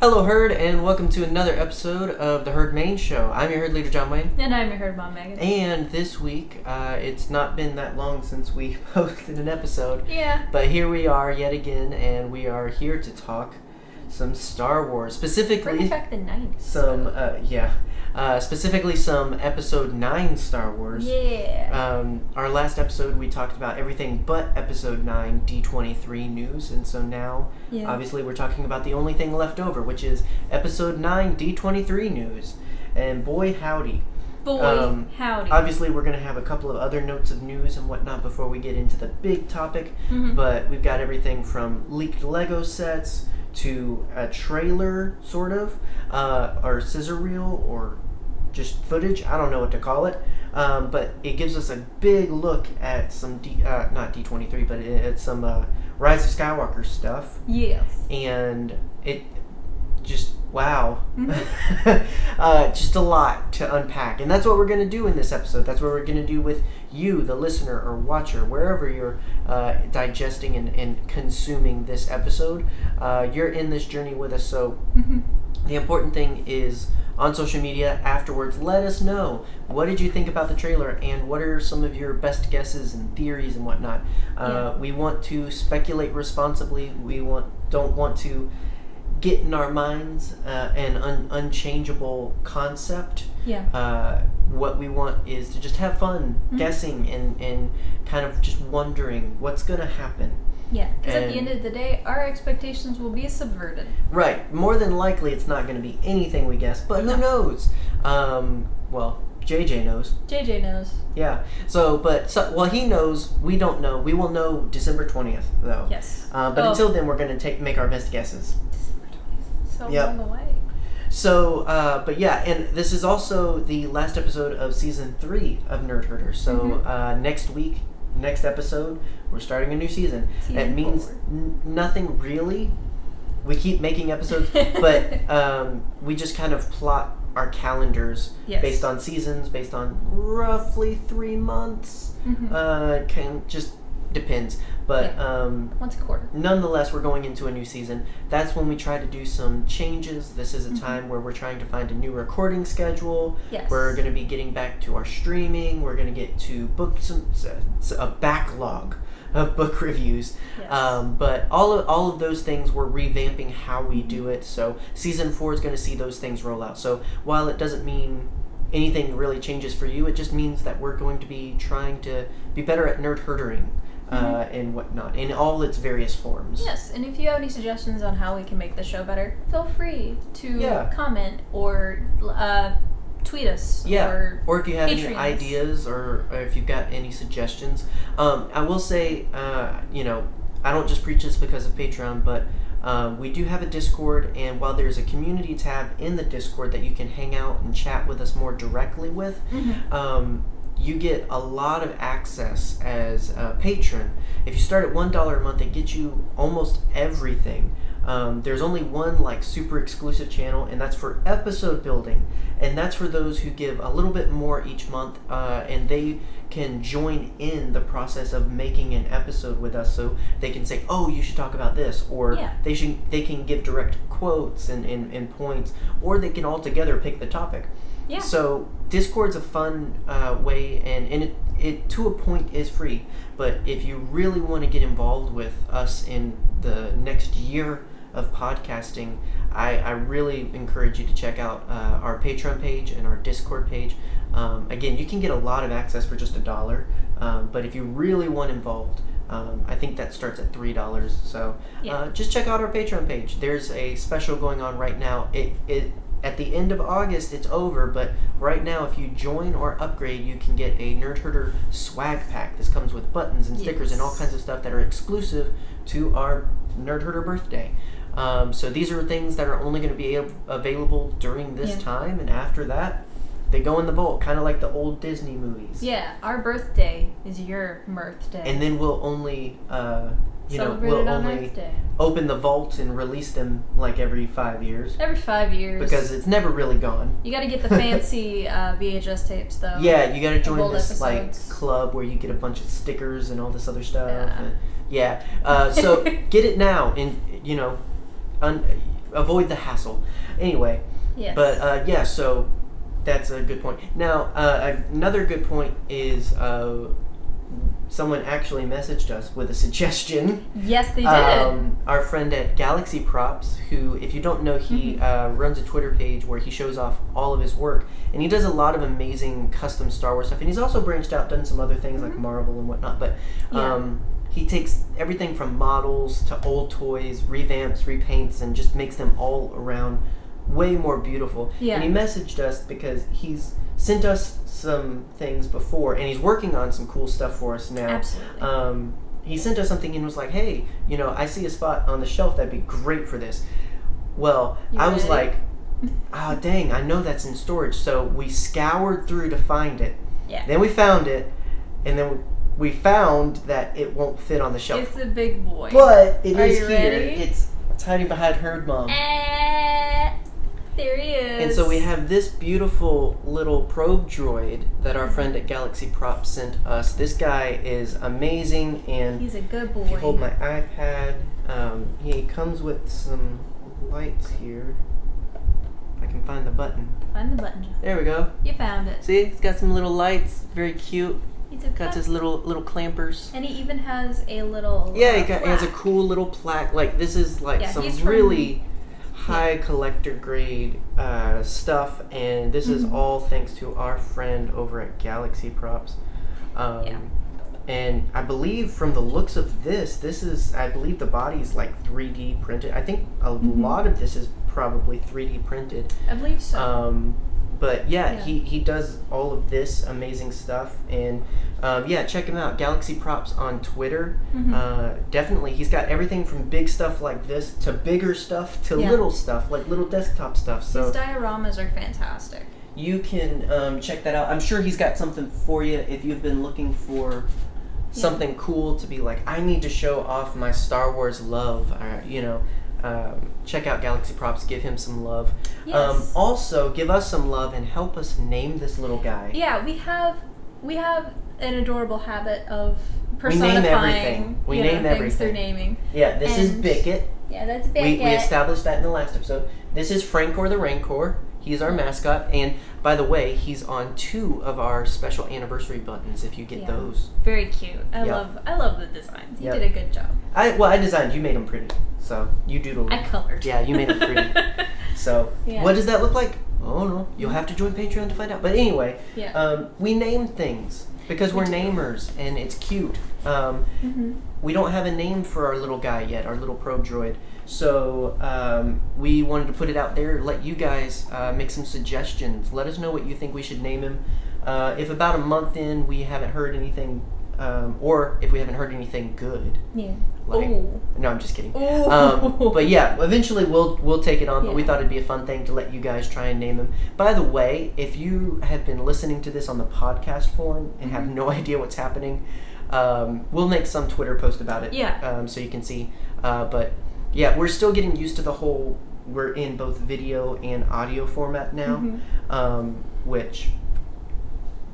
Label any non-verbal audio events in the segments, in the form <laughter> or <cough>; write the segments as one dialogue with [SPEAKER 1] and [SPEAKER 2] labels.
[SPEAKER 1] Herd, and welcome to another episode of the Herd Main Show. I'm your Herd leader, John Wayne.
[SPEAKER 2] And I'm your herd mom, Megan.
[SPEAKER 1] And this week, uh, it's not been that long since we <laughs> posted an episode,
[SPEAKER 2] yeah.
[SPEAKER 1] but here we are yet again, and we are here to talk some Star Wars,
[SPEAKER 2] Bringing
[SPEAKER 1] specifically
[SPEAKER 2] back the 90s.
[SPEAKER 1] some, uh, yeah, uh, specifically some Episode 9 Star Wars.
[SPEAKER 2] Yeah.
[SPEAKER 1] Um, our last episode, we talked about everything but Episode 9 D23 news, and so now
[SPEAKER 2] yeah.
[SPEAKER 1] Obviously, we're talking about the only thing left over, which is episode 9 D23 news. And boy, howdy.
[SPEAKER 2] Boy,
[SPEAKER 1] um,
[SPEAKER 2] howdy.
[SPEAKER 1] Obviously, we're going to have a couple of other notes of news and whatnot before we get into the big topic,
[SPEAKER 2] Mhm.
[SPEAKER 1] but we've got everything from leaked Lego sets to a trailer, sort of, uh, or scissor reel, or just footage. I don't know what to call it. Um, but it gives us a big look at some D, uh, not D23, but it, it's some uh, Rise of Skywalker stuff
[SPEAKER 2] yes.
[SPEAKER 1] and it just wow
[SPEAKER 2] Mhm.
[SPEAKER 1] <laughs> uh, just a lot to unpack and that's what we're going to do in this episode that's what we're going to do with you the listener or watcher wherever you're uh, digesting and, and consuming this episode uh, you're in this journey with us so
[SPEAKER 2] Mhm.
[SPEAKER 1] the important thing is on social media afterwards, let us know what did you think about the trailer and what are some of your best guesses and theories and whatnot. Uh, We want to speculate responsibly. We want don't want to get in our minds uh, an un- unchangeable concept.
[SPEAKER 2] yeah.
[SPEAKER 1] Uh, what we want is to just have fun
[SPEAKER 2] Mhm.
[SPEAKER 1] guessing and, and kind of just wondering what's going to happen.
[SPEAKER 2] Yeah. Because at the
[SPEAKER 1] and-
[SPEAKER 2] end of the day, our expectations will be subverted.
[SPEAKER 1] Right. More than likely, it's not going to be anything we guess, but who
[SPEAKER 2] No.
[SPEAKER 1] knows? Um, well, JJ knows.
[SPEAKER 2] JJ knows.
[SPEAKER 1] Yeah. So, but so, well, he knows. We don't know. We will know December twentieth, though.
[SPEAKER 2] Yes.
[SPEAKER 1] Uh, but
[SPEAKER 2] Oh.
[SPEAKER 1] until then, we're going to take make our best guesses.
[SPEAKER 2] So
[SPEAKER 1] Yep.
[SPEAKER 2] long away.
[SPEAKER 1] So, uh, but yeah, and this is also the last episode of season three of Nerd Herder. So
[SPEAKER 2] Mhm.
[SPEAKER 1] uh, next week, next episode, we're starting a new season. That
[SPEAKER 2] Season
[SPEAKER 1] means
[SPEAKER 2] four.
[SPEAKER 1] n- nothing really. We keep making
[SPEAKER 2] <laughs>
[SPEAKER 1] episodes, but um, we just kind of plot our calendars
[SPEAKER 2] Yes.
[SPEAKER 1] based on seasons, based on roughly three months.
[SPEAKER 2] Mhm.
[SPEAKER 1] Uh, can just depends, but
[SPEAKER 2] Yeah.
[SPEAKER 1] um,
[SPEAKER 2] Once a quarter.
[SPEAKER 1] nonetheless we're going into a new season that's when we try to do some changes this is a
[SPEAKER 2] Mhm.
[SPEAKER 1] time where we're trying to find a new recording schedule
[SPEAKER 2] Yes.
[SPEAKER 1] we're going to be getting back to our streaming we're going to get to book some s- s- a backlog of book <laughs> reviews
[SPEAKER 2] Yes.
[SPEAKER 1] um, but all of, all of those things we're revamping how we do it so season four is going to see those things roll out so while it doesn't mean anything really changes for you it just means that we're going to be trying to be better at nerd herdering uh, and whatnot in all its various forms
[SPEAKER 2] Yes, and if you have any suggestions on how we can make the show better, feel free to
[SPEAKER 1] Yeah.
[SPEAKER 2] comment or uh, tweet us.
[SPEAKER 1] Yeah.
[SPEAKER 2] Or,
[SPEAKER 1] or if you have any
[SPEAKER 2] Patreons.
[SPEAKER 1] ideas or, or if you've got any suggestions um, i will say uh, you know i don't just preach this because of patreon but um, we do have a discord and while there's a community tab in the discord that you can hang out and chat with us more directly with
[SPEAKER 2] Mhm.
[SPEAKER 1] um, you get a lot of access as a patron. If you start at one dollar a month, it gets you almost everything. Um, there's only one like super exclusive channel, and that's for episode building, and that's for those who give a little bit more each month, uh, and they can join in the process of making an episode with us. So they can say, "Oh, you should talk about this," or
[SPEAKER 2] Yeah.
[SPEAKER 1] they should they can give direct quotes and, and, and points, or they can all together pick the topic.
[SPEAKER 2] Yeah.
[SPEAKER 1] So Discord's a fun uh, way, and, and it, it to a point is free. But if you really want to get involved with us in the next year of podcasting, I, I really encourage you to check out uh, our Patreon page and our Discord page. Um, again, you can get a lot of access for just a dollar, um, but if you really want involved, um, I think that starts at three dollars. So uh,
[SPEAKER 2] Yeah.
[SPEAKER 1] just check out our Patreon page. There's a special going on right now. It it at the end of August it's over, but right now if you join or upgrade, you can get a Nerd Herder swag pack. This comes with buttons and stickers and all
[SPEAKER 2] Yes.
[SPEAKER 1] kinds of stuff that are exclusive to our Nerd Herder birthday. Um, so these are things that are only going to be av- available during this
[SPEAKER 2] Yeah.
[SPEAKER 1] time, and after that, they go in the vault, kind of like the old Disney movies.
[SPEAKER 2] Yeah, our birthday is your mirth day.
[SPEAKER 1] And then we'll only, uh, you
[SPEAKER 2] Celebrate
[SPEAKER 1] know,
[SPEAKER 2] it
[SPEAKER 1] we'll
[SPEAKER 2] on
[SPEAKER 1] only
[SPEAKER 2] Earth Day.
[SPEAKER 1] open the vault and release them like every five years
[SPEAKER 2] Every five years.
[SPEAKER 1] because it's never really gone.
[SPEAKER 2] you got to get the fancy uh, VHS tapes though.
[SPEAKER 1] Yeah, you gotta join
[SPEAKER 2] old
[SPEAKER 1] this like
[SPEAKER 2] episodes.
[SPEAKER 1] club where you get a bunch of stickers and all this other stuff.
[SPEAKER 2] Yeah. <laughs>
[SPEAKER 1] and- yeah. Uh, so get it now, and you know, un- avoid the hassle. Anyway,
[SPEAKER 2] Yes.
[SPEAKER 1] but uh, yeah, so that's a good point. Now, uh, another good point is uh, someone actually messaged us with a <laughs> suggestion.
[SPEAKER 2] yes, they did.
[SPEAKER 1] Um, our friend at Galaxy Props, who, if you don't know,
[SPEAKER 2] Mm-hmm.
[SPEAKER 1] he uh, runs a Twitter page where he shows off all of his work, and he does a lot of amazing custom Star Wars stuff. And he's also branched out, done some other things like
[SPEAKER 2] Mhm.
[SPEAKER 1] Marvel and whatnot. But
[SPEAKER 2] Yeah.
[SPEAKER 1] um, he takes everything from models to old toys, revamps, repaints, and just makes them all around way more beautiful.
[SPEAKER 2] Yeah.
[SPEAKER 1] And he messaged us because he's sent us some things before, and he's working on some cool stuff for us now
[SPEAKER 2] Absolutely.
[SPEAKER 1] um, he sent us something and was like, "Hey, you know, I see a spot on the shelf that'd be great for this." Well,
[SPEAKER 2] You
[SPEAKER 1] I was
[SPEAKER 2] read it? <laughs>
[SPEAKER 1] like, "Ah, dang, I know that's in storage." So we scoured through to find it.
[SPEAKER 2] Yeah.
[SPEAKER 1] Then we found it, and then we found that it won't fit on the shelf.
[SPEAKER 2] it's a big boy.
[SPEAKER 1] but it
[SPEAKER 2] Are
[SPEAKER 1] is
[SPEAKER 2] you
[SPEAKER 1] here.
[SPEAKER 2] ready?
[SPEAKER 1] It's, it's hiding behind herd mom.
[SPEAKER 2] Eh, there he is.
[SPEAKER 1] And so we have this beautiful little probe droid that our friend at Galaxy Prop sent us. This guy is amazing and
[SPEAKER 2] He's a good boy.
[SPEAKER 1] If you hold my iPad, um, he comes with some lights here. If I can find the button.
[SPEAKER 2] Find the button. Jeff.
[SPEAKER 1] There we go.
[SPEAKER 2] You found it.
[SPEAKER 1] See, it's got some little lights. Very cute.
[SPEAKER 2] He's a
[SPEAKER 1] Got
[SPEAKER 2] pup.
[SPEAKER 1] his little little clampers.
[SPEAKER 2] And he even has a little.
[SPEAKER 1] Yeah,
[SPEAKER 2] uh,
[SPEAKER 1] he, got, he has a
[SPEAKER 2] plaque.
[SPEAKER 1] cool little plaque. Like this is like
[SPEAKER 2] Yeah,
[SPEAKER 1] some
[SPEAKER 2] he's from-
[SPEAKER 1] really high collector grade uh, stuff, and this is
[SPEAKER 2] Mhm.
[SPEAKER 1] all thanks to our friend over at Galaxy Props. Um,
[SPEAKER 2] Yeah.
[SPEAKER 1] And I believe from the looks of this, this is I believe the body is like 3D printed. I think a
[SPEAKER 2] Mhm.
[SPEAKER 1] lot of this is probably 3D printed.
[SPEAKER 2] I believe so.
[SPEAKER 1] Um, but yeah,
[SPEAKER 2] Yeah.
[SPEAKER 1] He, he does all of this amazing stuff. And um, yeah, check him out. Galaxy Props on Twitter.
[SPEAKER 2] Mhm.
[SPEAKER 1] Uh, definitely. He's got everything from big stuff like this to bigger stuff to
[SPEAKER 2] Yeah.
[SPEAKER 1] little stuff, like little desktop stuff. So
[SPEAKER 2] His dioramas are fantastic.
[SPEAKER 1] you can um, check that out. I'm sure he's got something for you if you've been looking for.
[SPEAKER 2] Yeah.
[SPEAKER 1] Something cool to be like. I need to show off my Star Wars love. Or, you know, um, check out Galaxy Props. Give him some love.
[SPEAKER 2] Yes.
[SPEAKER 1] Um, also, give us some love and help us name this little guy.
[SPEAKER 2] yeah, we have we have an adorable habit of
[SPEAKER 1] We name
[SPEAKER 2] personifying
[SPEAKER 1] everything. We
[SPEAKER 2] you know,
[SPEAKER 1] name
[SPEAKER 2] things
[SPEAKER 1] everything.
[SPEAKER 2] through naming.
[SPEAKER 1] Yeah, this is
[SPEAKER 2] And-
[SPEAKER 1] Bickett.
[SPEAKER 2] Yeah, that's
[SPEAKER 1] We,
[SPEAKER 2] big.
[SPEAKER 1] we established that in the last episode. This is Francor the Rancor. He's our mascot. And by the way, he's on two of our special anniversary buttons if you get
[SPEAKER 2] Yeah.
[SPEAKER 1] those.
[SPEAKER 2] Very cute. I
[SPEAKER 1] Yeah.
[SPEAKER 2] love I love the designs. You
[SPEAKER 1] Yeah.
[SPEAKER 2] did a good job.
[SPEAKER 1] I Well, I designed. You made them pretty. So you doodled.
[SPEAKER 2] I colored.
[SPEAKER 1] Yeah, you made it pretty. so
[SPEAKER 2] Yeah.
[SPEAKER 1] what does that look like? Oh, no. You'll have to join Patreon to find out. But anyway,
[SPEAKER 2] <laughs> yeah.
[SPEAKER 1] um, we name things because
[SPEAKER 2] We
[SPEAKER 1] we're
[SPEAKER 2] do.
[SPEAKER 1] namers and it's cute. Um,
[SPEAKER 2] Mhm.
[SPEAKER 1] we don't have a name for our little guy yet, our little probe droid. So um, we wanted to put it out there, let you guys uh, make some suggestions. Let us know what you think we should name him. Uh, if about a month in we haven't heard anything, um, or if we haven't heard anything good,
[SPEAKER 2] Yeah.
[SPEAKER 1] like
[SPEAKER 2] Ooh.
[SPEAKER 1] no, I'm just kidding.
[SPEAKER 2] Ooh. <laughs>
[SPEAKER 1] Um, but yeah, eventually we'll we'll take it on. But we
[SPEAKER 2] Yeah.
[SPEAKER 1] thought it'd be a fun thing to let you guys try and name him. By the way, if you have been listening to this on the podcast form and have
[SPEAKER 2] Mhm.
[SPEAKER 1] no <laughs> idea what's happening, um, we'll make some Twitter post about it.
[SPEAKER 2] Yeah.
[SPEAKER 1] Um, so you can see. Uh, but yeah, we're still getting used to the whole. We're in both video and audio format now,
[SPEAKER 2] Mhm.
[SPEAKER 1] um, which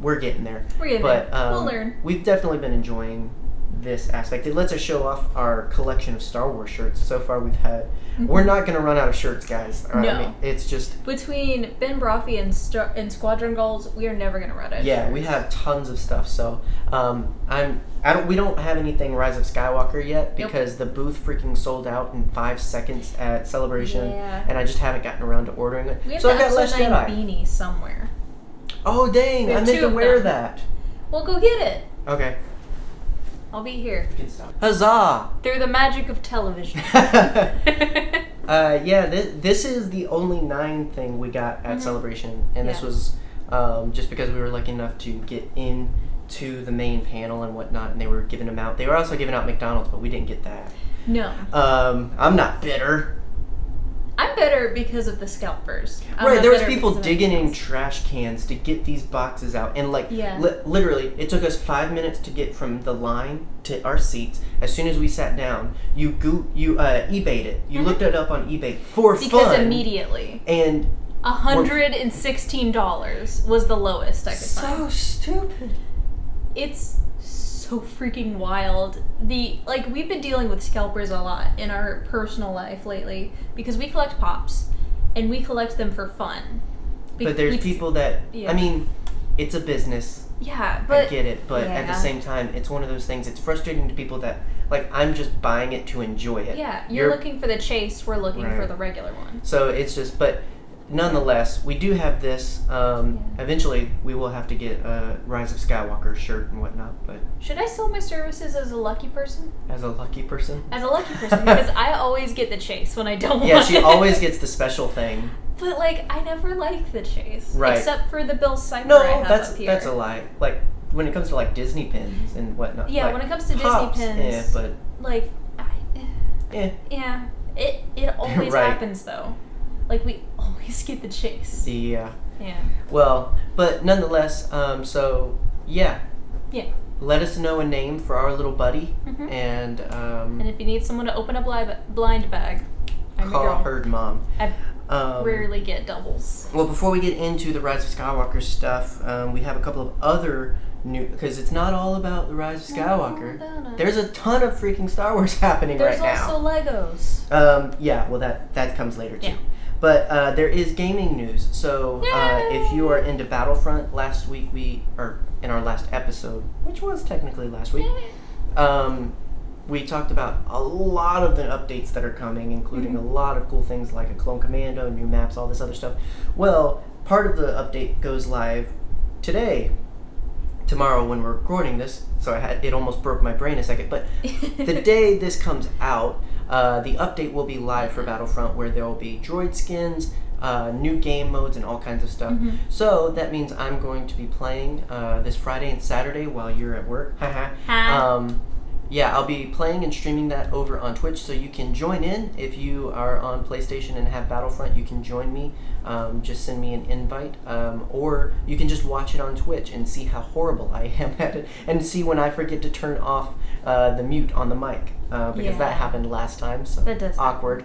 [SPEAKER 1] we're getting there
[SPEAKER 2] We're getting
[SPEAKER 1] but
[SPEAKER 2] there.
[SPEAKER 1] um,
[SPEAKER 2] we'll learn.
[SPEAKER 1] We've definitely been enjoying this aspect. It lets us show off our collection of Star Wars shirts. So far, we've had. We're not going to run out of shirts, guys. All right, I
[SPEAKER 2] Mm-hmm. No.
[SPEAKER 1] mean, it's just
[SPEAKER 2] Between Ben Brophy and Star- and Squadron Goals, we are never gonna run out. of
[SPEAKER 1] yeah,
[SPEAKER 2] shirts.
[SPEAKER 1] we have tons of stuff. So um, I'm I don't we don't have anything Rise of Skywalker yet
[SPEAKER 2] Nope.
[SPEAKER 1] because the booth freaking sold out in five seconds at Celebration.
[SPEAKER 2] Yeah.
[SPEAKER 1] And I just haven't gotten around to ordering it.
[SPEAKER 2] We have
[SPEAKER 1] so
[SPEAKER 2] the
[SPEAKER 1] I've got Last
[SPEAKER 2] episode
[SPEAKER 1] Jedi.
[SPEAKER 2] nine beanie somewhere.
[SPEAKER 1] Oh dang!
[SPEAKER 2] We have
[SPEAKER 1] I meant
[SPEAKER 2] two
[SPEAKER 1] to
[SPEAKER 2] of
[SPEAKER 1] wear
[SPEAKER 2] them.
[SPEAKER 1] that.
[SPEAKER 2] Well, go get it.
[SPEAKER 1] Okay,
[SPEAKER 2] I'll be here
[SPEAKER 1] you can stop. Huzzah!
[SPEAKER 2] through the magic of television. <laughs>
[SPEAKER 1] Uh, yeah, this, this is the only nine thing we got at
[SPEAKER 2] Mhm.
[SPEAKER 1] Celebration, and this
[SPEAKER 2] Yeah.
[SPEAKER 1] was um, just because we were lucky enough to get in to the main panel and whatnot, and they were giving them out. They were also giving out McDonald's, but we didn't get that.
[SPEAKER 2] <laughs> no,
[SPEAKER 1] Um, I'm not bitter.
[SPEAKER 2] I'm better because of the scalpers. I'm
[SPEAKER 1] right,
[SPEAKER 2] not
[SPEAKER 1] there was
[SPEAKER 2] bitter
[SPEAKER 1] people
[SPEAKER 2] because of
[SPEAKER 1] digging
[SPEAKER 2] anything
[SPEAKER 1] in trash cans to get these boxes out, and like
[SPEAKER 2] Yeah.
[SPEAKER 1] li- literally, it took us five minutes to get from the line to our seats. As soon as we sat down, you go- you uh, eBayed it. You
[SPEAKER 2] Mhm.
[SPEAKER 1] looked it up on eBay for
[SPEAKER 2] else. because
[SPEAKER 1] fun.
[SPEAKER 2] immediately
[SPEAKER 1] and
[SPEAKER 2] hundred and sixteen dollars was the lowest I could find.
[SPEAKER 1] stupid.
[SPEAKER 2] It's so so freaking wild. The like we've been dealing with scalpers a lot in our personal life lately because we collect pops and we collect them for fun. Be-
[SPEAKER 1] but there's
[SPEAKER 2] we-
[SPEAKER 1] people that
[SPEAKER 2] yeah.
[SPEAKER 1] I mean, it's a business.
[SPEAKER 2] Yeah, but
[SPEAKER 1] I get it, but at the
[SPEAKER 2] Yeah.
[SPEAKER 1] same time, it's one of those things. It's frustrating to people that like I'm just buying it to enjoy it.
[SPEAKER 2] yeah, you're,
[SPEAKER 1] You're-
[SPEAKER 2] looking for the chase. We're looking for
[SPEAKER 1] Right.
[SPEAKER 2] the regular one.
[SPEAKER 1] So it's just, but nonetheless, we do have this. Um,
[SPEAKER 2] Yeah.
[SPEAKER 1] Eventually, we will have to get a Rise of Skywalker shirt and whatnot. But
[SPEAKER 2] Should I sell my services as a lucky person?
[SPEAKER 1] as a lucky person,
[SPEAKER 2] As a lucky person because I always get the chase when I
[SPEAKER 1] <laughs>
[SPEAKER 2] don't
[SPEAKER 1] yeah,
[SPEAKER 2] want
[SPEAKER 1] she
[SPEAKER 2] it.
[SPEAKER 1] always
[SPEAKER 2] <laughs>
[SPEAKER 1] gets the special thing.
[SPEAKER 2] But like, I never like the chase,
[SPEAKER 1] Right.
[SPEAKER 2] Except for the Bill Cipher
[SPEAKER 1] No,
[SPEAKER 2] I have
[SPEAKER 1] that's
[SPEAKER 2] up here.
[SPEAKER 1] that's a lie. Like when it comes to like Disney pins and whatnot.
[SPEAKER 2] Yeah,
[SPEAKER 1] like,
[SPEAKER 2] when it comes to Disney
[SPEAKER 1] pops,
[SPEAKER 2] pins,
[SPEAKER 1] Yeah, but
[SPEAKER 2] like, I,
[SPEAKER 1] yeah,
[SPEAKER 2] yeah, it
[SPEAKER 1] <laughs>
[SPEAKER 2] it always
[SPEAKER 1] Right.
[SPEAKER 2] happens though. Like we always get the chase.
[SPEAKER 1] the uh,
[SPEAKER 2] Yeah,
[SPEAKER 1] well, but nonetheless, um, so yeah,
[SPEAKER 2] yeah.
[SPEAKER 1] let us know a name for our little buddy,
[SPEAKER 2] Mhm.
[SPEAKER 1] and um,
[SPEAKER 2] And if you need someone to open a bli- blind bag, I'm your
[SPEAKER 1] call
[SPEAKER 2] girl.
[SPEAKER 1] her mom.
[SPEAKER 2] I
[SPEAKER 1] Um,
[SPEAKER 2] rarely get doubles.
[SPEAKER 1] Well, before we get into the Rise of Skywalker stuff, um, we have a couple of other new because it's not all about the Rise of Skywalker. There's a ton of freaking Star Wars <laughs> happening
[SPEAKER 2] There's
[SPEAKER 1] right
[SPEAKER 2] also Legos.
[SPEAKER 1] now. Um, yeah, well that that comes later too.
[SPEAKER 2] Yeah.
[SPEAKER 1] But uh, there is gaming news. So uh,
[SPEAKER 2] Yay!
[SPEAKER 1] if you are into Battlefront, last week we or in our last episode, which was technically last week, um, we talked about a lot of the updates that are coming, including
[SPEAKER 2] Mm-hmm.
[SPEAKER 1] a lot of cool things like a clone commando, new maps, all this other stuff. Well, part of the update goes live today, tomorrow when we're recording this. So I had it almost broke my brain a second, but
[SPEAKER 2] <laughs>
[SPEAKER 1] the day this comes out, uh, the update will be live for Battlefront, where there will be droid skins, uh, new game modes, and all kinds of stuff.
[SPEAKER 2] Mhm.
[SPEAKER 1] So that means I'm going to be playing uh, this Friday and Saturday while you're at work. Haha.
[SPEAKER 2] Ha.
[SPEAKER 1] um, yeah, I'll be playing and streaming that over on Twitch, so you can join in if you are on PlayStation and have Battlefront. You can join me. Um, just send me an invite, um, or you can just watch it on Twitch and see how horrible <laughs> I am at it, and see when I forget to turn off uh, the mute on the mic uh, because
[SPEAKER 2] Yeah.
[SPEAKER 1] that happened last time. So
[SPEAKER 2] That does happen.
[SPEAKER 1] awkward.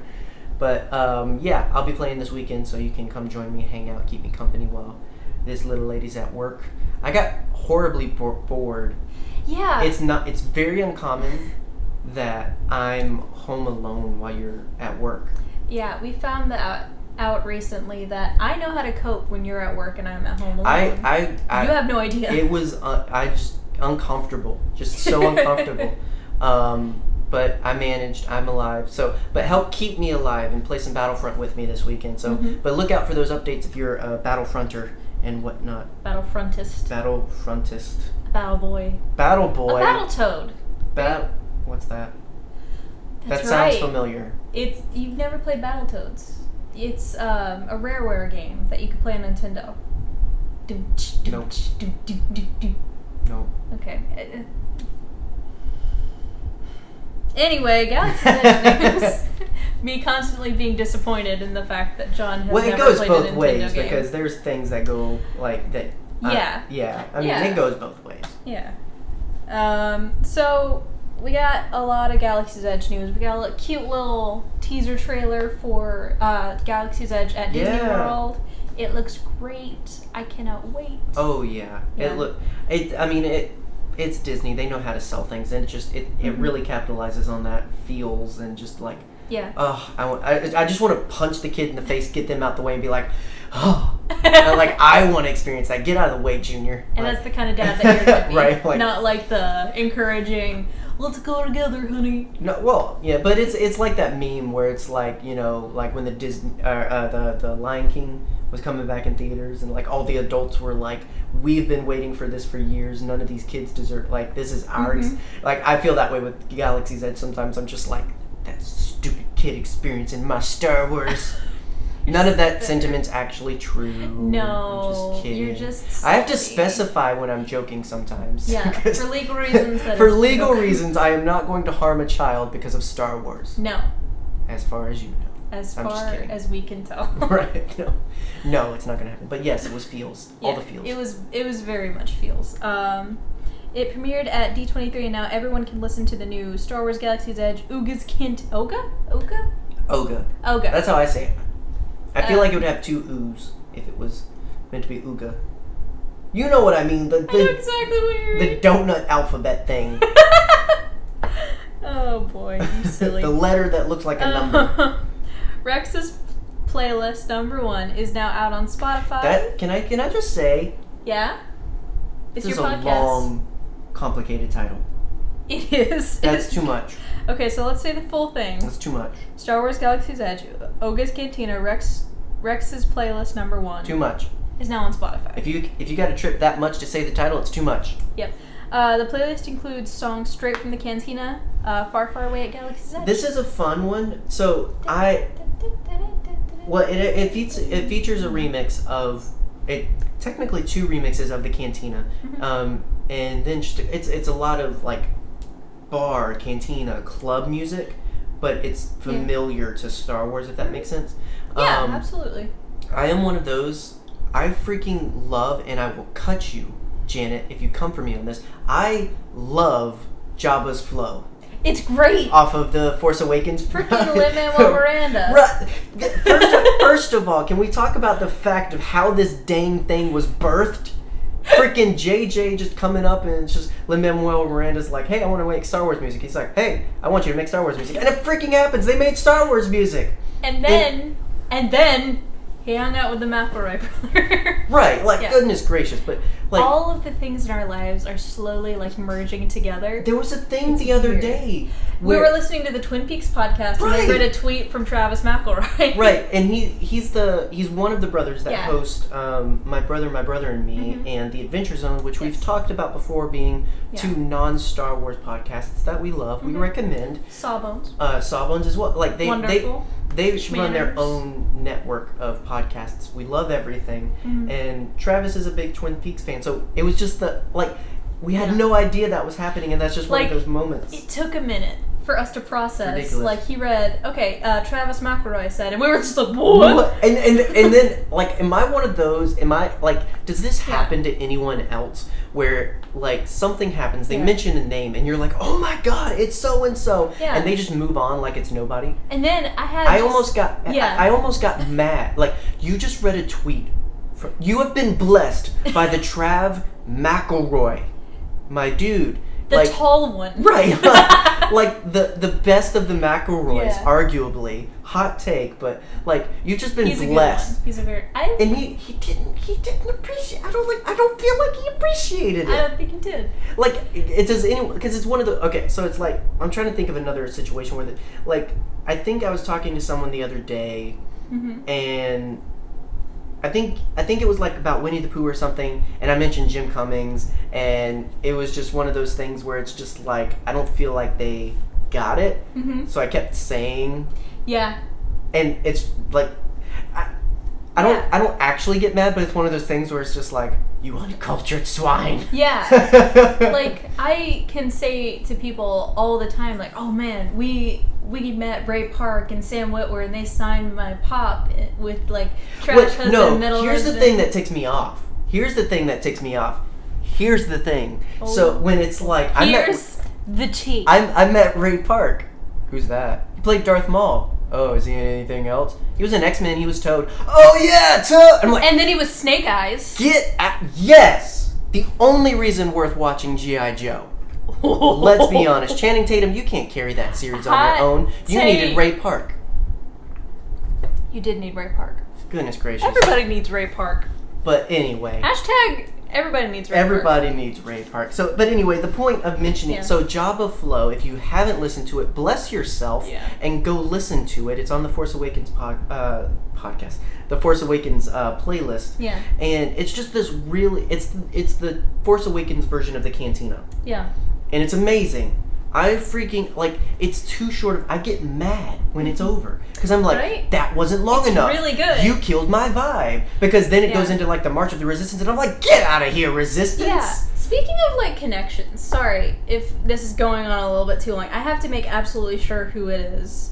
[SPEAKER 1] But um, yeah, I'll be playing this weekend, so you can come join me, hang out, keep me company while this little lady's at work. I got horribly bo- bored
[SPEAKER 2] yeah.
[SPEAKER 1] it's not it's very uncommon that i'm home alone while you're at work
[SPEAKER 2] Yeah, we found that out, out recently that I know how to cope when you're at work and I'm at home alone.
[SPEAKER 1] i i, I
[SPEAKER 2] Mm. you have no idea.
[SPEAKER 1] it was uh, i just uncomfortable just
[SPEAKER 2] <laughs>
[SPEAKER 1] so uncomfortable um but I managed. I'm alive. So, but help keep me alive and play some Battlefront with me this weekend. So,
[SPEAKER 2] Mhm.
[SPEAKER 1] but look out for those updates if you're a Battlefronter and whatnot.
[SPEAKER 2] Battlefrontist,
[SPEAKER 1] Battlefrontist,
[SPEAKER 2] battle boy,
[SPEAKER 1] Battle
[SPEAKER 2] a
[SPEAKER 1] Boy,
[SPEAKER 2] battle toad.
[SPEAKER 1] Bat- What's that? that
[SPEAKER 2] That's right.
[SPEAKER 1] sounds familiar.
[SPEAKER 2] It's you've never played Battletoads. It's um, a Rareware game that you can play on Nintendo. Doom, tsh, doom,
[SPEAKER 1] Nope.
[SPEAKER 2] tsh, doom, doom, doom, doom.
[SPEAKER 1] No.
[SPEAKER 2] Okay. Uh, uh. Anyway, guys,
[SPEAKER 1] <laughs>
[SPEAKER 2] that news. me constantly being disappointed in the fact that John has
[SPEAKER 1] Well, it
[SPEAKER 2] never
[SPEAKER 1] goes
[SPEAKER 2] played a
[SPEAKER 1] both
[SPEAKER 2] Nintendo
[SPEAKER 1] ways
[SPEAKER 2] game.
[SPEAKER 1] because there's things that go like that. I-
[SPEAKER 2] Yeah.
[SPEAKER 1] yeah. I mean,
[SPEAKER 2] Yeah.
[SPEAKER 1] it goes both ways.
[SPEAKER 2] Yeah. Um, so we got a lot of Galaxy's Edge news. We got a li- cute little teaser trailer for uh, Galaxy's Edge at Disney
[SPEAKER 1] Yeah.
[SPEAKER 2] World. It looks great. I cannot wait.
[SPEAKER 1] Oh yeah.
[SPEAKER 2] Yeah.
[SPEAKER 1] It look. It. I mean it. It's Disney. They know how to sell things, and it just it, it
[SPEAKER 2] Mhm.
[SPEAKER 1] really capitalizes on that feels and just like
[SPEAKER 2] Yeah.
[SPEAKER 1] oh I want I, I just want to punch the kid in the face, get them out the way, and be like
[SPEAKER 2] <laughs>
[SPEAKER 1] oh and, like I want to experience that. Get out of the way, Junior.
[SPEAKER 2] and
[SPEAKER 1] Like,
[SPEAKER 2] that's the kind of dad that you're gonna
[SPEAKER 1] <laughs>
[SPEAKER 2] be.
[SPEAKER 1] Right, like-
[SPEAKER 2] Not like the encouraging. Let's go together, honey.
[SPEAKER 1] No, well, yeah, but it's it's like that meme where it's like you know, like when the Disney, uh, uh, the the Lion King was coming back in theaters, and like all the adults were like, "We've been waiting for this for years. None of these kids deserve like this is ours."
[SPEAKER 2] Mhm.
[SPEAKER 1] Like I feel that way with Galaxy's Edge. Sometimes I'm just like that stupid kid experience in my Star Wars.
[SPEAKER 2] <laughs>
[SPEAKER 1] None of that sentiment's actually true. I'm
[SPEAKER 2] No,
[SPEAKER 1] just kidding.
[SPEAKER 2] you're just.
[SPEAKER 1] I have to
[SPEAKER 2] silly.
[SPEAKER 1] specify when I'm joking sometimes. <laughs>
[SPEAKER 2] Yeah,
[SPEAKER 1] because-
[SPEAKER 2] for legal reasons.
[SPEAKER 1] <laughs>
[SPEAKER 2] That
[SPEAKER 1] for
[SPEAKER 2] is-
[SPEAKER 1] legal reasons, I am not going to harm a child because of Star Wars,
[SPEAKER 2] No,
[SPEAKER 1] as far as you
[SPEAKER 2] <laughs>
[SPEAKER 1] know. <laughs>
[SPEAKER 2] as
[SPEAKER 1] I'm just
[SPEAKER 2] far
[SPEAKER 1] kidding.
[SPEAKER 2] as we can tell.
[SPEAKER 1] <laughs>
[SPEAKER 2] <laughs>
[SPEAKER 1] right? No, no, it's not going to happen. But yes, it was feels. all
[SPEAKER 2] Yeah,
[SPEAKER 1] the feels.
[SPEAKER 2] It was it was very much feels. Um, it premiered at D23, and now everyone can listen to the new Star Wars: Galaxy's Edge Ooga's Kint Oga Oga
[SPEAKER 1] Oga.
[SPEAKER 2] Oga.
[SPEAKER 1] That's how I say it. I feel
[SPEAKER 2] Uh,
[SPEAKER 1] like it would have two oohs if it was meant to be Ooga. You know what I mean? The
[SPEAKER 2] I know
[SPEAKER 1] the,
[SPEAKER 2] exactly what you're
[SPEAKER 1] the donut alphabet thing.
[SPEAKER 2] <laughs> Oh boy, you silly.
[SPEAKER 1] <laughs>
[SPEAKER 2] Uh,
[SPEAKER 1] the letter that looks like a
[SPEAKER 2] <laughs>
[SPEAKER 1] number.
[SPEAKER 2] Um, Rex's playlist number one is now out on Spotify.
[SPEAKER 1] That can I can I just say
[SPEAKER 2] yeah, it's
[SPEAKER 1] this
[SPEAKER 2] your
[SPEAKER 1] is a
[SPEAKER 2] podcast.
[SPEAKER 1] long, complicated title.
[SPEAKER 2] <laughs> It is. <laughs>
[SPEAKER 1] That's too much.
[SPEAKER 2] okay, so let's say the full thing:
[SPEAKER 1] That's too much.
[SPEAKER 2] Star Wars: Galaxy's Edge, Oga's Cantina, Rex, Rex's playlist number one
[SPEAKER 1] Too much.
[SPEAKER 2] is now on Spotify.
[SPEAKER 1] If you if you got to trip that much to say the title, it's too much.
[SPEAKER 2] Yep. Uh, the playlist includes songs straight from the cantina, uh, Far Far Away at Galaxy's Edge.
[SPEAKER 1] This is a fun one. So I well it it, feats, it features a remix of it technically two remixes of the Cantina,
[SPEAKER 2] Mhm.
[SPEAKER 1] um, and then just, it's it's a lot of like bar cantina club music, but it's familiar to Star Wars if that makes sense.
[SPEAKER 2] <laughs> yeah,
[SPEAKER 1] um,
[SPEAKER 2] absolutely.
[SPEAKER 1] I am one of those. I freaking love, and I will cut you, Janet, if you come for me on this. I love Jabba's flow
[SPEAKER 2] It's great.
[SPEAKER 1] off of the Force Awakens. <laughs>
[SPEAKER 2] Freaking Lin-Manuel Miranda.
[SPEAKER 1] uh, Right. First, first of all, can we talk about the fact of how this dang thing was birthed? Freaking JJ just coming up and it's just Lin Manuel Miranda's like, hey, I want to make Star Wars music. He's like, hey, I want you to make Star Wars music. And it freaking happens. They made Star Wars music.
[SPEAKER 2] And then, and then, he hung out with the McElroy brother. <laughs>
[SPEAKER 1] Right. Like,
[SPEAKER 2] Yeah.
[SPEAKER 1] goodness gracious. But, like,
[SPEAKER 2] All of the things in our lives are slowly like merging together.
[SPEAKER 1] There was a thing the other
[SPEAKER 2] weird.
[SPEAKER 1] day
[SPEAKER 2] we
[SPEAKER 1] where
[SPEAKER 2] were listening to the Twin Peaks
[SPEAKER 1] Right.
[SPEAKER 2] podcast and I read a tweet from Travis McElroy.
[SPEAKER 1] right, and he he's the he's one of the brothers that
[SPEAKER 2] Yeah.
[SPEAKER 1] host um, my brother, my brother and me,
[SPEAKER 2] Mhm.
[SPEAKER 1] and the Adventure Zone, which we've
[SPEAKER 2] Yes.
[SPEAKER 1] talked about before, being two
[SPEAKER 2] Yeah.
[SPEAKER 1] non Star Wars podcasts that we love. We
[SPEAKER 2] Mhm.
[SPEAKER 1] recommend
[SPEAKER 2] <laughs> Sawbones.
[SPEAKER 1] uh, Sawbones as well. Like they
[SPEAKER 2] Wonderful.
[SPEAKER 1] they they run their
[SPEAKER 2] Schmanners.
[SPEAKER 1] own network of podcasts. We love everything,
[SPEAKER 2] Mhm.
[SPEAKER 1] and Travis is a big Twin Peaks fan, so it was just the like. We had
[SPEAKER 2] Yeah.
[SPEAKER 1] no idea that was happening, and that's just one
[SPEAKER 2] Like,
[SPEAKER 1] of those moments.
[SPEAKER 2] It took a minute for us to process.
[SPEAKER 1] Ridiculous.
[SPEAKER 2] Like he read, okay, uh, Travis McElroy said, and we were just like, what?
[SPEAKER 1] What? And, and and then like, am I one of those? Am I like, does this happen to anyone else? Where like something happens, they
[SPEAKER 2] Yeah.
[SPEAKER 1] mention a name, and you're like, oh my god, it's so and so,
[SPEAKER 2] Yeah.
[SPEAKER 1] and they just move on like it's nobody.
[SPEAKER 2] And then I had.
[SPEAKER 1] I
[SPEAKER 2] just-
[SPEAKER 1] almost got
[SPEAKER 2] yeah.
[SPEAKER 1] I, I almost got mad. Like you just read a tweet. From, you have been blessed by the Trav McElroy, my dude.
[SPEAKER 2] the
[SPEAKER 1] like
[SPEAKER 2] tall one.
[SPEAKER 1] <laughs>
[SPEAKER 2] <laughs>
[SPEAKER 1] Right. <laughs> Like, like the the best of the McElroys,
[SPEAKER 2] Yeah.
[SPEAKER 1] arguably. Hot take, but like you've just been
[SPEAKER 2] He's a good
[SPEAKER 1] blessed.
[SPEAKER 2] one. He's a very. I,
[SPEAKER 1] And he, he didn't he didn't appreciate. I don't like. I don't feel like he appreciated
[SPEAKER 2] I
[SPEAKER 1] it.
[SPEAKER 2] don't think he did.
[SPEAKER 1] Like it it does anyone because it's one of the okay. So it's like I'm trying to think of another situation where the like I think I was talking to someone the other day
[SPEAKER 2] hmm
[SPEAKER 1] and I think I think it was like about Winnie the Pooh or something, and I mentioned Jim Cummings, and it was just one of those things where it's just like I don't feel like they got it,
[SPEAKER 2] hmm
[SPEAKER 1] so I kept saying,
[SPEAKER 2] Yeah.
[SPEAKER 1] and it's like I, I don't
[SPEAKER 2] Yeah.
[SPEAKER 1] I don't actually get mad, but it's one of those things where it's just like you uncultured swine. <laughs>
[SPEAKER 2] Yeah.
[SPEAKER 1] like <laughs>
[SPEAKER 2] like I can say to people all the time, like, "Oh man, we we met Ray Park and Sam Whitwer, and they signed my pop with like trash husband,
[SPEAKER 1] no,
[SPEAKER 2] metal."
[SPEAKER 1] here's the
[SPEAKER 2] husband.
[SPEAKER 1] thing that ticks me off. Here's the thing that ticks me off. Here's the thing. So
[SPEAKER 2] Oh.
[SPEAKER 1] when it's like I met-
[SPEAKER 2] here's the tea.
[SPEAKER 1] I, I met Ray Park. Who's that? He played Darth Maul. Oh, is he in anything else? He was an X Men. He was Toad. Oh yeah, Toad. I'm like,
[SPEAKER 2] and then he was Snake Eyes.
[SPEAKER 1] get out. Yes, the only reason worth watching GI Joe. <laughs> Let's be honest, Channing Tatum, you can't carry that series on
[SPEAKER 2] Hot
[SPEAKER 1] your own. You
[SPEAKER 2] take.
[SPEAKER 1] needed Ray Park.
[SPEAKER 2] <laughs> You did need Ray Park.
[SPEAKER 1] Goodness gracious.
[SPEAKER 2] Everybody needs Ray Park.
[SPEAKER 1] But anyway.
[SPEAKER 2] Hashtag everybody needs Ray Park.
[SPEAKER 1] Everybody needs Ray Park. So, but anyway, the point of mentioning
[SPEAKER 2] Yeah.
[SPEAKER 1] so Jabba Flow. If you haven't listened to it, bless yourself
[SPEAKER 2] Yeah.
[SPEAKER 1] and go listen to it. It's on the Force Awakens pod, uh, podcast, the Force Awakens uh, playlist,
[SPEAKER 2] Yeah.
[SPEAKER 1] and it's just this really. It's it's the Force Awakens version of the Cantina,
[SPEAKER 2] Yeah.
[SPEAKER 1] and it's amazing. I freaking like it's too short of I get mad when it's over because I'm like
[SPEAKER 2] Mm-hmm. Right?
[SPEAKER 1] that wasn't long enough.
[SPEAKER 2] really good.
[SPEAKER 1] You killed my vibe because then it
[SPEAKER 2] Yeah.
[SPEAKER 1] goes into like the March of the Resistance and I'm like get out of here Resistance.
[SPEAKER 2] Yeah. Speaking of like connections, sorry if this is going on a little bit too long. I have to make absolutely sure who it is.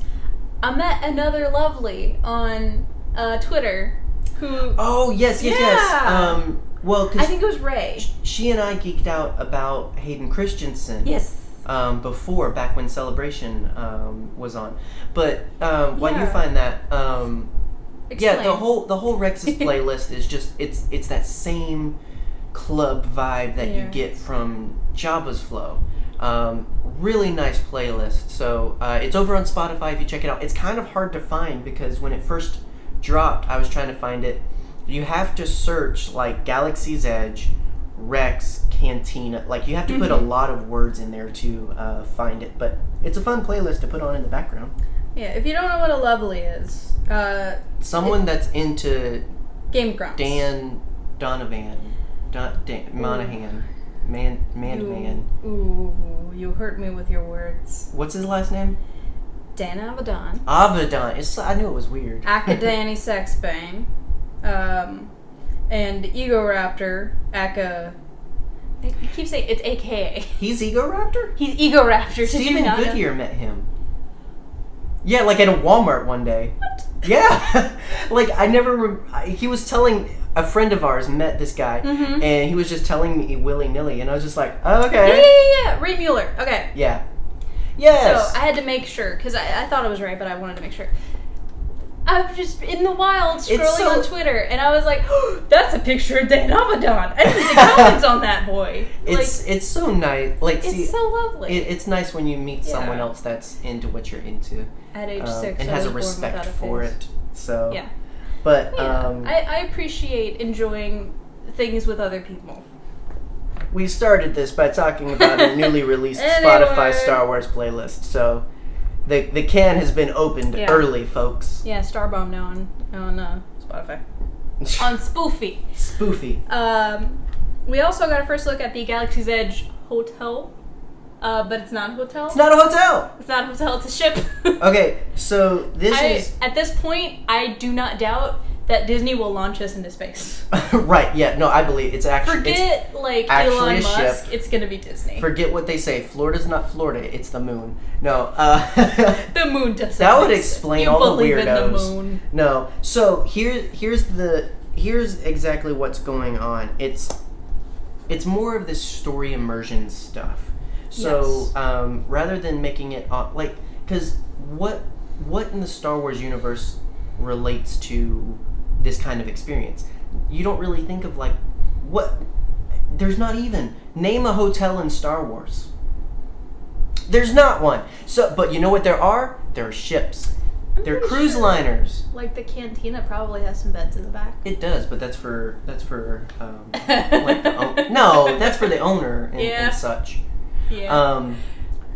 [SPEAKER 2] I met another lovely on uh, Twitter who
[SPEAKER 1] Oh yes, yes, yes.
[SPEAKER 2] Yeah.
[SPEAKER 1] Um, well,
[SPEAKER 2] I
[SPEAKER 1] because
[SPEAKER 2] think it was Ray.
[SPEAKER 1] she and I geeked out about Hayden Christensen.
[SPEAKER 2] Yes.
[SPEAKER 1] Um, before back when Celebration um, was on, but um, why do you
[SPEAKER 2] Yeah.
[SPEAKER 1] find that? Um, yeah, the
[SPEAKER 2] Explain. <laughs>
[SPEAKER 1] whole the whole Rex's playlist is just it's it's that same club vibe that
[SPEAKER 2] Yeah.
[SPEAKER 1] you get from Java's Flow. Um, really nice playlist. So uh, it's over on Spotify if you check it out. It's kind of hard to find because when it first dropped, I was trying to find it. You have to search like Galaxy's Edge, Rex, Cantina. Like you have to put a
[SPEAKER 2] <laughs> Mhm.
[SPEAKER 1] lot of words in there to uh, find it. But it's a fun playlist to put on in the background.
[SPEAKER 2] Yeah, if you don't know what a lovely is, uh,
[SPEAKER 1] Someone that's into
[SPEAKER 2] Game Grumps.
[SPEAKER 1] Dan Donovan, Don, Dan, Monahan, man, man, to
[SPEAKER 2] you,
[SPEAKER 1] man.
[SPEAKER 2] Ooh, you hurt me with your words.
[SPEAKER 1] What's his last name?
[SPEAKER 2] Dan Avedon.
[SPEAKER 1] Avedon. It's I knew it was weird.
[SPEAKER 2] Akadanny Sexbang, um, and Egoraptor, Aka. I keep saying it's AKA.
[SPEAKER 1] <laughs> He's Ego Raptor.
[SPEAKER 2] He's Egoraptor. Did you
[SPEAKER 1] Stephen
[SPEAKER 2] not know?
[SPEAKER 1] Goodyear met him. Yeah, like at a Walmart one day.
[SPEAKER 2] What?
[SPEAKER 1] Yeah, <laughs> like I never. Re- I, he was telling a friend of ours met this guy,
[SPEAKER 2] Mhm.
[SPEAKER 1] and he was just telling me willy nilly, and I was just like, oh,
[SPEAKER 2] Yeah, <laughs>
[SPEAKER 1] okay,
[SPEAKER 2] yeah, yeah. Ray Mueller. Okay.
[SPEAKER 1] yeah, yes.
[SPEAKER 2] So I had to make sure because I, I thought it was right, but I wanted to make sure. I was just in the wild scrolling
[SPEAKER 1] so-
[SPEAKER 2] on Twitter, and I was like, <gasps> "That's a picture of Dan <laughs> Avedon." I didn't see comments on that boy.
[SPEAKER 1] it's it's so nice. Like,
[SPEAKER 2] like,
[SPEAKER 1] see,
[SPEAKER 2] it's so lovely.
[SPEAKER 1] It, it's nice when you meet someone
[SPEAKER 2] Yeah.
[SPEAKER 1] else that's into what you're into
[SPEAKER 2] At age
[SPEAKER 1] um,
[SPEAKER 2] six,
[SPEAKER 1] and
[SPEAKER 2] I
[SPEAKER 1] has a
[SPEAKER 2] was born
[SPEAKER 1] respect
[SPEAKER 2] without a
[SPEAKER 1] for
[SPEAKER 2] face.
[SPEAKER 1] it. So,
[SPEAKER 2] Yeah.
[SPEAKER 1] but
[SPEAKER 2] Yeah,
[SPEAKER 1] um,
[SPEAKER 2] I, I appreciate enjoying things with other people.
[SPEAKER 1] we started this by talking about a
[SPEAKER 2] <laughs>
[SPEAKER 1] newly released
[SPEAKER 2] Anyway.
[SPEAKER 1] Spotify Star Wars playlist. So the the can has been opened
[SPEAKER 2] Yeah.
[SPEAKER 1] early, folks.
[SPEAKER 2] Yeah, Starbomb now on on uh, Spotify on Spoofy.
[SPEAKER 1] <laughs> Spoofy.
[SPEAKER 2] Um, we also got a first look at the Galaxy's Edge hotel, uh, but it's not a hotel.
[SPEAKER 1] It's not a hotel.
[SPEAKER 2] It's not a hotel. It's a ship.
[SPEAKER 1] <laughs> Okay, so this
[SPEAKER 2] I,
[SPEAKER 1] is <laughs>
[SPEAKER 2] At this point, I do not doubt that Disney will launch us into space.
[SPEAKER 1] right. Yeah, no, I believe it's actually it's,
[SPEAKER 2] Forget like
[SPEAKER 1] actually a
[SPEAKER 2] Elon
[SPEAKER 1] ship.
[SPEAKER 2] Musk. It's gonna be Disney.
[SPEAKER 1] forget what they say. Florida's not Florida. It's the moon. No. Uh, <laughs>
[SPEAKER 2] the moon doesn't.
[SPEAKER 1] That would
[SPEAKER 2] exist.
[SPEAKER 1] explain
[SPEAKER 2] you
[SPEAKER 1] all the
[SPEAKER 2] believe In the
[SPEAKER 1] weirdos.
[SPEAKER 2] moon.
[SPEAKER 1] No. So here, here's the here's exactly what's going on. It's it's more of this story immersion stuff. So
[SPEAKER 2] Yes.
[SPEAKER 1] um, rather than making it uh, like, because what what in the Star Wars universe relates to this kind of experience? You don't really think of like what. There's not even name a hotel in Star Wars. There's not one. So, but you know what there are? There are ships.
[SPEAKER 2] I'm
[SPEAKER 1] They're
[SPEAKER 2] pretty
[SPEAKER 1] cruise
[SPEAKER 2] sure,
[SPEAKER 1] liners.
[SPEAKER 2] Like the cantina probably has some beds in the back.
[SPEAKER 1] It does, but that's for that's for um, like the
[SPEAKER 2] <laughs>
[SPEAKER 1] own no, that's for the owner and,
[SPEAKER 2] Yeah.
[SPEAKER 1] and such.
[SPEAKER 2] yeah.
[SPEAKER 1] Um,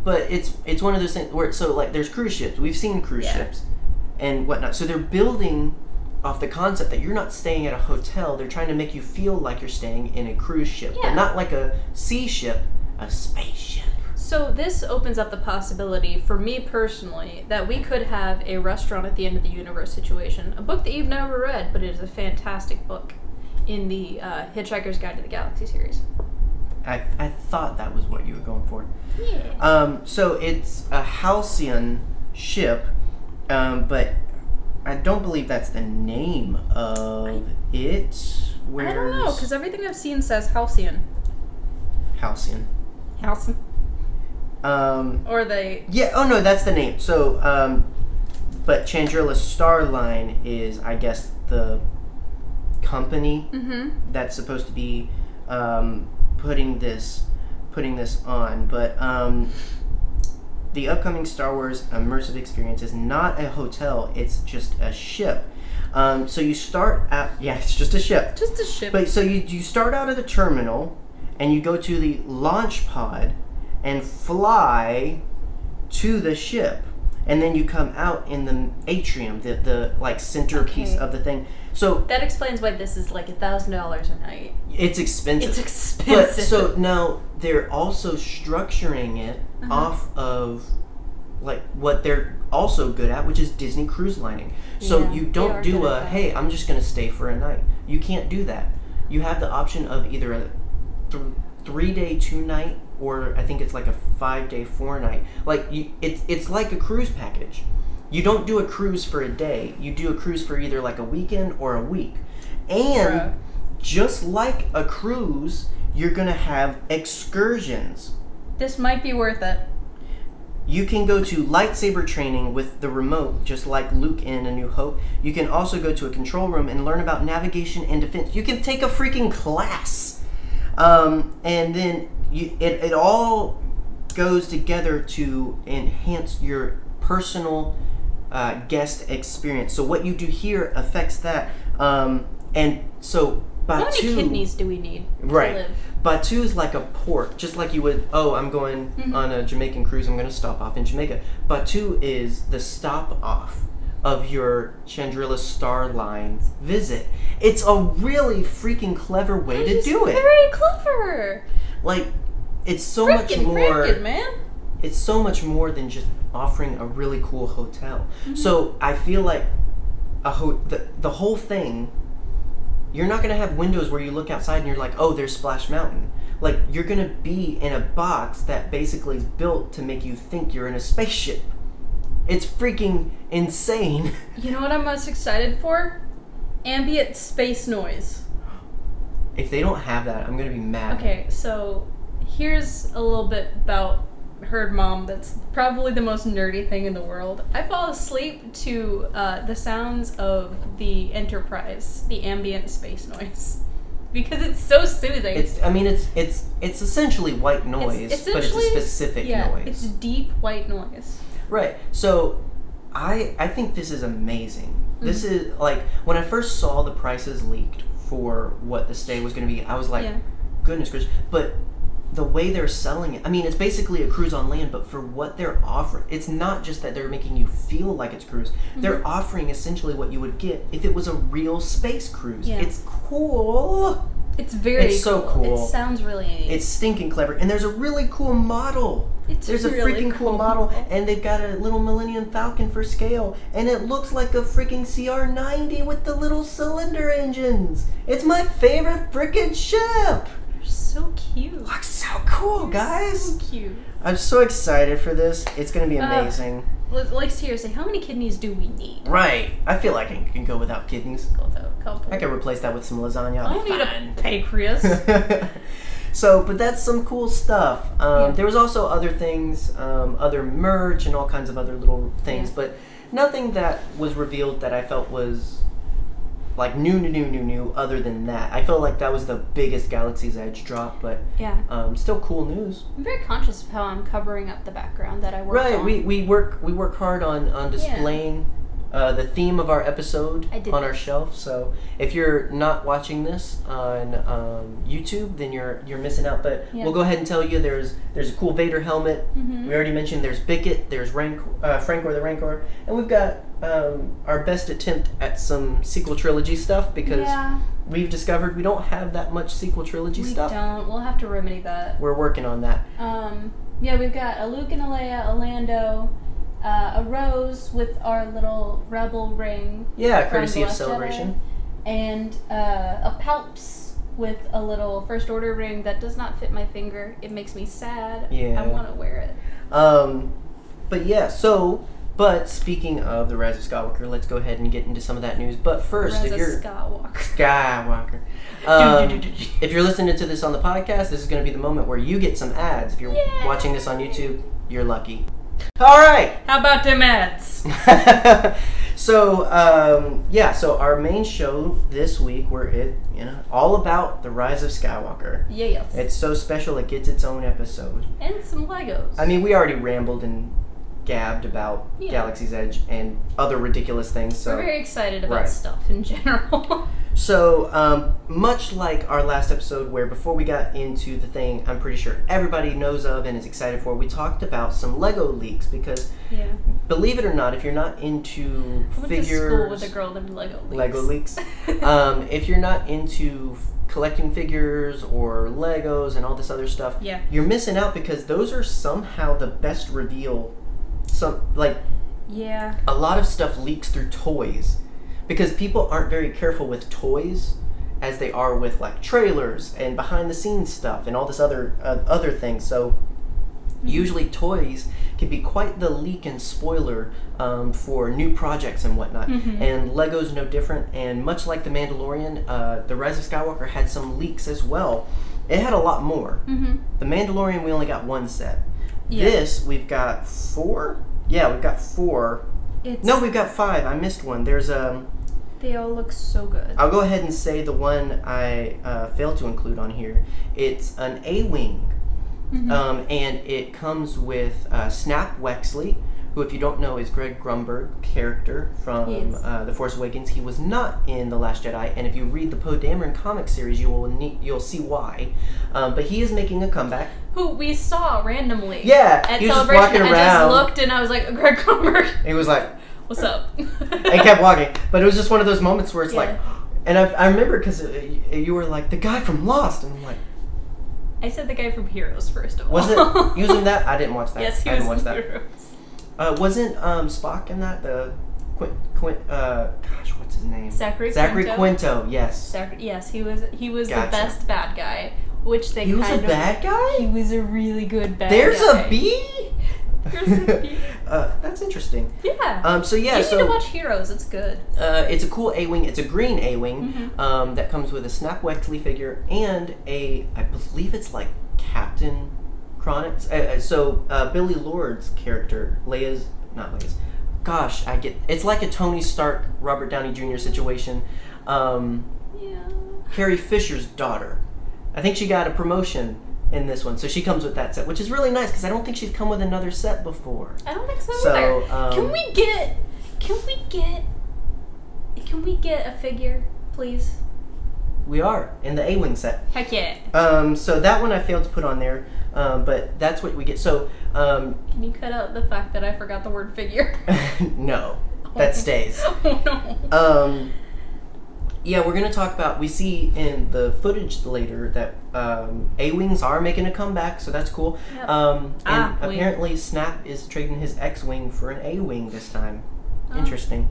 [SPEAKER 1] but it's it's one of those things where so like there's cruise ships. We've seen cruise
[SPEAKER 2] Yeah.
[SPEAKER 1] ships and whatnot. So they're building off the concept that you're not staying at a hotel. They're trying to make you feel like you're staying in a cruise ship,
[SPEAKER 2] Yeah.
[SPEAKER 1] but not like a sea ship, a spaceship.
[SPEAKER 2] So this opens up the possibility for me personally that we could have a restaurant at the end of the universe situation. A book that you've never read, but it is a fantastic book in the uh, Hitchhiker's Guide to the Galaxy series.
[SPEAKER 1] I, I thought that was what you were going for.
[SPEAKER 2] Yeah.
[SPEAKER 1] Um, so it's a Halcyon ship, um, but I don't believe that's the name of it. Where's
[SPEAKER 2] I don't know because everything I've seen says Halcyon.
[SPEAKER 1] Halcyon.
[SPEAKER 2] Halcyon.
[SPEAKER 1] Um,
[SPEAKER 2] Or they.
[SPEAKER 1] yeah. Oh no, that's the name. So, um, but Chandrila Starline is, I guess, the company
[SPEAKER 2] Mm-hmm.
[SPEAKER 1] that's supposed to be um, putting this putting this on. But um, the upcoming Star Wars immersive experience is not a hotel; it's just a ship. Um, so you start at <laughs> yeah, it's just a ship.
[SPEAKER 2] Just a ship.
[SPEAKER 1] But so you you start out at the terminal, and you go to the launch pod, and fly to the ship. And then you come out in the atrium, the, the like centerpiece
[SPEAKER 2] Okay.
[SPEAKER 1] of the thing. So
[SPEAKER 2] that explains why this is like a thousand dollars a night.
[SPEAKER 1] it's expensive.
[SPEAKER 2] It's expensive.
[SPEAKER 1] But so now they're also structuring it
[SPEAKER 2] Uh-huh.
[SPEAKER 1] off of like what they're also good at, which is Disney cruise lining. So
[SPEAKER 2] Yeah,
[SPEAKER 1] you
[SPEAKER 2] they are
[SPEAKER 1] don't do
[SPEAKER 2] good at
[SPEAKER 1] a
[SPEAKER 2] that.
[SPEAKER 1] hey, I'm just gonna stay for a night. You can't do that. You have the option of either a th- three day two night or I think it's like a five day four night. Like you, it's it's like a cruise package. You don't do a cruise for a day. You do a cruise for either like a weekend or a week. And
[SPEAKER 2] Bruh.
[SPEAKER 1] just like a cruise, you're gonna have excursions.
[SPEAKER 2] this might be worth it.
[SPEAKER 1] You can go to lightsaber training with the remote, just like Luke in A New Hope. You can also go to a control room and learn about navigation and defense. You can take a freaking class. Um, and then you, it, it all goes together to enhance your personal uh, guest experience. So what you do here affects that. Um, and so
[SPEAKER 2] How many
[SPEAKER 1] Batu,
[SPEAKER 2] kidneys do we need
[SPEAKER 1] Right.
[SPEAKER 2] to live?
[SPEAKER 1] Batu is like a port, just like you would. Oh, I'm going
[SPEAKER 2] Mhm.
[SPEAKER 1] on a Jamaican cruise. I'm going to stop off in Jamaica. Batu is the stop off of your Chandrila Star Line visit. It's a really freaking clever way to
[SPEAKER 2] This is
[SPEAKER 1] do it.
[SPEAKER 2] Very clever.
[SPEAKER 1] Like, it's so
[SPEAKER 2] Frickin'
[SPEAKER 1] much more
[SPEAKER 2] frickin', man.
[SPEAKER 1] it's so much more than just offering a really cool hotel.
[SPEAKER 2] Mm-hmm.
[SPEAKER 1] So I feel like a ho- the, the whole thing, you're not going to have windows where you look outside and you're like, oh, there's Splash Mountain. Like, you're going to be in a box that basically is built to make you think you're in a spaceship. It's freaking insane. <laughs>
[SPEAKER 2] You know what I'm most excited for? Ambient space noise.
[SPEAKER 1] If they don't have that, I'm going to be mad.
[SPEAKER 2] Okay, so here's a little bit about Herd Mom that's probably the most nerdy thing in the world. I fall asleep to uh, the sounds of the Enterprise, the ambient space noise, <laughs> because it's so soothing.
[SPEAKER 1] It's I mean it's it's it's essentially white noise, but it's a
[SPEAKER 2] essentially-
[SPEAKER 1] specific
[SPEAKER 2] yeah,
[SPEAKER 1] noise.
[SPEAKER 2] It's deep white noise.
[SPEAKER 1] Right. So I I think this is amazing. This is like when I first saw the prices leaked for what the stay was going to be, I was like,
[SPEAKER 2] yeah.
[SPEAKER 1] goodness gracious. But the way they're selling it, I mean, it's basically a cruise on land, but for what they're offering, it's not just that they're making you feel like it's cruise. They're offering essentially what you would get if it was a real space cruise.
[SPEAKER 2] Yeah.
[SPEAKER 1] It's cool.
[SPEAKER 2] It's very
[SPEAKER 1] It's so cool.
[SPEAKER 2] It sounds really
[SPEAKER 1] It's stinking clever, and there's a really cool model.
[SPEAKER 2] It's
[SPEAKER 1] there's a
[SPEAKER 2] really
[SPEAKER 1] freaking cool,
[SPEAKER 2] cool
[SPEAKER 1] model,
[SPEAKER 2] model.
[SPEAKER 1] and they've got a little Millennium Falcon for scale, and it looks like a freaking CR90 with the little cylinder engines. It's my favorite freaking ship.
[SPEAKER 2] They're so cute.
[SPEAKER 1] Looks so cool,
[SPEAKER 2] They're
[SPEAKER 1] guys.
[SPEAKER 2] So cute.
[SPEAKER 1] I'm so excited for this. It's gonna be
[SPEAKER 2] Uh,
[SPEAKER 1] amazing.
[SPEAKER 2] Like, like seriously, how many kidneys do we need?
[SPEAKER 1] right. I feel like I can go without kidneys.
[SPEAKER 2] Although, a couple.
[SPEAKER 1] I can replace that with some lasagna.
[SPEAKER 2] I
[SPEAKER 1] I'll
[SPEAKER 2] don't
[SPEAKER 1] be
[SPEAKER 2] need
[SPEAKER 1] fine.
[SPEAKER 2] a pancreas.
[SPEAKER 1] <laughs> so, but that's some cool stuff. Um,
[SPEAKER 2] Yeah.
[SPEAKER 1] There was also other things, um, other merch, and all kinds of other little things,
[SPEAKER 2] Yeah.
[SPEAKER 1] but nothing that was revealed that I felt was like new, new, new, new, new. Other than that, I felt like that was the biggest Galaxy's Edge drop, but
[SPEAKER 2] yeah,
[SPEAKER 1] um, still cool news.
[SPEAKER 2] I'm very conscious of how I'm covering up the background that I worked
[SPEAKER 1] Right?
[SPEAKER 2] on.
[SPEAKER 1] We, we work we work hard on on
[SPEAKER 2] Yeah.
[SPEAKER 1] displaying. Uh, the theme of our episode
[SPEAKER 2] I did
[SPEAKER 1] on
[SPEAKER 2] that.
[SPEAKER 1] our shelf. So if you're not watching this on um, YouTube, then you're you're missing out. But
[SPEAKER 2] Yeah.
[SPEAKER 1] we'll go ahead and tell you there's there's a cool Vader helmet.
[SPEAKER 2] Mhm.
[SPEAKER 1] We already mentioned there's Bickett, there's Rank, uh, Frankor the Rancor, and we've got um, our best attempt at some sequel trilogy stuff because
[SPEAKER 2] yeah,
[SPEAKER 1] we've discovered we don't have that much sequel trilogy
[SPEAKER 2] we
[SPEAKER 1] stuff.
[SPEAKER 2] don't. We'll have to remedy that.
[SPEAKER 1] We're working on that.
[SPEAKER 2] Um, yeah, we've got a Luke and a Leia, a Lando, uh, a Rose with our little rebel ring,
[SPEAKER 1] Yeah,
[SPEAKER 2] from
[SPEAKER 1] courtesy of
[SPEAKER 2] Last Jedi,
[SPEAKER 1] Celebration.
[SPEAKER 2] and uh, a Palps with a little First Order ring that does not fit my finger. It makes me sad.
[SPEAKER 1] Yeah.
[SPEAKER 2] I want to wear it.
[SPEAKER 1] Um, but yeah, so but speaking of the Rise of Skywalker, let's go ahead and get into some of that news. But first,
[SPEAKER 2] Reza
[SPEAKER 1] if you're
[SPEAKER 2] Skywalker.
[SPEAKER 1] Skywalker. Um, if you're listening to this on the podcast, this is going to be the moment where you get some ads. If you're
[SPEAKER 2] Yay!
[SPEAKER 1] watching this on YouTube, you're lucky. All right.
[SPEAKER 2] <laughs>
[SPEAKER 1] <laughs>
[SPEAKER 2] How about them ads?
[SPEAKER 1] so um, yeah, so our main show this week, where it you know all about the rise of Skywalker.
[SPEAKER 2] Yes.
[SPEAKER 1] It's so special; it gets its own episode.
[SPEAKER 2] and some Legos.
[SPEAKER 1] I mean, we already rambled and gabbed about
[SPEAKER 2] Yeah.
[SPEAKER 1] Galaxy's Edge and other ridiculous things. So
[SPEAKER 2] We're very excited about
[SPEAKER 1] Right.
[SPEAKER 2] stuff in general. <laughs>
[SPEAKER 1] So, um, much like our last episode, where before we got into the thing I'm pretty sure everybody knows of and is excited for, we talked about some Lego leaks because,
[SPEAKER 2] yeah.
[SPEAKER 1] believe it or not, if you're not into
[SPEAKER 2] I went to school
[SPEAKER 1] figures,
[SPEAKER 2] with a girl named Lego Leaks.
[SPEAKER 1] Lego
[SPEAKER 2] <laughs>
[SPEAKER 1] leaks, um, if you're not into f- collecting figures or Legos and all this other stuff,
[SPEAKER 2] yeah.
[SPEAKER 1] you're missing out because those are somehow the best reveal. Some like
[SPEAKER 2] Yeah.
[SPEAKER 1] a lot of stuff leaks through toys because people aren't very careful with toys as they are with like trailers and behind the scenes stuff and all this other uh, other things so usually toys can be quite the leak and spoiler um, for new projects and whatnot
[SPEAKER 2] Mhm.
[SPEAKER 1] and lego's no different and much like the mandalorian uh, the rise of skywalker had some leaks as well it had a lot more
[SPEAKER 2] Mm-hmm.
[SPEAKER 1] the Mandalorian, we only got one set.
[SPEAKER 2] Yeah.
[SPEAKER 1] This, we've got four? Yeah, we've got four.
[SPEAKER 2] It's
[SPEAKER 1] No, we've got five. I missed one. There's um,
[SPEAKER 2] They all look so good.
[SPEAKER 1] I'll go ahead and say the one I uh, failed to include on here. It's an A Wing,
[SPEAKER 2] Mhm.
[SPEAKER 1] um, and it comes with uh, Snap Wexley, who, if you don't know, is Greg Grumberg character from
[SPEAKER 2] Yes.
[SPEAKER 1] uh, The Force Awakens. He was not in The Last Jedi, and if you read the Poe Dameron comic series, you will ne- you'll see why. Um, but he is making a comeback.
[SPEAKER 2] Who we saw randomly.
[SPEAKER 1] Yeah,
[SPEAKER 2] At
[SPEAKER 1] he was just
[SPEAKER 2] celebration,
[SPEAKER 1] walking around.
[SPEAKER 2] I just looked and I was like, Greg Grumberg,
[SPEAKER 1] He was like,
[SPEAKER 2] what's up?
[SPEAKER 1] and
[SPEAKER 2] <laughs>
[SPEAKER 1] kept walking. But it was just one of those moments where it's
[SPEAKER 2] Yeah.
[SPEAKER 1] like, and I, I remember because you were like the guy from Lost, and I'm like,
[SPEAKER 2] I said the guy from Heroes first of all. <laughs>
[SPEAKER 1] was it using that? I didn't watch that.
[SPEAKER 2] Yes, he
[SPEAKER 1] I
[SPEAKER 2] was
[SPEAKER 1] didn't
[SPEAKER 2] in
[SPEAKER 1] watch that.
[SPEAKER 2] Heroes.
[SPEAKER 1] Uh, wasn't um, Spock in that the Quint? Quint uh, gosh, what's his name?
[SPEAKER 2] Zachary.
[SPEAKER 1] Zachary
[SPEAKER 2] Quinto.
[SPEAKER 1] Quinto. yes,
[SPEAKER 2] Zachary- yes, he was. He was
[SPEAKER 1] Gotcha.
[SPEAKER 2] the best bad guy, which they
[SPEAKER 1] he was a
[SPEAKER 2] kind of.
[SPEAKER 1] bad guy.
[SPEAKER 2] <laughs> He was a really good bad
[SPEAKER 1] There's
[SPEAKER 2] guy.
[SPEAKER 1] a bee.
[SPEAKER 2] There's a bee.
[SPEAKER 1] <laughs> uh, that's interesting.
[SPEAKER 2] Yeah.
[SPEAKER 1] Um, so yeah,
[SPEAKER 2] you
[SPEAKER 1] so
[SPEAKER 2] need to watch Heroes. It's good.
[SPEAKER 1] Uh, it's a cool A-wing. It's a green A-wing
[SPEAKER 2] Mhm.
[SPEAKER 1] um, that comes with a Snap Wexley figure and a, I believe it's like Captain Chronix. Uh, uh, so uh, Billy Lord's character, Leia's, not Leia's. Gosh, I get. It's like a Tony Stark, Robert Downey Jr. situation. Um,
[SPEAKER 2] Yeah.
[SPEAKER 1] Carrie Fisher's daughter. I think she got a promotion in this one, so she comes with that set, which is really nice because I don't think she's come with another set before.
[SPEAKER 2] I don't think so,
[SPEAKER 1] So,
[SPEAKER 2] either.
[SPEAKER 1] um,
[SPEAKER 2] can we get? Can we get? Can we get a figure, please?
[SPEAKER 1] We are in the A-wing set.
[SPEAKER 2] Heck yeah!
[SPEAKER 1] Um, so that one I failed to put on there, um, but that's what we get. So um, <laughs>
[SPEAKER 2] Can you cut out the fact that I forgot the word figure? <laughs>
[SPEAKER 1] no, that stays.
[SPEAKER 2] oh no.
[SPEAKER 1] Um, yeah, we're gonna talk about. We see in the footage later that um, A wings are making a comeback, so that's cool.
[SPEAKER 2] Yep.
[SPEAKER 1] Um, and
[SPEAKER 2] Ah, wing.
[SPEAKER 1] apparently, Snap is trading his X wing for an A wing this time.
[SPEAKER 2] Oh.
[SPEAKER 1] Interesting.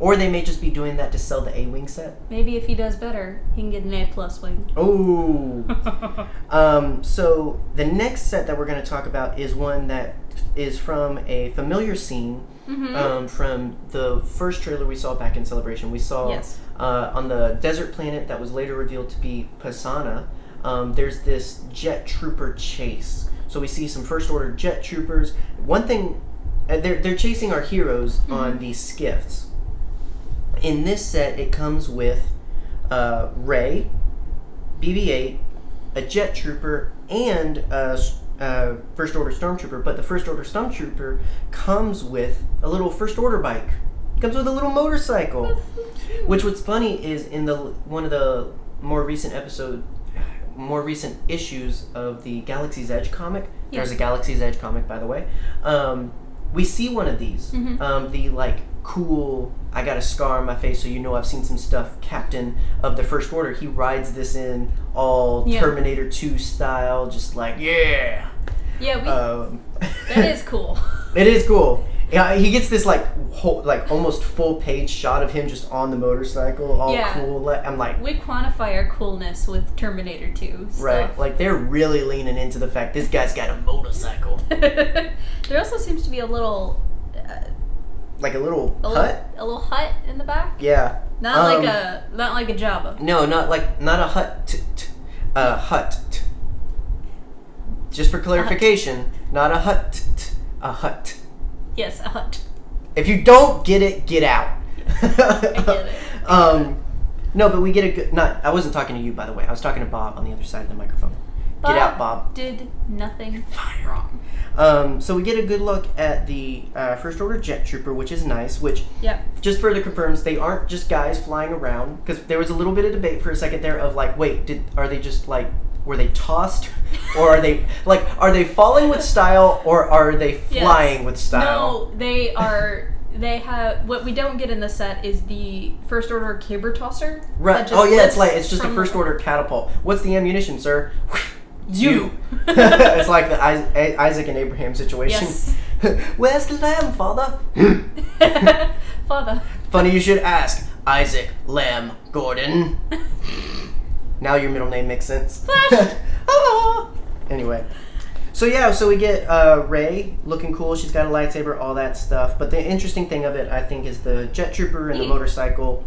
[SPEAKER 1] Or they may just be doing that to sell the A wing set.
[SPEAKER 2] Maybe if he does better, he can get an A plus
[SPEAKER 1] <laughs>
[SPEAKER 2] Mm-hmm. wing.
[SPEAKER 1] Oh. Um, so the next set that we're going to talk about is one that is from a familiar scene
[SPEAKER 2] Mhm.
[SPEAKER 1] um, from the first trailer we saw back in Celebration. We saw
[SPEAKER 2] Yes.
[SPEAKER 1] uh, on the desert planet that was later revealed to be Pisana. Um, there's this jet trooper chase. So we see some first order jet troopers. One thing, uh, they're they're chasing our heroes on these skiffs. In this set, it comes with uh, Ray, BB-8, a jet trooper, and a s- uh, first order stormtrooper. But the first order stormtrooper comes with a little first order bike. Comes with a little motorcycle. Which what's funny is in the one of the more recent episode, more recent issues of the Galaxy's Edge comic. There's a Galaxy's Edge comic, by the way. Um, we see one of these.
[SPEAKER 2] Mhm.
[SPEAKER 1] Um, the like cool. I got a scar on my face, so you know I've seen some stuff. Captain of the First Order. He rides this in all
[SPEAKER 2] Yeah.
[SPEAKER 1] Terminator Two style, just like yeah.
[SPEAKER 2] Yeah, we,
[SPEAKER 1] Um, <laughs>
[SPEAKER 2] that is cool.
[SPEAKER 1] It is cool. Yeah, he gets this like whole, like almost full page shot of him just on the motorcycle, all
[SPEAKER 2] Yeah.
[SPEAKER 1] cool. Like, I'm like,
[SPEAKER 2] We quantify our coolness with Terminator 2. Stuff.
[SPEAKER 1] right, like they're really leaning into the fact this guy's got a motorcycle,
[SPEAKER 2] <laughs> there also seems to be a little, uh,
[SPEAKER 1] like a little
[SPEAKER 2] a,
[SPEAKER 1] hut.
[SPEAKER 2] little a little hut in the back.
[SPEAKER 1] Yeah,
[SPEAKER 2] Not
[SPEAKER 1] Um,
[SPEAKER 2] like a not like a Jabba.
[SPEAKER 1] no, not like not a hut, t- t- a hut. T- just for clarification, not a hut, t- t- a hut.
[SPEAKER 2] Yes, a hut.
[SPEAKER 1] If you don't get it, get out.
[SPEAKER 2] <laughs> I get it.
[SPEAKER 1] <laughs> um, no, but we get a good. Not. I wasn't talking to you, by the way. I was talking to Bob on the other side of the microphone.
[SPEAKER 2] Bob
[SPEAKER 1] Get out, Bob.
[SPEAKER 2] Did nothing.
[SPEAKER 1] Wrong. Um, so we get a good look at the uh, first order jet trooper, which is nice. Which
[SPEAKER 2] Yep.
[SPEAKER 1] just further confirms they aren't just guys flying around. Because there was a little bit of debate for a second there of like, wait, did are they just like were they tossed, <laughs> or are they like are they falling with style, or are they
[SPEAKER 2] <laughs> Yes.
[SPEAKER 1] flying with style?
[SPEAKER 2] No, they are. They have what we don't get in the set is the first order caber tosser.
[SPEAKER 1] Right.
[SPEAKER 2] that just
[SPEAKER 1] Oh yeah,
[SPEAKER 2] lifts
[SPEAKER 1] it's like it's just a
[SPEAKER 2] from-
[SPEAKER 1] first order catapult. What's the ammunition,
[SPEAKER 2] <laughs>
[SPEAKER 1] sir?
[SPEAKER 2] You.
[SPEAKER 1] <laughs>
[SPEAKER 2] <laughs>
[SPEAKER 1] it's like the Is- A- Isaac and Abraham situation.
[SPEAKER 2] Yes.
[SPEAKER 1] <laughs> Where's the lamb,
[SPEAKER 2] <laughs>
[SPEAKER 1] father?
[SPEAKER 2] Father.
[SPEAKER 1] Funny you should ask. Isaac Lamb
[SPEAKER 2] <laughs>
[SPEAKER 1] Gordon. now your middle name makes sense.
[SPEAKER 2] Flash.
[SPEAKER 1] <laughs> Ah. Anyway. So yeah, so we get uh, Ray looking cool. She's got a lightsaber, all that stuff. But the interesting thing of it, I think, is the jet trooper and the
[SPEAKER 2] Yeah.
[SPEAKER 1] motorcycle.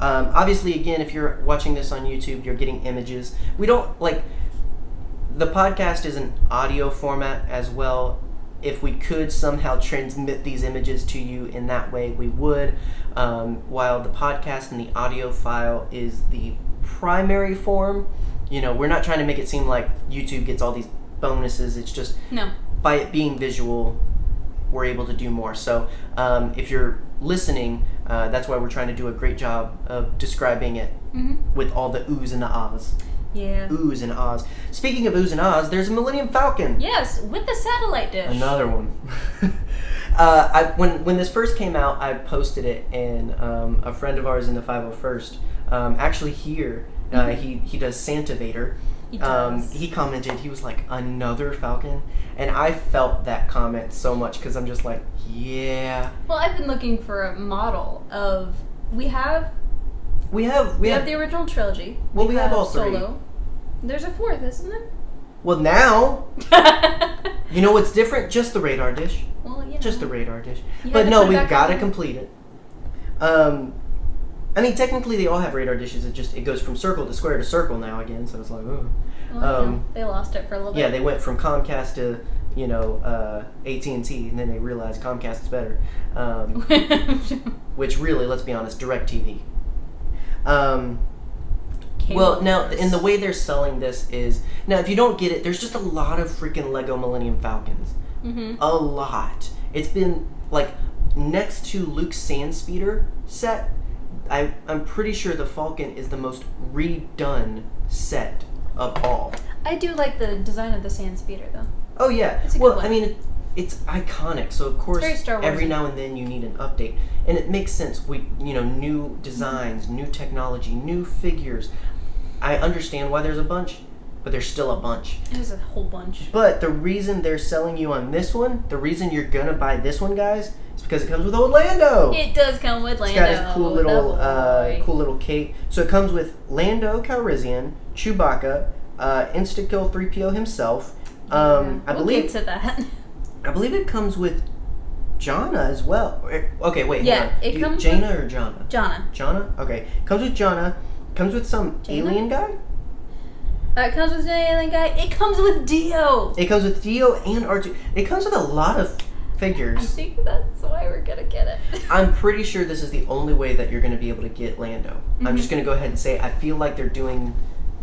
[SPEAKER 1] Um, obviously, again, if you're watching this on YouTube, you're getting images. We don't like the podcast is an audio format as well if we could somehow transmit these images to you in that way, we would. Um, while the podcast and the audio file is the primary form, you know, we're not trying to make it seem like YouTube gets all these bonuses. It's just
[SPEAKER 2] No.
[SPEAKER 1] by it being visual, we're able to do more. So um, if you're listening, uh, that's why we're trying to do a great job of describing it
[SPEAKER 2] hmm
[SPEAKER 1] with all the oohs and the ahs.
[SPEAKER 2] Yeah.
[SPEAKER 1] Oohs and ahs. Speaking of oohs and ahs, there's a Millennium Falcon.
[SPEAKER 2] Yes, with the satellite dish.
[SPEAKER 1] Another one. <laughs> uh, I, when when this first came out, I posted it, and um, a friend of ours in the 501st, um, actually here, uh,
[SPEAKER 2] Mhm.
[SPEAKER 1] he he does Santavator.
[SPEAKER 2] He
[SPEAKER 1] Um,
[SPEAKER 2] does.
[SPEAKER 1] he commented he was like another Falcon, and I felt that comment so much because I'm just like, yeah,
[SPEAKER 2] well, I've been looking for a model of. We have
[SPEAKER 1] we have we
[SPEAKER 2] we have
[SPEAKER 1] have
[SPEAKER 2] the original trilogy.
[SPEAKER 1] well we have all three.
[SPEAKER 2] solo. There's a fourth,
[SPEAKER 1] <laughs>
[SPEAKER 2] isn't there?
[SPEAKER 1] Well now, you know what's different? Just the radar dish,
[SPEAKER 2] well, you know,
[SPEAKER 1] just the radar dish.
[SPEAKER 2] you had
[SPEAKER 1] But
[SPEAKER 2] to
[SPEAKER 1] no,
[SPEAKER 2] put it
[SPEAKER 1] we've
[SPEAKER 2] back
[SPEAKER 1] got to
[SPEAKER 2] on.
[SPEAKER 1] complete it. Um, I mean, technically, they all have radar dishes. It just it goes from circle to square to circle now again. So it's like, oh,
[SPEAKER 2] Well, you know,
[SPEAKER 1] um,
[SPEAKER 2] they lost it for a little
[SPEAKER 1] yeah,
[SPEAKER 2] bit. <laughs>
[SPEAKER 1] they went from Comcast to you know uh, AT and T, and then they realized Comcast is better.
[SPEAKER 2] <laughs>
[SPEAKER 1] Um, which really, let's be honest, Directv. Um, well, now in the way they're selling this is now if you don't get it, there's just a lot of freaking Lego Millennium Falcons.
[SPEAKER 2] hmm
[SPEAKER 1] a lot. It's been like next to Luke's Sandspeeder set. I, I'm pretty sure the Falcon is the most redone set of all.
[SPEAKER 2] I do like the design of the sand speeder though.
[SPEAKER 1] Oh yeah.
[SPEAKER 2] It's a good
[SPEAKER 1] well,
[SPEAKER 2] one.
[SPEAKER 1] I mean, it, it's iconic. So of course,
[SPEAKER 2] very Star
[SPEAKER 1] every
[SPEAKER 2] Wars-y.
[SPEAKER 1] now and then you need an update, and it makes sense. We, you know, new designs, new technology, new figures. I understand why there's a bunch, but there's still a bunch.
[SPEAKER 2] It was a whole bunch.
[SPEAKER 1] But the reason they're selling you on this one, the reason you're gonna buy this one, guys, is because it comes with Orlando.
[SPEAKER 2] It does come with
[SPEAKER 1] Oh. It's
[SPEAKER 2] Lando.
[SPEAKER 1] got his cool little,
[SPEAKER 2] the
[SPEAKER 1] uh,
[SPEAKER 2] boy.
[SPEAKER 1] cool little cape. So it comes with Lando Calrissian, Chewbacca, uh, Instakill 3PO himself. Um, I
[SPEAKER 2] we'll
[SPEAKER 1] believe
[SPEAKER 2] get to that. <laughs>
[SPEAKER 1] I believe it comes with Jana as well. Or- Okay, wait.
[SPEAKER 2] Yeah,
[SPEAKER 1] hang on.
[SPEAKER 2] it
[SPEAKER 1] Do-
[SPEAKER 2] comes
[SPEAKER 1] Jaina or Jana.
[SPEAKER 2] Jonna.
[SPEAKER 1] Jana. Okay, comes with Jana. Comes with some
[SPEAKER 2] Jaina?
[SPEAKER 1] alien guy.
[SPEAKER 2] Uh, it comes with an alien guy. It comes with Dio.
[SPEAKER 1] It comes with Theo and R2. It comes with a lot of figures.
[SPEAKER 2] I think that's why we're gonna get it.
[SPEAKER 1] I'm pretty sure this is the only way that you're going to be able to get Lando. I'm
[SPEAKER 2] Mhm.
[SPEAKER 1] just going to go ahead and say I feel like they're doing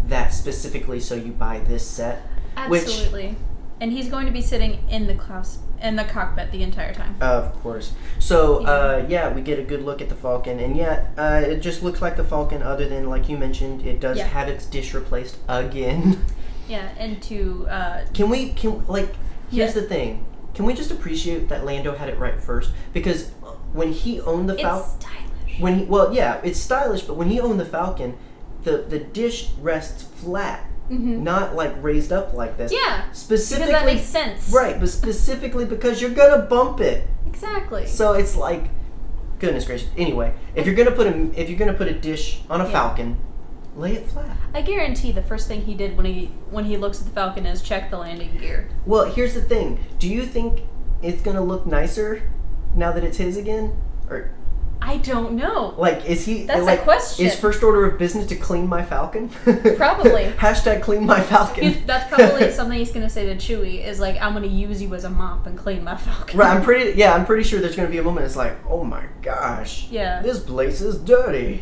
[SPEAKER 1] that specifically so you buy this set. which-
[SPEAKER 2] Absolutely. And he's going to be sitting in the class in the cockpit the entire time.
[SPEAKER 1] Of course.
[SPEAKER 2] Mm-hmm.
[SPEAKER 1] So uh, yeah, we get a good look at the Falcon, and yeah, uh, it just looks like the Falcon. Other than like you mentioned, it does
[SPEAKER 2] Yeah.
[SPEAKER 1] have its dish replaced again. <laughs>
[SPEAKER 2] Yeah, and to uh,
[SPEAKER 1] Can we? Can like? Here's
[SPEAKER 2] Yeah.
[SPEAKER 1] the thing. Can we just appreciate that Lando had it right first? Because uh, when he owned the Falcon,
[SPEAKER 2] it's stylish.
[SPEAKER 1] when he well yeah it's stylish but when he owned the falcon the the dish rests flat
[SPEAKER 2] Mm-hmm.
[SPEAKER 1] not like raised up like this
[SPEAKER 2] Yeah, because
[SPEAKER 1] specifically
[SPEAKER 2] that makes sense.
[SPEAKER 1] right but specifically because you're gonna bump it
[SPEAKER 2] Exactly.
[SPEAKER 1] so it's like goodness gracious anyway if you're gonna put a if you're gonna put a dish on a
[SPEAKER 2] Yeah.
[SPEAKER 1] falcon lay it flat
[SPEAKER 2] I guarantee the first thing he did when he when he looks at the Falcon is check the landing gear.
[SPEAKER 1] well here's the thing do you think it's gonna look nicer now that it's his again or
[SPEAKER 2] I don't know.
[SPEAKER 1] like is he
[SPEAKER 2] That's a
[SPEAKER 1] like
[SPEAKER 2] question.
[SPEAKER 1] is first order of business to clean my falcon <laughs>
[SPEAKER 2] Probably.
[SPEAKER 1] hashtag clean my falcon
[SPEAKER 2] <laughs> That's
[SPEAKER 1] <laughs>
[SPEAKER 2] probably something he's gonna say to Chewie is like, "I'm gonna use you as a mop and clean my Falcon."
[SPEAKER 1] Right, I'm pretty. Yeah, I'm pretty sure there's gonna be a moment. It's like, oh my gosh,
[SPEAKER 2] Yeah.
[SPEAKER 1] this place is
[SPEAKER 2] <laughs>
[SPEAKER 1] dirty.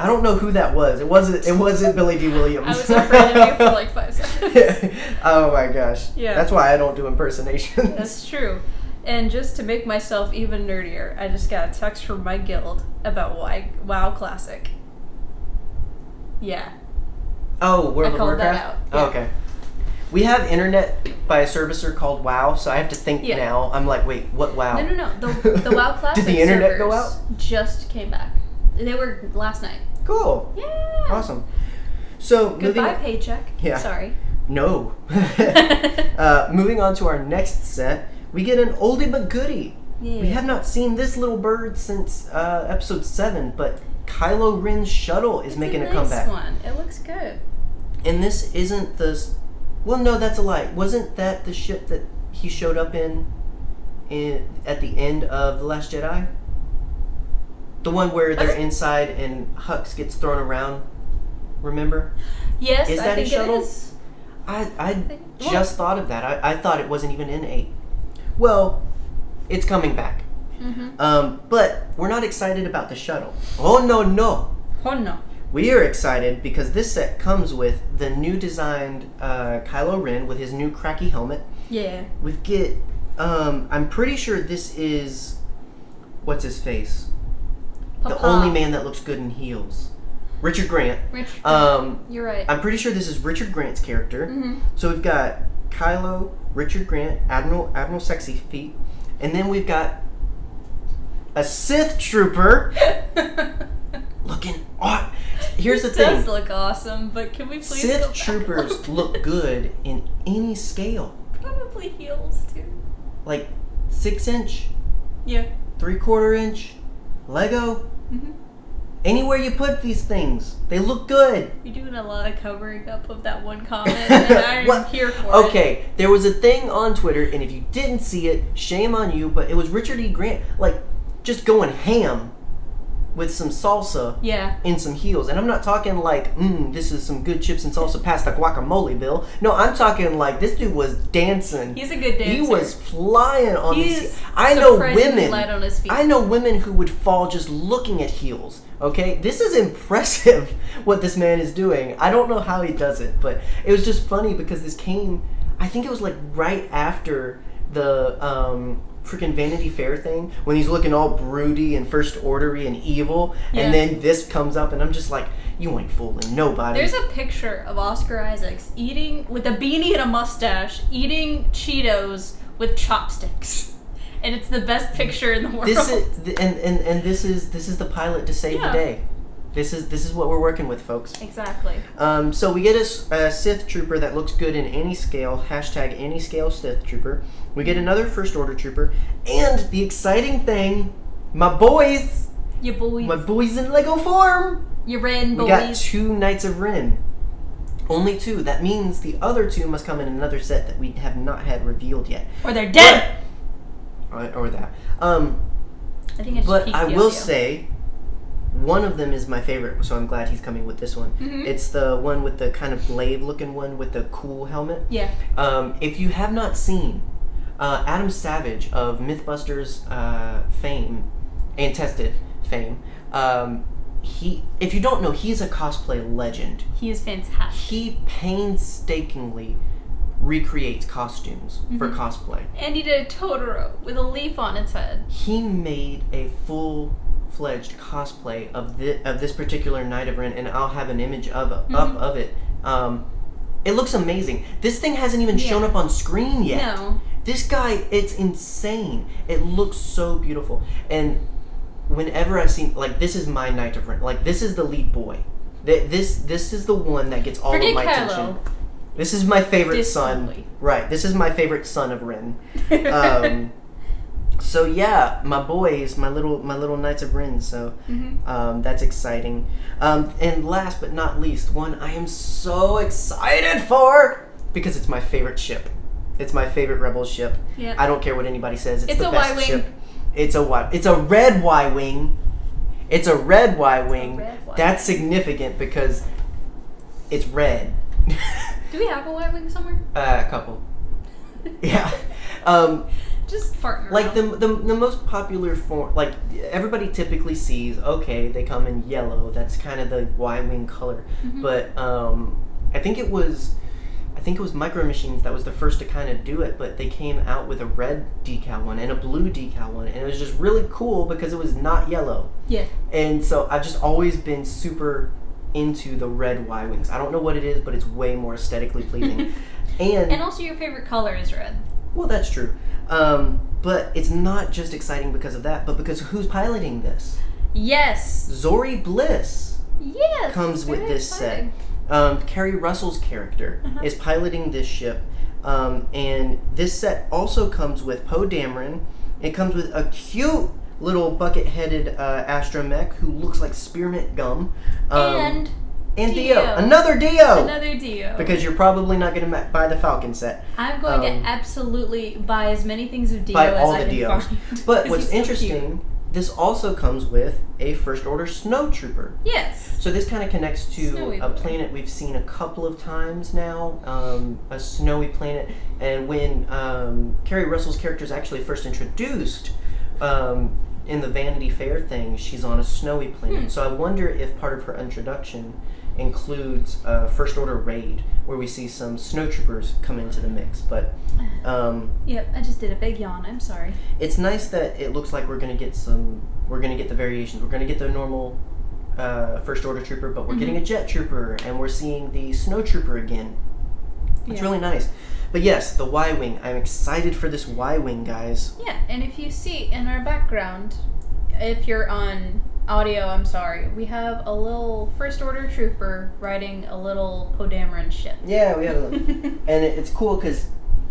[SPEAKER 1] I don't know who that was. It wasn't. It
[SPEAKER 2] <laughs>
[SPEAKER 1] wasn't Billy D. Williams. <laughs>
[SPEAKER 2] I was afraid of you for like five seconds.
[SPEAKER 1] oh my gosh.
[SPEAKER 2] Yeah.
[SPEAKER 1] That's why I don't do impersonations.
[SPEAKER 2] That's true. And just to make myself even nerdier, I just got a text from my guild about why WoW Classic. Yeah.
[SPEAKER 1] <laughs> oh, World
[SPEAKER 2] I
[SPEAKER 1] of
[SPEAKER 2] called that
[SPEAKER 1] Warcraft.
[SPEAKER 2] out, yeah.
[SPEAKER 1] Oh, okay. We have internet by a servicer called WoW, so I have to think
[SPEAKER 2] Yeah.
[SPEAKER 1] now. I'm like, wait, what WoW?
[SPEAKER 2] No, no, no.
[SPEAKER 1] <laughs>
[SPEAKER 2] The, the WoW Classic
[SPEAKER 1] Did the internet
[SPEAKER 2] servers
[SPEAKER 1] go out?
[SPEAKER 2] just came back. They were last night.
[SPEAKER 1] Cool.
[SPEAKER 2] Yeah.
[SPEAKER 1] Awesome. So moving.
[SPEAKER 2] Goodbye, paycheck.
[SPEAKER 1] Yeah.
[SPEAKER 2] Sorry.
[SPEAKER 1] No. <laughs> uh, moving on to our next set, we get an oldie but goodie.
[SPEAKER 2] Yeah.
[SPEAKER 1] We have not seen this little bird since uh, episode seven, but Kylo Ren's shuttle is
[SPEAKER 2] It's
[SPEAKER 1] making a,
[SPEAKER 2] nice
[SPEAKER 1] comeback,
[SPEAKER 2] One. It looks good.
[SPEAKER 1] and this isn't the. s- Well, no, that's a lie. Wasn't that the ship that he showed up in, in at the end of the Last Jedi? The one where they're
[SPEAKER 2] Was it?
[SPEAKER 1] inside and Hux gets thrown around. Remember?
[SPEAKER 2] Yes,
[SPEAKER 1] Is
[SPEAKER 2] I
[SPEAKER 1] that
[SPEAKER 2] think
[SPEAKER 1] his shuttle?
[SPEAKER 2] it is.
[SPEAKER 1] I, I
[SPEAKER 2] Think- well-
[SPEAKER 1] just thought of that. I, I thought it wasn't even in eight. Well, it's coming back.
[SPEAKER 2] Mm-hmm.
[SPEAKER 1] Um, but we're not excited about the shuttle. Oh no no.
[SPEAKER 2] Oh no.
[SPEAKER 1] We are excited because this set comes with the new designed uh, Kylo Ren with his new cracky helmet.
[SPEAKER 2] Yeah.
[SPEAKER 1] We get. Um, I'm pretty sure this is. What's his face? The
[SPEAKER 2] Papa.
[SPEAKER 1] only man that looks good in heels. Richard Grant.
[SPEAKER 2] Rich.
[SPEAKER 1] Um,
[SPEAKER 2] You're right.
[SPEAKER 1] I'm pretty sure this is Richard Grant's character.
[SPEAKER 2] mm-hmm. <laughs>
[SPEAKER 1] So we've got Kylo, Richard Grant, Admiral Admiral Sexy Feet, and then we've got a Sith trooper looking. Aw- Here's the
[SPEAKER 2] It does
[SPEAKER 1] thing:
[SPEAKER 2] look awesome, but can we please? go
[SPEAKER 1] Sith
[SPEAKER 2] back a little <laughs>
[SPEAKER 1] troopers
[SPEAKER 2] bit?
[SPEAKER 1] look good in any scale,
[SPEAKER 2] Probably heels too.
[SPEAKER 1] like six inch,
[SPEAKER 2] Yeah.
[SPEAKER 1] three quarter inch, Lego.
[SPEAKER 2] Mm-hmm.
[SPEAKER 1] Anywhere you put these things, they look good.
[SPEAKER 2] You're doing a lot of covering up of
[SPEAKER 1] <laughs>
[SPEAKER 2] that one comment, and I'm
[SPEAKER 1] What?
[SPEAKER 2] here for it.
[SPEAKER 1] Okay, there was a thing on Twitter, and if you didn't see it, shame on you. But it was Richard E. Grant, like just going ham with some salsa
[SPEAKER 2] Yeah.
[SPEAKER 1] and some heels. And I'm not talking like, mm, this is some good chips and salsa pasta guacamole, Bill. No, I'm talking like this dude was dancing.
[SPEAKER 2] He's a good dancer.
[SPEAKER 1] He was flying on
[SPEAKER 2] He's
[SPEAKER 1] these. I know
[SPEAKER 2] surprisingly
[SPEAKER 1] women.
[SPEAKER 2] light on his feet.
[SPEAKER 1] I know women who would fall just looking at heels. Okay, this is <laughs> impressive what this man is doing. I don't know how he does it, but it was just funny because this came. I think it was like right after the um, freaking Vanity Fair thing when he's looking all broody and first ordery and evil,
[SPEAKER 2] Yeah.
[SPEAKER 1] and then this comes up, and I'm just like, you ain't fooling nobody.
[SPEAKER 2] There's a picture of Oscar Isaacs eating with a beanie and a mustache, eating Cheetos with chopsticks, and it's the best picture in the world.
[SPEAKER 1] this is th- and, and and this is this is the pilot to save
[SPEAKER 2] Yeah.
[SPEAKER 1] the day. This is this is what we're working with, folks.
[SPEAKER 2] <laughs> exactly.
[SPEAKER 1] Um, so we get a, s- a Sith trooper that looks good in any scale. Hashtag any scale Sith trooper. We get another First Order trooper, and the exciting thing, my boys,
[SPEAKER 2] You boys,
[SPEAKER 1] my boys in Lego form.
[SPEAKER 2] you ran
[SPEAKER 1] We got
[SPEAKER 2] boys.
[SPEAKER 1] two Knights of Ren. Only two. That means the other two must come in another set that we have not had revealed yet,
[SPEAKER 2] or they're dead.
[SPEAKER 1] or, or that. Um,
[SPEAKER 2] I think I just
[SPEAKER 1] But
[SPEAKER 2] peeked
[SPEAKER 1] I
[SPEAKER 2] the
[SPEAKER 1] will
[SPEAKER 2] audio.
[SPEAKER 1] say, one of them is my favorite, so I'm glad he's coming with this one.
[SPEAKER 2] Mhm.
[SPEAKER 1] It's the one with the kind of glaive looking one with the cool helmet.
[SPEAKER 2] yeah,
[SPEAKER 1] Um, if you have not seen uh, Adam Savage of Mythbusters uh, fame and tested fame, um, he if you don't know, he's a cosplay legend.
[SPEAKER 2] he is fantastic,
[SPEAKER 1] He painstakingly recreates costumes for
[SPEAKER 2] Mhm.
[SPEAKER 1] cosplay.
[SPEAKER 2] and he did a Totoro with a leaf on its head.
[SPEAKER 1] he made a full fledged cosplay of this of this particular Knight of Ren, and I'll have an image of up
[SPEAKER 2] Mhm.
[SPEAKER 1] of it. Um, it looks amazing. This thing hasn't even shown
[SPEAKER 2] Yeah.
[SPEAKER 1] up on screen yet.
[SPEAKER 2] No,
[SPEAKER 1] This guy, it's insane. It looks so beautiful. And whenever I've seen, like, this is my Knight of Ren. Like, this is the lead boy. Th- This this is the one that gets all
[SPEAKER 2] forget
[SPEAKER 1] of my
[SPEAKER 2] Kylo.
[SPEAKER 1] attention. This is my favorite son.
[SPEAKER 2] Distantly.
[SPEAKER 1] Right. This is my favorite son of Ren
[SPEAKER 2] <laughs>
[SPEAKER 1] um, so yeah, my boys, my little my little Knights of Ren. So
[SPEAKER 2] Mhm.
[SPEAKER 1] um, that's exciting. Um, and last but not least, one I am so excited for because it's my favorite ship. It's my favorite Rebel ship.
[SPEAKER 2] Yeah.
[SPEAKER 1] I don't care what anybody says. It's,
[SPEAKER 2] It's
[SPEAKER 1] the
[SPEAKER 2] a
[SPEAKER 1] best
[SPEAKER 2] Y-wing.
[SPEAKER 1] ship. It's a Y. It's a red Y wing. It's a red Y wing.
[SPEAKER 2] red Y-wing.
[SPEAKER 1] That's significant because it's <laughs> red.
[SPEAKER 2] Do we have a Y wing somewhere?
[SPEAKER 1] uh, a couple. <laughs> Yeah. Um,
[SPEAKER 2] Just farting around.
[SPEAKER 1] like the, the the most popular form like everybody typically sees okay they come in yellow that's kind of the y-wing color
[SPEAKER 2] Mhm.
[SPEAKER 1] Mm-hmm. but um i think it was i think it was micro machines that was the first to kind of do it but they came out with a red decal one and a blue decal one and it was just really cool because it was not yellow
[SPEAKER 2] yeah,
[SPEAKER 1] and so i've just always been super into the red y-wings i don't know what it is but it's way more aesthetically pleasing and
[SPEAKER 2] and also your favorite color is red.
[SPEAKER 1] well, that's true. Um, but it's not just exciting because of that, but because who's piloting this?
[SPEAKER 2] Yes.
[SPEAKER 1] Zori Bliss.
[SPEAKER 2] Yes.
[SPEAKER 1] Comes
[SPEAKER 2] very
[SPEAKER 1] with this set.
[SPEAKER 2] exciting.
[SPEAKER 1] Um, Carrie Russell's character
[SPEAKER 2] Uh-huh.
[SPEAKER 1] is piloting this ship. Um, and this set also comes with Poe Dameron. It comes with a cute little bucket headed uh, astromech who looks like spearmint gum. Um,
[SPEAKER 2] and
[SPEAKER 1] and Dio.
[SPEAKER 2] Dio.
[SPEAKER 1] Another Dio!
[SPEAKER 2] another Dio.
[SPEAKER 1] because you're probably not going to ma- buy the Falcon set.
[SPEAKER 2] I'm going
[SPEAKER 1] um,
[SPEAKER 2] to absolutely buy as many things of Dio
[SPEAKER 1] Buy
[SPEAKER 2] as
[SPEAKER 1] all
[SPEAKER 2] I
[SPEAKER 1] the
[SPEAKER 2] can
[SPEAKER 1] Dios.
[SPEAKER 2] find. <laughs> 'Cause
[SPEAKER 1] But what's
[SPEAKER 2] he's so
[SPEAKER 1] interesting this also comes with a first order snowtrooper.
[SPEAKER 2] Yes.
[SPEAKER 1] So this kind of connects to
[SPEAKER 2] Snowy
[SPEAKER 1] a
[SPEAKER 2] boy.
[SPEAKER 1] planet we've seen a couple of times now, um, a snowy planet. And when um, Carrie Russell's character is actually first introduced um, in the Vanity Fair thing, she's on a snowy planet.
[SPEAKER 2] Hmm.
[SPEAKER 1] So I wonder if part of her introduction includes a first order raid where we see some snowtroopers come into the mix. But um,
[SPEAKER 2] Yep, I just did a big yawn. I'm sorry.
[SPEAKER 1] it's nice that it looks like we're gonna get some. We're gonna get the variations. We're gonna get the normal uh, first order trooper, but we're
[SPEAKER 2] Mhm.
[SPEAKER 1] getting a jet trooper, and we're seeing the snow trooper again. It's
[SPEAKER 2] Yeah.
[SPEAKER 1] really nice. But yes, the Y wing. I'm excited for this Y wing, guys.
[SPEAKER 2] Yeah, and if you see in our background, if you're on audio, I'm sorry, we have a little First Order trooper riding a little Podameron ship.
[SPEAKER 1] Yeah, we have. A, <laughs> and it, it's cool because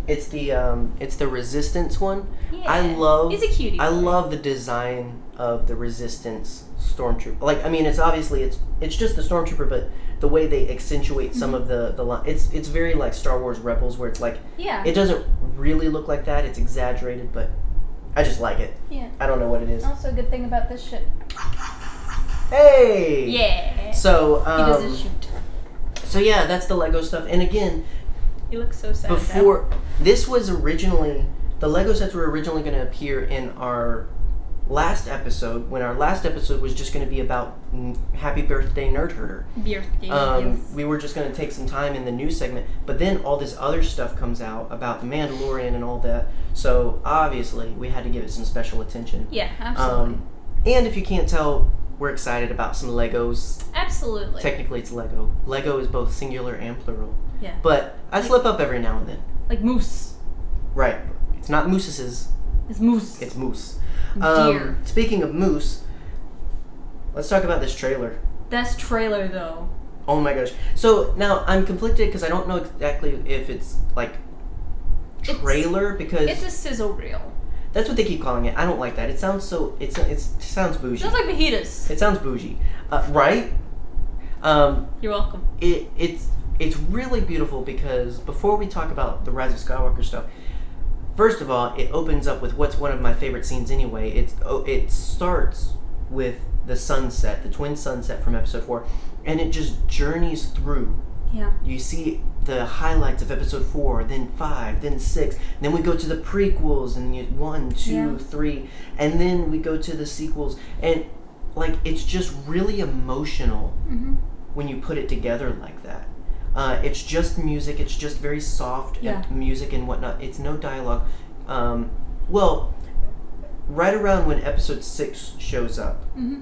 [SPEAKER 1] it's the um, it's the resistance one. I
[SPEAKER 2] <laughs> Yeah.
[SPEAKER 1] love.
[SPEAKER 2] He's a cutie.
[SPEAKER 1] I
[SPEAKER 2] boy.
[SPEAKER 1] love the design of the resistance stormtrooper. Like I mean, it's obviously it's it's just the stormtrooper, but the way they accentuate some of the the line, it's it's very like Star Wars Rebels, where it's like
[SPEAKER 2] Yeah.
[SPEAKER 1] it doesn't really look like that. It's exaggerated, but I just like it.
[SPEAKER 2] Yeah.
[SPEAKER 1] I don't know what it is.
[SPEAKER 2] also, a good thing about this ship.
[SPEAKER 1] Hey.
[SPEAKER 2] Yeah.
[SPEAKER 1] So
[SPEAKER 2] he doesn't
[SPEAKER 1] um,
[SPEAKER 2] shoot.
[SPEAKER 1] so yeah, that's the Lego stuff. And again,
[SPEAKER 2] He looks so sad. now.
[SPEAKER 1] before this was originally the lego sets were originally going to appear in our last episode when our last episode was just going to be about mm, happy birthday nerd herder
[SPEAKER 2] Birthday,
[SPEAKER 1] um,
[SPEAKER 2] yes.
[SPEAKER 1] we were just going to take some time in the news segment but then all this other stuff comes out about the mandalorian and all that so obviously we had to give it some special attention
[SPEAKER 2] Yeah, absolutely.
[SPEAKER 1] um, and if you can't tell we're excited about some legos
[SPEAKER 2] absolutely.
[SPEAKER 1] technically it's lego lego is both singular and plural
[SPEAKER 2] Yeah.
[SPEAKER 1] but i slip up every now and then
[SPEAKER 2] like moose.
[SPEAKER 1] Right. It's not mooses,
[SPEAKER 2] It's moose.
[SPEAKER 1] it's moose.
[SPEAKER 2] Deer.
[SPEAKER 1] Um, speaking of moose, let's talk about this trailer.
[SPEAKER 2] That's trailer though.
[SPEAKER 1] Oh my gosh. So now I'm conflicted because I don't know exactly if it's like
[SPEAKER 2] It's-
[SPEAKER 1] trailer because
[SPEAKER 2] It's a sizzle reel.
[SPEAKER 1] that's what they keep calling it. I don't like that. It sounds so it's it's it sounds bougie.
[SPEAKER 2] Sounds like fajitas.
[SPEAKER 1] It sounds bougie. Uh, right? Um
[SPEAKER 2] You're welcome.
[SPEAKER 1] it, it's it's really beautiful because before we talk about the Rise of Skywalker stuff, first of all, it opens up with what's one of my favorite scenes anyway. It's oh, it starts with the sunset, the twin sunset from Episode Four, and it just journeys through.
[SPEAKER 2] Yeah.
[SPEAKER 1] You see the highlights of Episode Four, then Five, then Six, then we go to the prequels and you, one, two,
[SPEAKER 2] Yeah.
[SPEAKER 1] three, and then we go to the sequels, and like it's just really emotional
[SPEAKER 2] Mm-hmm.
[SPEAKER 1] when you put it together like that. Uh, it's just music. It's just very soft
[SPEAKER 2] Yeah.
[SPEAKER 1] and music and whatnot. It's no dialogue. Um, well, right around when episode six shows up,
[SPEAKER 2] Mm-hmm.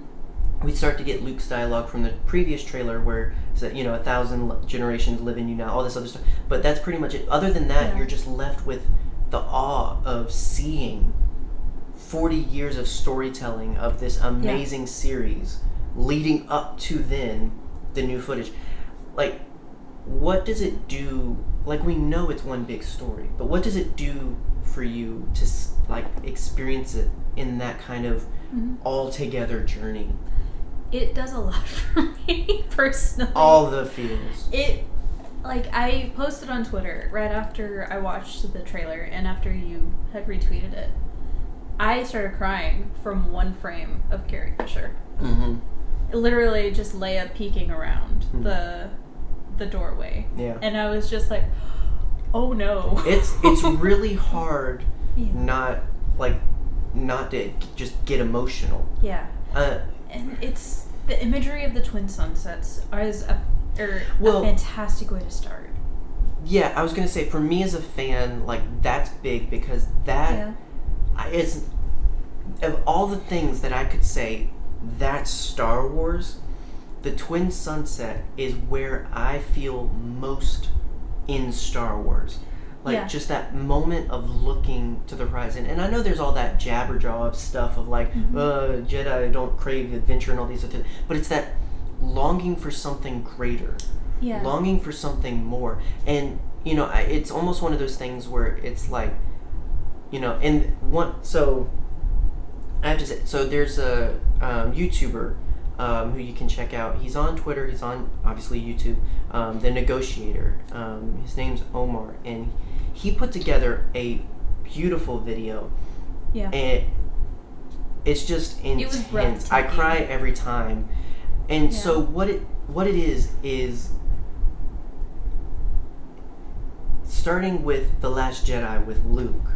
[SPEAKER 1] we start to get Luke's dialogue from the previous trailer, where it's that, you know a thousand l- generations live in you now, all this other stuff. But that's pretty much it. Other than that,
[SPEAKER 2] Yeah.
[SPEAKER 1] you're just left with the awe of seeing forty years of storytelling of this amazing series leading up to then the new footage. Like, what does it do? Like we know it's one big story, but what does it do for you to s- like experience it in that kind of
[SPEAKER 2] Mm-hmm.
[SPEAKER 1] all together journey?
[SPEAKER 2] It does a lot <laughs> for me personally.
[SPEAKER 1] all the feels.
[SPEAKER 2] it like I posted on Twitter right after I watched the trailer and after you had retweeted it. I started crying from one frame of Carrie Fisher.
[SPEAKER 1] Mm-hmm.
[SPEAKER 2] Literally just Leia peeking around
[SPEAKER 1] Hmm.
[SPEAKER 2] the the doorway.
[SPEAKER 1] Yeah,
[SPEAKER 2] And I was just like, <gasps> "Oh no."
[SPEAKER 1] it's
[SPEAKER 2] <laughs>
[SPEAKER 1] it's really hard
[SPEAKER 2] yeah.
[SPEAKER 1] not like not to just get emotional.
[SPEAKER 2] yeah.
[SPEAKER 1] Uh,
[SPEAKER 2] And it's the imagery of the twin sunsets is a er,
[SPEAKER 1] Well-
[SPEAKER 2] a fantastic way to start.
[SPEAKER 1] yeah, I was gonna say for me as a fan, like that's big because that
[SPEAKER 2] yeah.
[SPEAKER 1] I it's of all the things that I could say, that's Star Wars. The Twin Sunset is where I feel most in Star Wars. Like
[SPEAKER 2] Yeah.
[SPEAKER 1] just that moment of looking to the horizon. And I know there's all that jabberjaw of stuff of like,
[SPEAKER 2] Mhm.
[SPEAKER 1] uh, Jedi don't crave adventure and all these other but it's that longing for something greater
[SPEAKER 2] Yeah.
[SPEAKER 1] longing for something more and you know I, it's almost one of those things where it's like you know and one so i have to say so there's a um, youtuber um, who you can check out he's on twitter he's on obviously youtube um, the negotiator um, his name's omar and he put together a beautiful video
[SPEAKER 2] yeah.
[SPEAKER 1] and It's just
[SPEAKER 2] It was
[SPEAKER 1] intense. I cry
[SPEAKER 2] breathtaking.
[SPEAKER 1] every time. And
[SPEAKER 2] Yeah.
[SPEAKER 1] so what it what it is is starting with the last Jedi with Luke.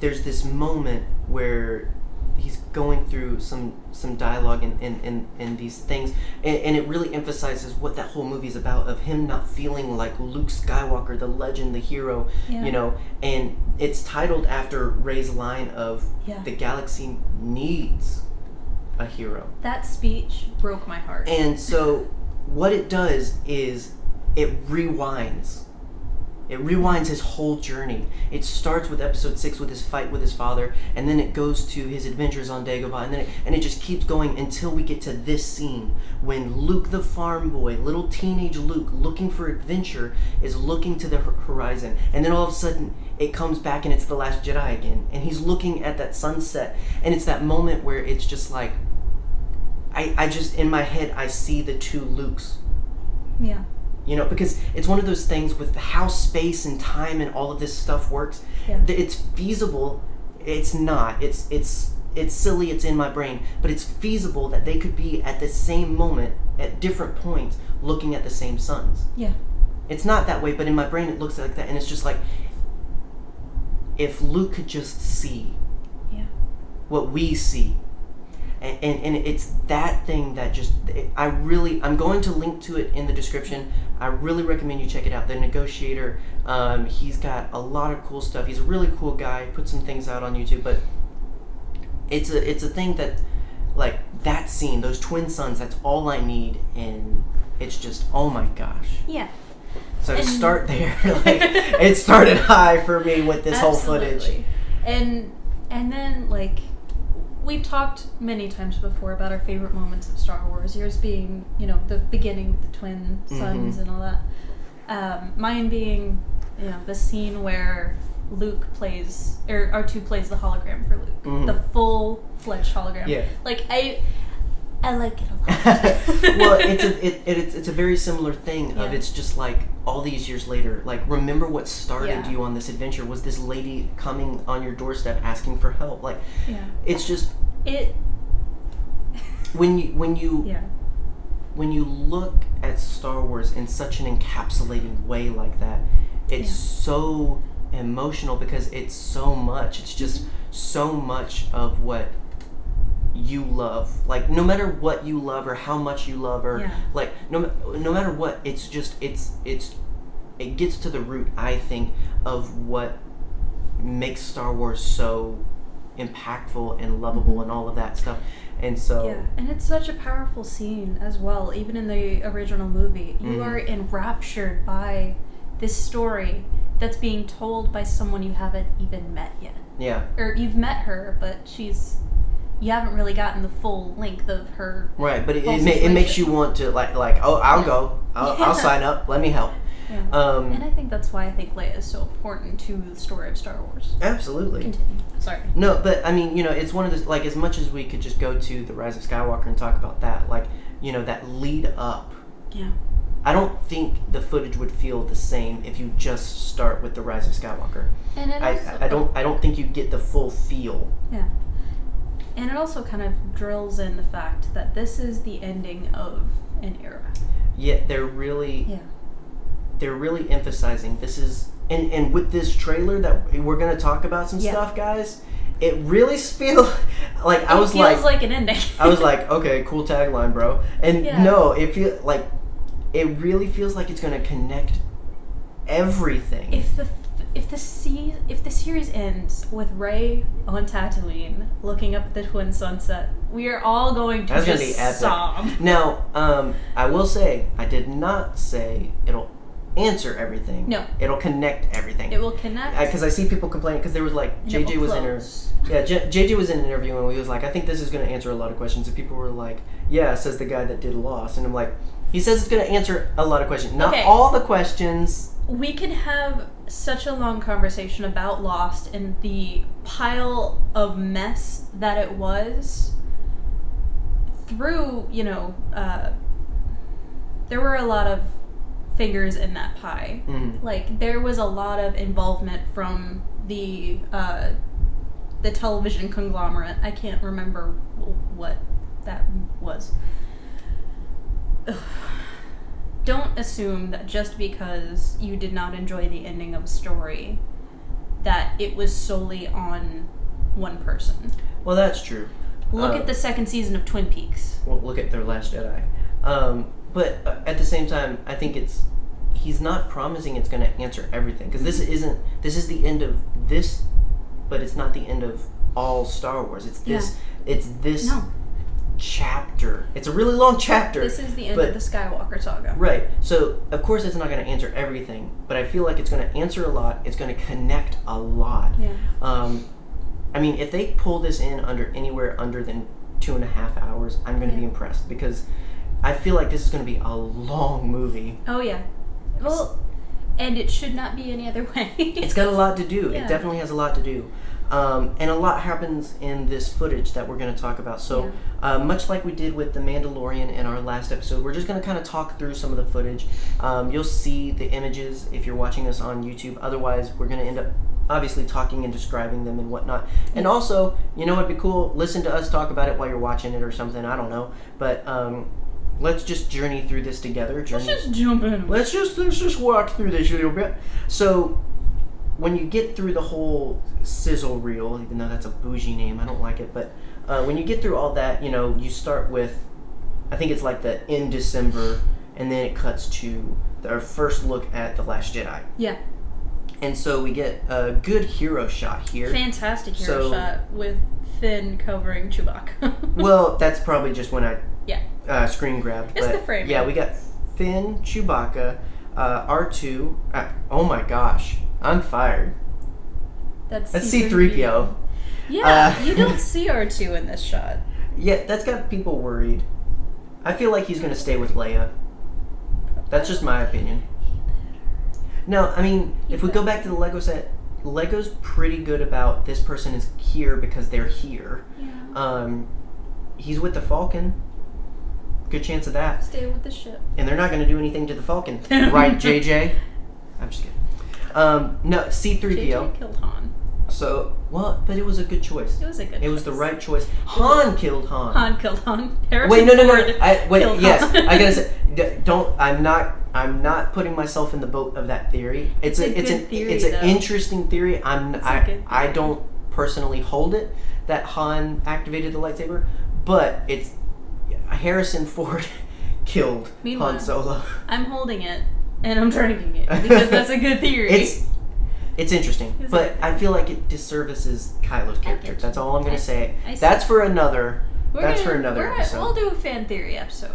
[SPEAKER 1] There's this moment where he's going through some some dialogue and and, and, and these things and, and it really emphasizes what that whole movie's about of him not feeling like Luke Skywalker, the legend, the hero,
[SPEAKER 2] Yeah.
[SPEAKER 1] you know, and it's titled after Ray's line of
[SPEAKER 2] Yeah.
[SPEAKER 1] the galaxy needs a hero.
[SPEAKER 2] That speech broke my heart.
[SPEAKER 1] And so what it does is it rewinds. It rewinds his whole journey. It starts with episode six with his fight with his father, and then it goes to his adventures on Dagobah, and then it, and it just keeps going until we get to this scene when Luke, the farm boy, little teenage Luke, looking for adventure, is looking to the hor- horizon, and then all of a sudden it comes back and it's the Last Jedi again, and he's looking at that sunset, and it's that moment where it's just like, I, I just in my head I see the two Lukes
[SPEAKER 2] yeah.
[SPEAKER 1] you know because it's one of those things with how space and time and all of this stuff works
[SPEAKER 2] Yeah.
[SPEAKER 1] that it's feasible it's not it's it's it's silly it's in my brain but it's feasible that they could be at the same moment at different points looking at the same suns
[SPEAKER 2] Yeah.
[SPEAKER 1] it's not that way but in my brain it looks like that and it's just like if luke could just see
[SPEAKER 2] Yeah.
[SPEAKER 1] what we see and, and, and it's that thing that just it, i really i'm going to link to it in the description i really recommend you check it out the negotiator um, he's got a lot of cool stuff he's a really cool guy put some things out on youtube but it's a it's a thing that like that scene those twin sons that's all i need and it's just oh my gosh
[SPEAKER 2] Yeah.
[SPEAKER 1] so to
[SPEAKER 2] And- <laughs>
[SPEAKER 1] start there like it started high for me with this whole footage
[SPEAKER 2] Absolutely. And and then like we've talked many times before about our favorite moments of Star Wars. Yours being you know the beginning with the twin sons
[SPEAKER 1] Mhm.
[SPEAKER 2] and all that. Um, mine being you know the scene where Luke plays or R two plays the hologram for Luke,
[SPEAKER 1] Mhm.
[SPEAKER 2] the full fledged hologram.
[SPEAKER 1] Yeah.
[SPEAKER 2] Like I. I like it a lot.
[SPEAKER 1] <laughs> well, it's a it, it, it's, it's a very similar thing
[SPEAKER 2] Yeah.
[SPEAKER 1] of it's just like all these years later, like remember what started
[SPEAKER 2] Yeah.
[SPEAKER 1] you on this adventure was this lady coming on your doorstep asking for help. Like
[SPEAKER 2] <laughs> yeah.
[SPEAKER 1] it's just
[SPEAKER 2] It.
[SPEAKER 1] when you when you
[SPEAKER 2] Yeah.
[SPEAKER 1] when you look at Star Wars in such an encapsulating way like that, it's
[SPEAKER 2] Yeah.
[SPEAKER 1] so emotional because it's so much. It's just so much of what you love. Like no matter what you love or how much you love or
[SPEAKER 2] Yeah.
[SPEAKER 1] like no ma- no matter what, it's just it's it's it gets to the root I think of what makes Star Wars so impactful and lovable and all of that stuff. And so
[SPEAKER 2] Mm-hmm. Yeah, and it's such a powerful scene as well. Even in the original movie, you
[SPEAKER 1] Mhm.
[SPEAKER 2] are enraptured by this story that's being told by someone you haven't even met yet,
[SPEAKER 1] yeah.
[SPEAKER 2] or you've met her, but she's you haven't really gotten the full length of her.
[SPEAKER 1] Right, but it,
[SPEAKER 2] whole
[SPEAKER 1] it, ma- it makes you want to like like oh I'll
[SPEAKER 2] Yeah.
[SPEAKER 1] go I'll, I'll
[SPEAKER 2] Yeah.
[SPEAKER 1] sign up let me help
[SPEAKER 2] Yeah. and
[SPEAKER 1] um
[SPEAKER 2] I think that's why I think Leia is so important to the story of Star Wars.
[SPEAKER 1] absolutely
[SPEAKER 2] Continue. Sorry.
[SPEAKER 1] no but I mean you know it's one of those like as much as we could just go to the rise of Skywalker and talk about that like you know that lead up
[SPEAKER 2] Yeah.
[SPEAKER 1] I don't think the footage would feel the same if you just start with the rise of Skywalker
[SPEAKER 2] And it
[SPEAKER 1] I,
[SPEAKER 2] also,
[SPEAKER 1] I don't I don't think you get the full feel
[SPEAKER 2] Yeah. And it also kind of drills in the fact that this is the ending of an era.
[SPEAKER 1] yet they're really
[SPEAKER 2] Yeah.
[SPEAKER 1] they're really emphasizing this is and and with this trailer that we're gonna talk about some
[SPEAKER 2] Yeah.
[SPEAKER 1] stuff guys it really feel <laughs> like i
[SPEAKER 2] It
[SPEAKER 1] was
[SPEAKER 2] feels
[SPEAKER 1] like,
[SPEAKER 2] like, an ending.
[SPEAKER 1] i was like okay cool tagline bro and
[SPEAKER 2] Yeah.
[SPEAKER 1] no it feel like it really feels like it's gonna connect everything
[SPEAKER 2] <laughs> if the if the se- if the series ends with Ray on Tatooine looking up at the twin sunset, we are all going to
[SPEAKER 1] That's gonna
[SPEAKER 2] just
[SPEAKER 1] be epic. <laughs>
[SPEAKER 2] sob.
[SPEAKER 1] now um i will say i did not say it'll answer everything
[SPEAKER 2] No.
[SPEAKER 1] it'll connect everything
[SPEAKER 2] It will connect.
[SPEAKER 1] because I, see people complaining because there was like
[SPEAKER 2] and it
[SPEAKER 1] jj
[SPEAKER 2] will
[SPEAKER 1] was in her
[SPEAKER 2] close.
[SPEAKER 1] Yeah, J- JJ was in an interview and we was like, I think this is going to answer a lot of questions. And people were like, Yeah, says the guy that did Lost. And I'm like, He says it's going to answer a lot of questions. Not
[SPEAKER 2] Okay.
[SPEAKER 1] all the questions.
[SPEAKER 2] We can have such a long conversation about Lost and the pile of mess that it was through, you know, uh, there were a lot of fingers in that pie.
[SPEAKER 1] Mm.
[SPEAKER 2] Like, there was a lot of involvement from the uh, the television conglomerate. I can't remember wh- what that was. <sighs> Ugh. Don't assume that just because you did not enjoy the ending of a story, that it was solely on one person.
[SPEAKER 1] Well, that's true.
[SPEAKER 2] Look
[SPEAKER 1] Um,
[SPEAKER 2] at the second season of Twin Peaks.
[SPEAKER 1] Well, look at their Last Jedi. Um, but uh, at the same time, I think it's he's not promising it's going to answer everything because this isn't this is the end of this, but it's not the end of all Star Wars. It's this it's this
[SPEAKER 2] No,
[SPEAKER 1] chapter. It's a really long chapter.
[SPEAKER 2] this is the end
[SPEAKER 1] but-
[SPEAKER 2] of the Skywalker saga.
[SPEAKER 1] Right. So, of course, it's not going to answer everything, but I feel like it's going to answer a lot. It's going to connect a lot.
[SPEAKER 2] Yeah.
[SPEAKER 1] Um, I mean, if they pull this in under anywhere under than two and a half hours, I'm going to be
[SPEAKER 2] Yeah.
[SPEAKER 1] impressed because I feel like this is going to be a long movie.
[SPEAKER 2] Oh yeah. Well, and it should not be any other <laughs> way.
[SPEAKER 1] It's got a lot to do.
[SPEAKER 2] Yeah.
[SPEAKER 1] It definitely has a lot to do. Um, and a lot happens in this footage that we're going to talk about. So, uh, much like we did with The Mandalorian in our last episode, we're just going to kind of talk through some of the footage. Um, you'll see the images if you're watching us on YouTube. Otherwise, we're going to end up obviously talking and describing them and whatnot. And also, you know, it'd be cool. Listen to us talk about it while you're watching it or something. I don't know. But um, let's just journey through this together.
[SPEAKER 2] Let's
[SPEAKER 1] Journey
[SPEAKER 2] just jump in.
[SPEAKER 1] let's just let's just walk through this a little bit. So when you get through the whole sizzle reel, even though that's a bougie name, I don't like it, but uh, when you get through all that, you know, you start with I think it's like the in December, and then it cuts to our first look at the Last Jedi,
[SPEAKER 2] Yeah.
[SPEAKER 1] and so we get a good hero shot here.
[SPEAKER 2] Fantastic hero
[SPEAKER 1] So-
[SPEAKER 2] shot with Finn covering Chewbacca. <laughs>
[SPEAKER 1] well, that's probably just when I
[SPEAKER 2] Yeah.
[SPEAKER 1] uh, screen grabbed.
[SPEAKER 2] It's
[SPEAKER 1] but
[SPEAKER 2] the frame.
[SPEAKER 1] Yeah, we got Finn, Chewbacca, uh, R two. Uh, oh my gosh, I'm fired.
[SPEAKER 2] that's
[SPEAKER 1] That's C three PO.
[SPEAKER 2] Yeah,
[SPEAKER 1] Uh,
[SPEAKER 2] you don't see R two in this shot.
[SPEAKER 1] Yeah, that's got people worried. I feel like he's gonna stay with Leia. <laughs> That's just my opinion. No, I mean, if we go back to the Lego set, Lego's pretty good about this person is here because they're here.
[SPEAKER 2] Yeah.
[SPEAKER 1] Um, he's with the Falcon. Good chance of that.
[SPEAKER 2] Stay with the ship.
[SPEAKER 1] and they're not going to do anything to the Falcon,
[SPEAKER 2] <laughs>
[SPEAKER 1] right, JJ? I'm just kidding. Um, no, C-3PO.
[SPEAKER 2] JJ killed Han.
[SPEAKER 1] So, well, but it was a good choice.
[SPEAKER 2] It was a good.
[SPEAKER 1] It was the
[SPEAKER 2] choice.
[SPEAKER 1] right choice. Han killed Han.
[SPEAKER 2] Han killed Han. Harrison
[SPEAKER 1] Wait, no, no, no.
[SPEAKER 2] Ford
[SPEAKER 1] I, wait,
[SPEAKER 2] killed
[SPEAKER 1] yes,
[SPEAKER 2] Han. <laughs>
[SPEAKER 1] I gotta say, d- don't. I'm not. I'm not putting myself in the boat of that theory. It's,
[SPEAKER 2] It's
[SPEAKER 1] a,
[SPEAKER 2] a
[SPEAKER 1] it's
[SPEAKER 2] good
[SPEAKER 1] an
[SPEAKER 2] theory,
[SPEAKER 1] it's an
[SPEAKER 2] though.
[SPEAKER 1] interesting theory. I'm
[SPEAKER 2] It's a
[SPEAKER 1] I
[SPEAKER 2] good
[SPEAKER 1] I
[SPEAKER 2] theory.
[SPEAKER 1] don't personally hold it that Han activated the lightsaber, but it's Harrison Ford <laughs> killed Han
[SPEAKER 2] Meanwhile-
[SPEAKER 1] Solo.
[SPEAKER 2] I'm holding it and I'm drinking it
[SPEAKER 1] <laughs>
[SPEAKER 2] because that's a good theory.
[SPEAKER 1] It's it's interesting,
[SPEAKER 2] It's
[SPEAKER 1] but
[SPEAKER 2] okay.
[SPEAKER 1] I feel like it disservices Kylo's character.
[SPEAKER 2] get you.
[SPEAKER 1] That's all I'm gonna
[SPEAKER 2] I-
[SPEAKER 1] say.
[SPEAKER 2] I see.
[SPEAKER 1] That's for another.
[SPEAKER 2] We're
[SPEAKER 1] that's
[SPEAKER 2] gonna-
[SPEAKER 1] for another
[SPEAKER 2] we're-
[SPEAKER 1] episode.
[SPEAKER 2] We'll do a fan theory episode.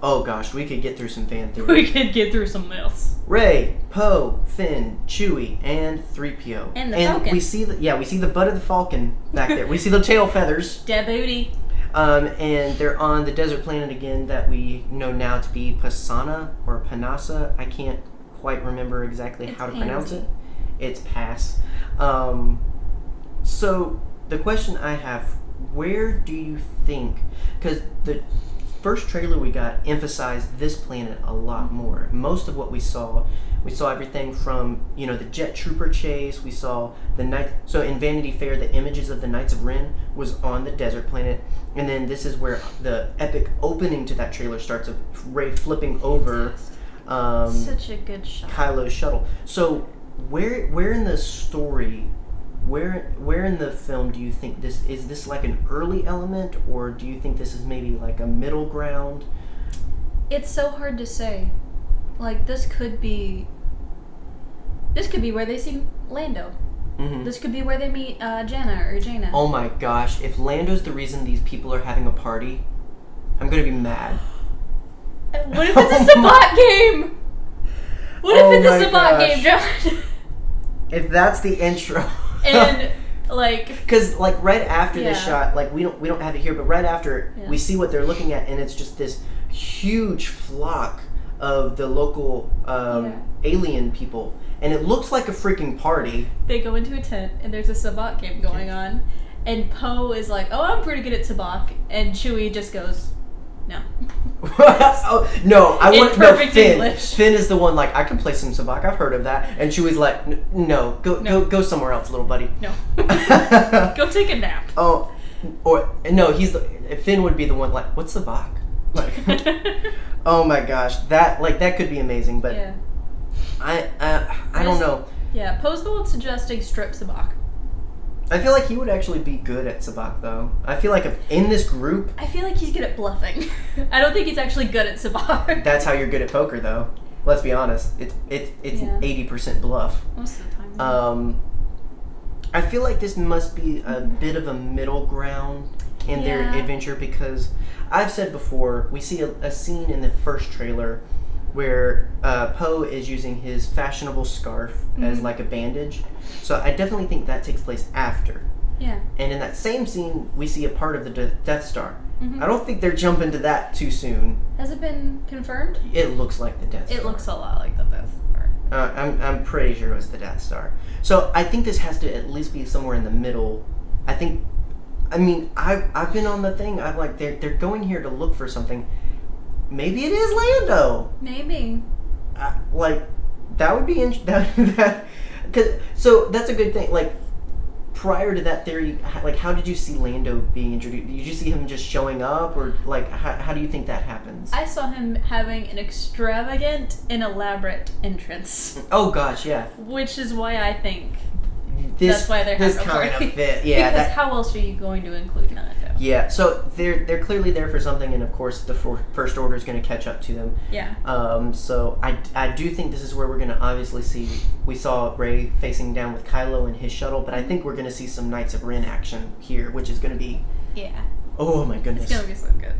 [SPEAKER 1] Oh gosh, we could get through some fan theory.
[SPEAKER 2] <laughs> We could get through some else.
[SPEAKER 1] Ray, Poe, Finn, Chewie, and three PO.
[SPEAKER 2] And the Falcon.
[SPEAKER 1] we see the yeah we see the butt of the Falcon back there. we see the tail feathers,
[SPEAKER 2] Dead booty.
[SPEAKER 1] um, and they're on the desert planet again that we know now to be Pasana or Panasa. I can't quite remember exactly
[SPEAKER 2] It's
[SPEAKER 1] how to pronounce
[SPEAKER 2] Pansy.
[SPEAKER 1] it. It's pass. Um, so the question I have: Where do you think? Because the first trailer we got emphasized this planet a lot more. Most of what we saw, we saw everything from you know the jet trooper chase. We saw the night. So in Vanity Fair, the images of the Knights of Ren was on the desert planet, and then this is where the epic opening to that trailer starts of Ray flipping over. Um,
[SPEAKER 2] Such a good shot.
[SPEAKER 1] Kylo's shuttle. So where where in the story, where where in the film do you think this is this like an early element or do you think this is maybe like a middle ground?
[SPEAKER 2] It's so hard to say. Like this could be. This could be where they see Lando.
[SPEAKER 1] Mm-hmm.
[SPEAKER 2] This could be where they meet uh, Jana or Jaina.
[SPEAKER 1] Oh my gosh, if Lando's the reason these people are having a party, I'm going to be mad.
[SPEAKER 2] And Uh, What if
[SPEAKER 1] <laughs>
[SPEAKER 2] it's a Sabat game? What if
[SPEAKER 1] Oh
[SPEAKER 2] it's a
[SPEAKER 1] my
[SPEAKER 2] Sabat
[SPEAKER 1] <laughs>
[SPEAKER 2] game, John?
[SPEAKER 1] If that's the intro.
[SPEAKER 2] and like,
[SPEAKER 1] Cause like right after this
[SPEAKER 2] Yeah.
[SPEAKER 1] shot, like we don't we don't have it here, but right after
[SPEAKER 2] Yeah.
[SPEAKER 1] we see what they're looking at, and it's just this huge flock of the local um,
[SPEAKER 2] Yeah.
[SPEAKER 1] alien people, and it looks like a freaking
[SPEAKER 2] <laughs>
[SPEAKER 1] party. <laughs>
[SPEAKER 2] they go into a tent and there's a Sabat game going on, and Poe is like, "Oh, I'm pretty good at Sabak," and Chewie just goes, "No."
[SPEAKER 1] oh, no, I
[SPEAKER 2] In
[SPEAKER 1] want no
[SPEAKER 2] perfect
[SPEAKER 1] Finn.
[SPEAKER 2] English.
[SPEAKER 1] Finn is the one like I can play some Sabak. I've heard of that, and Chewie's like, "N- no, go
[SPEAKER 2] No.
[SPEAKER 1] go go somewhere else, little buddy.
[SPEAKER 2] No. <laughs> Go take a nap.
[SPEAKER 1] <laughs> oh, or no, he's the Finn would be the one like, what's Sabak? Like,
[SPEAKER 2] <laughs>
[SPEAKER 1] oh my gosh, that like that could be amazing, but
[SPEAKER 2] yeah.
[SPEAKER 1] I I I don't
[SPEAKER 2] Just-
[SPEAKER 1] know.
[SPEAKER 2] Yeah. Postal suggesting strip sabak.
[SPEAKER 1] I feel like he would actually be good at Sabak though. I feel like if in this group,
[SPEAKER 2] I feel like he's good at bluffing. <laughs> I don't think he's actually good at <laughs> sabak.
[SPEAKER 1] that's how you're good at poker though. Let's be honest, it's it's it's
[SPEAKER 2] Yeah. Mm-hmm.
[SPEAKER 1] eighty percent bluff.
[SPEAKER 2] Most of the time.
[SPEAKER 1] Um, I feel like this must be a bit of a middle ground in
[SPEAKER 2] Yeah.
[SPEAKER 1] their adventure because I've said before we see a, a scene in the first trailer where uh, Poe is using his fashionable scarf as
[SPEAKER 2] Mhm.
[SPEAKER 1] like a bandage. So I definitely think that takes place after.
[SPEAKER 2] yeah.
[SPEAKER 1] And in that same scene, we see a part of the De- Death Star.
[SPEAKER 2] Mhm.
[SPEAKER 1] I don't think they're jumping to that too soon.
[SPEAKER 2] Has it been confirmed?
[SPEAKER 1] It looks like the Death Star.
[SPEAKER 2] It looks a lot like the best part.
[SPEAKER 1] Uh, I'm, I'm pretty sure it was the Death Star. So I think this has to at least be somewhere in the middle. I think, I mean, I, I've been on the thing. I'm like, they're, they're going here to look for something. Maybe it is Lando.
[SPEAKER 2] Maybe.
[SPEAKER 1] I, like, that would be interesting. <laughs> That, that, 'cause- so that's a good thing. Like, prior to that theory, h- like, how did you see Lando being introduced? Did you see him just showing up? Or, like, how, how do you think that happens?
[SPEAKER 2] I saw him having an extravagant and elaborate
[SPEAKER 1] <laughs>
[SPEAKER 2] entrance,
[SPEAKER 1] oh, gosh, yeah.
[SPEAKER 2] which is why I think
[SPEAKER 1] This,
[SPEAKER 2] that's why they're
[SPEAKER 1] this
[SPEAKER 2] having
[SPEAKER 1] kind
[SPEAKER 2] a
[SPEAKER 1] of
[SPEAKER 2] party. <laughs>
[SPEAKER 1] fit. Yeah,
[SPEAKER 2] because
[SPEAKER 1] that,
[SPEAKER 2] how else are you going to include Nando?
[SPEAKER 1] Yeah, so they're they're clearly there for something, and of course the for- first order is going to catch up to them.
[SPEAKER 2] Yeah.
[SPEAKER 1] Um, so I, I do think this is where we're going to obviously see we saw Ray facing down with Kylo in his shuttle, but I think we're going to see some Knights of Ren action here, which is going to be
[SPEAKER 2] Yeah.
[SPEAKER 1] oh my
[SPEAKER 2] It's
[SPEAKER 1] goodness.
[SPEAKER 2] gonna be so good.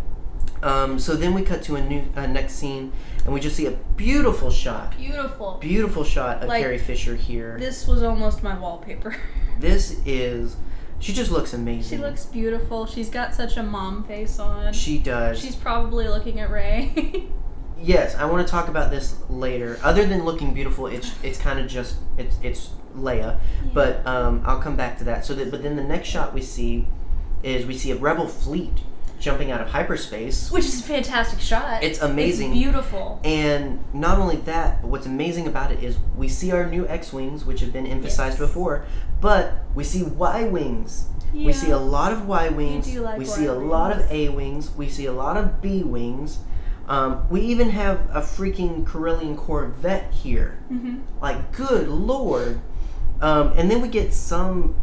[SPEAKER 1] Um, so then we cut to a new uh, next scene, and we just see a beautiful shot,
[SPEAKER 2] Beautiful.
[SPEAKER 1] beautiful shot of
[SPEAKER 2] Like-
[SPEAKER 1] Carrie Fisher here.
[SPEAKER 2] This was almost my wallpaper. <laughs>
[SPEAKER 1] This is she just looks
[SPEAKER 2] she
[SPEAKER 1] amazing.
[SPEAKER 2] looks beautiful. She's got such a mom face on.
[SPEAKER 1] She does.
[SPEAKER 2] She's probably looking at Ray. <laughs>
[SPEAKER 1] Yes, I want to talk about this later. Other than looking beautiful, it's it's kind of just it's it's Leia, but um, I'll come back to that. So that but then the next shot we see is we see a rebel fleet jumping out of hyperspace.
[SPEAKER 2] which is a fantastic shot.
[SPEAKER 1] It's amazing.
[SPEAKER 2] It's beautiful.
[SPEAKER 1] and not only that, but what's amazing about it is we see our new X-wings, which have been emphasized
[SPEAKER 2] Yes.
[SPEAKER 1] before, but we see Y-wings. We see a lot of Y wings.
[SPEAKER 2] do like
[SPEAKER 1] we see a
[SPEAKER 2] Y-wings.
[SPEAKER 1] lot of A wings. We see a lot of B wings. Um, we even have a freaking Carillion Corvette here.
[SPEAKER 2] hmm
[SPEAKER 1] Like, good lord. Um, and then we get some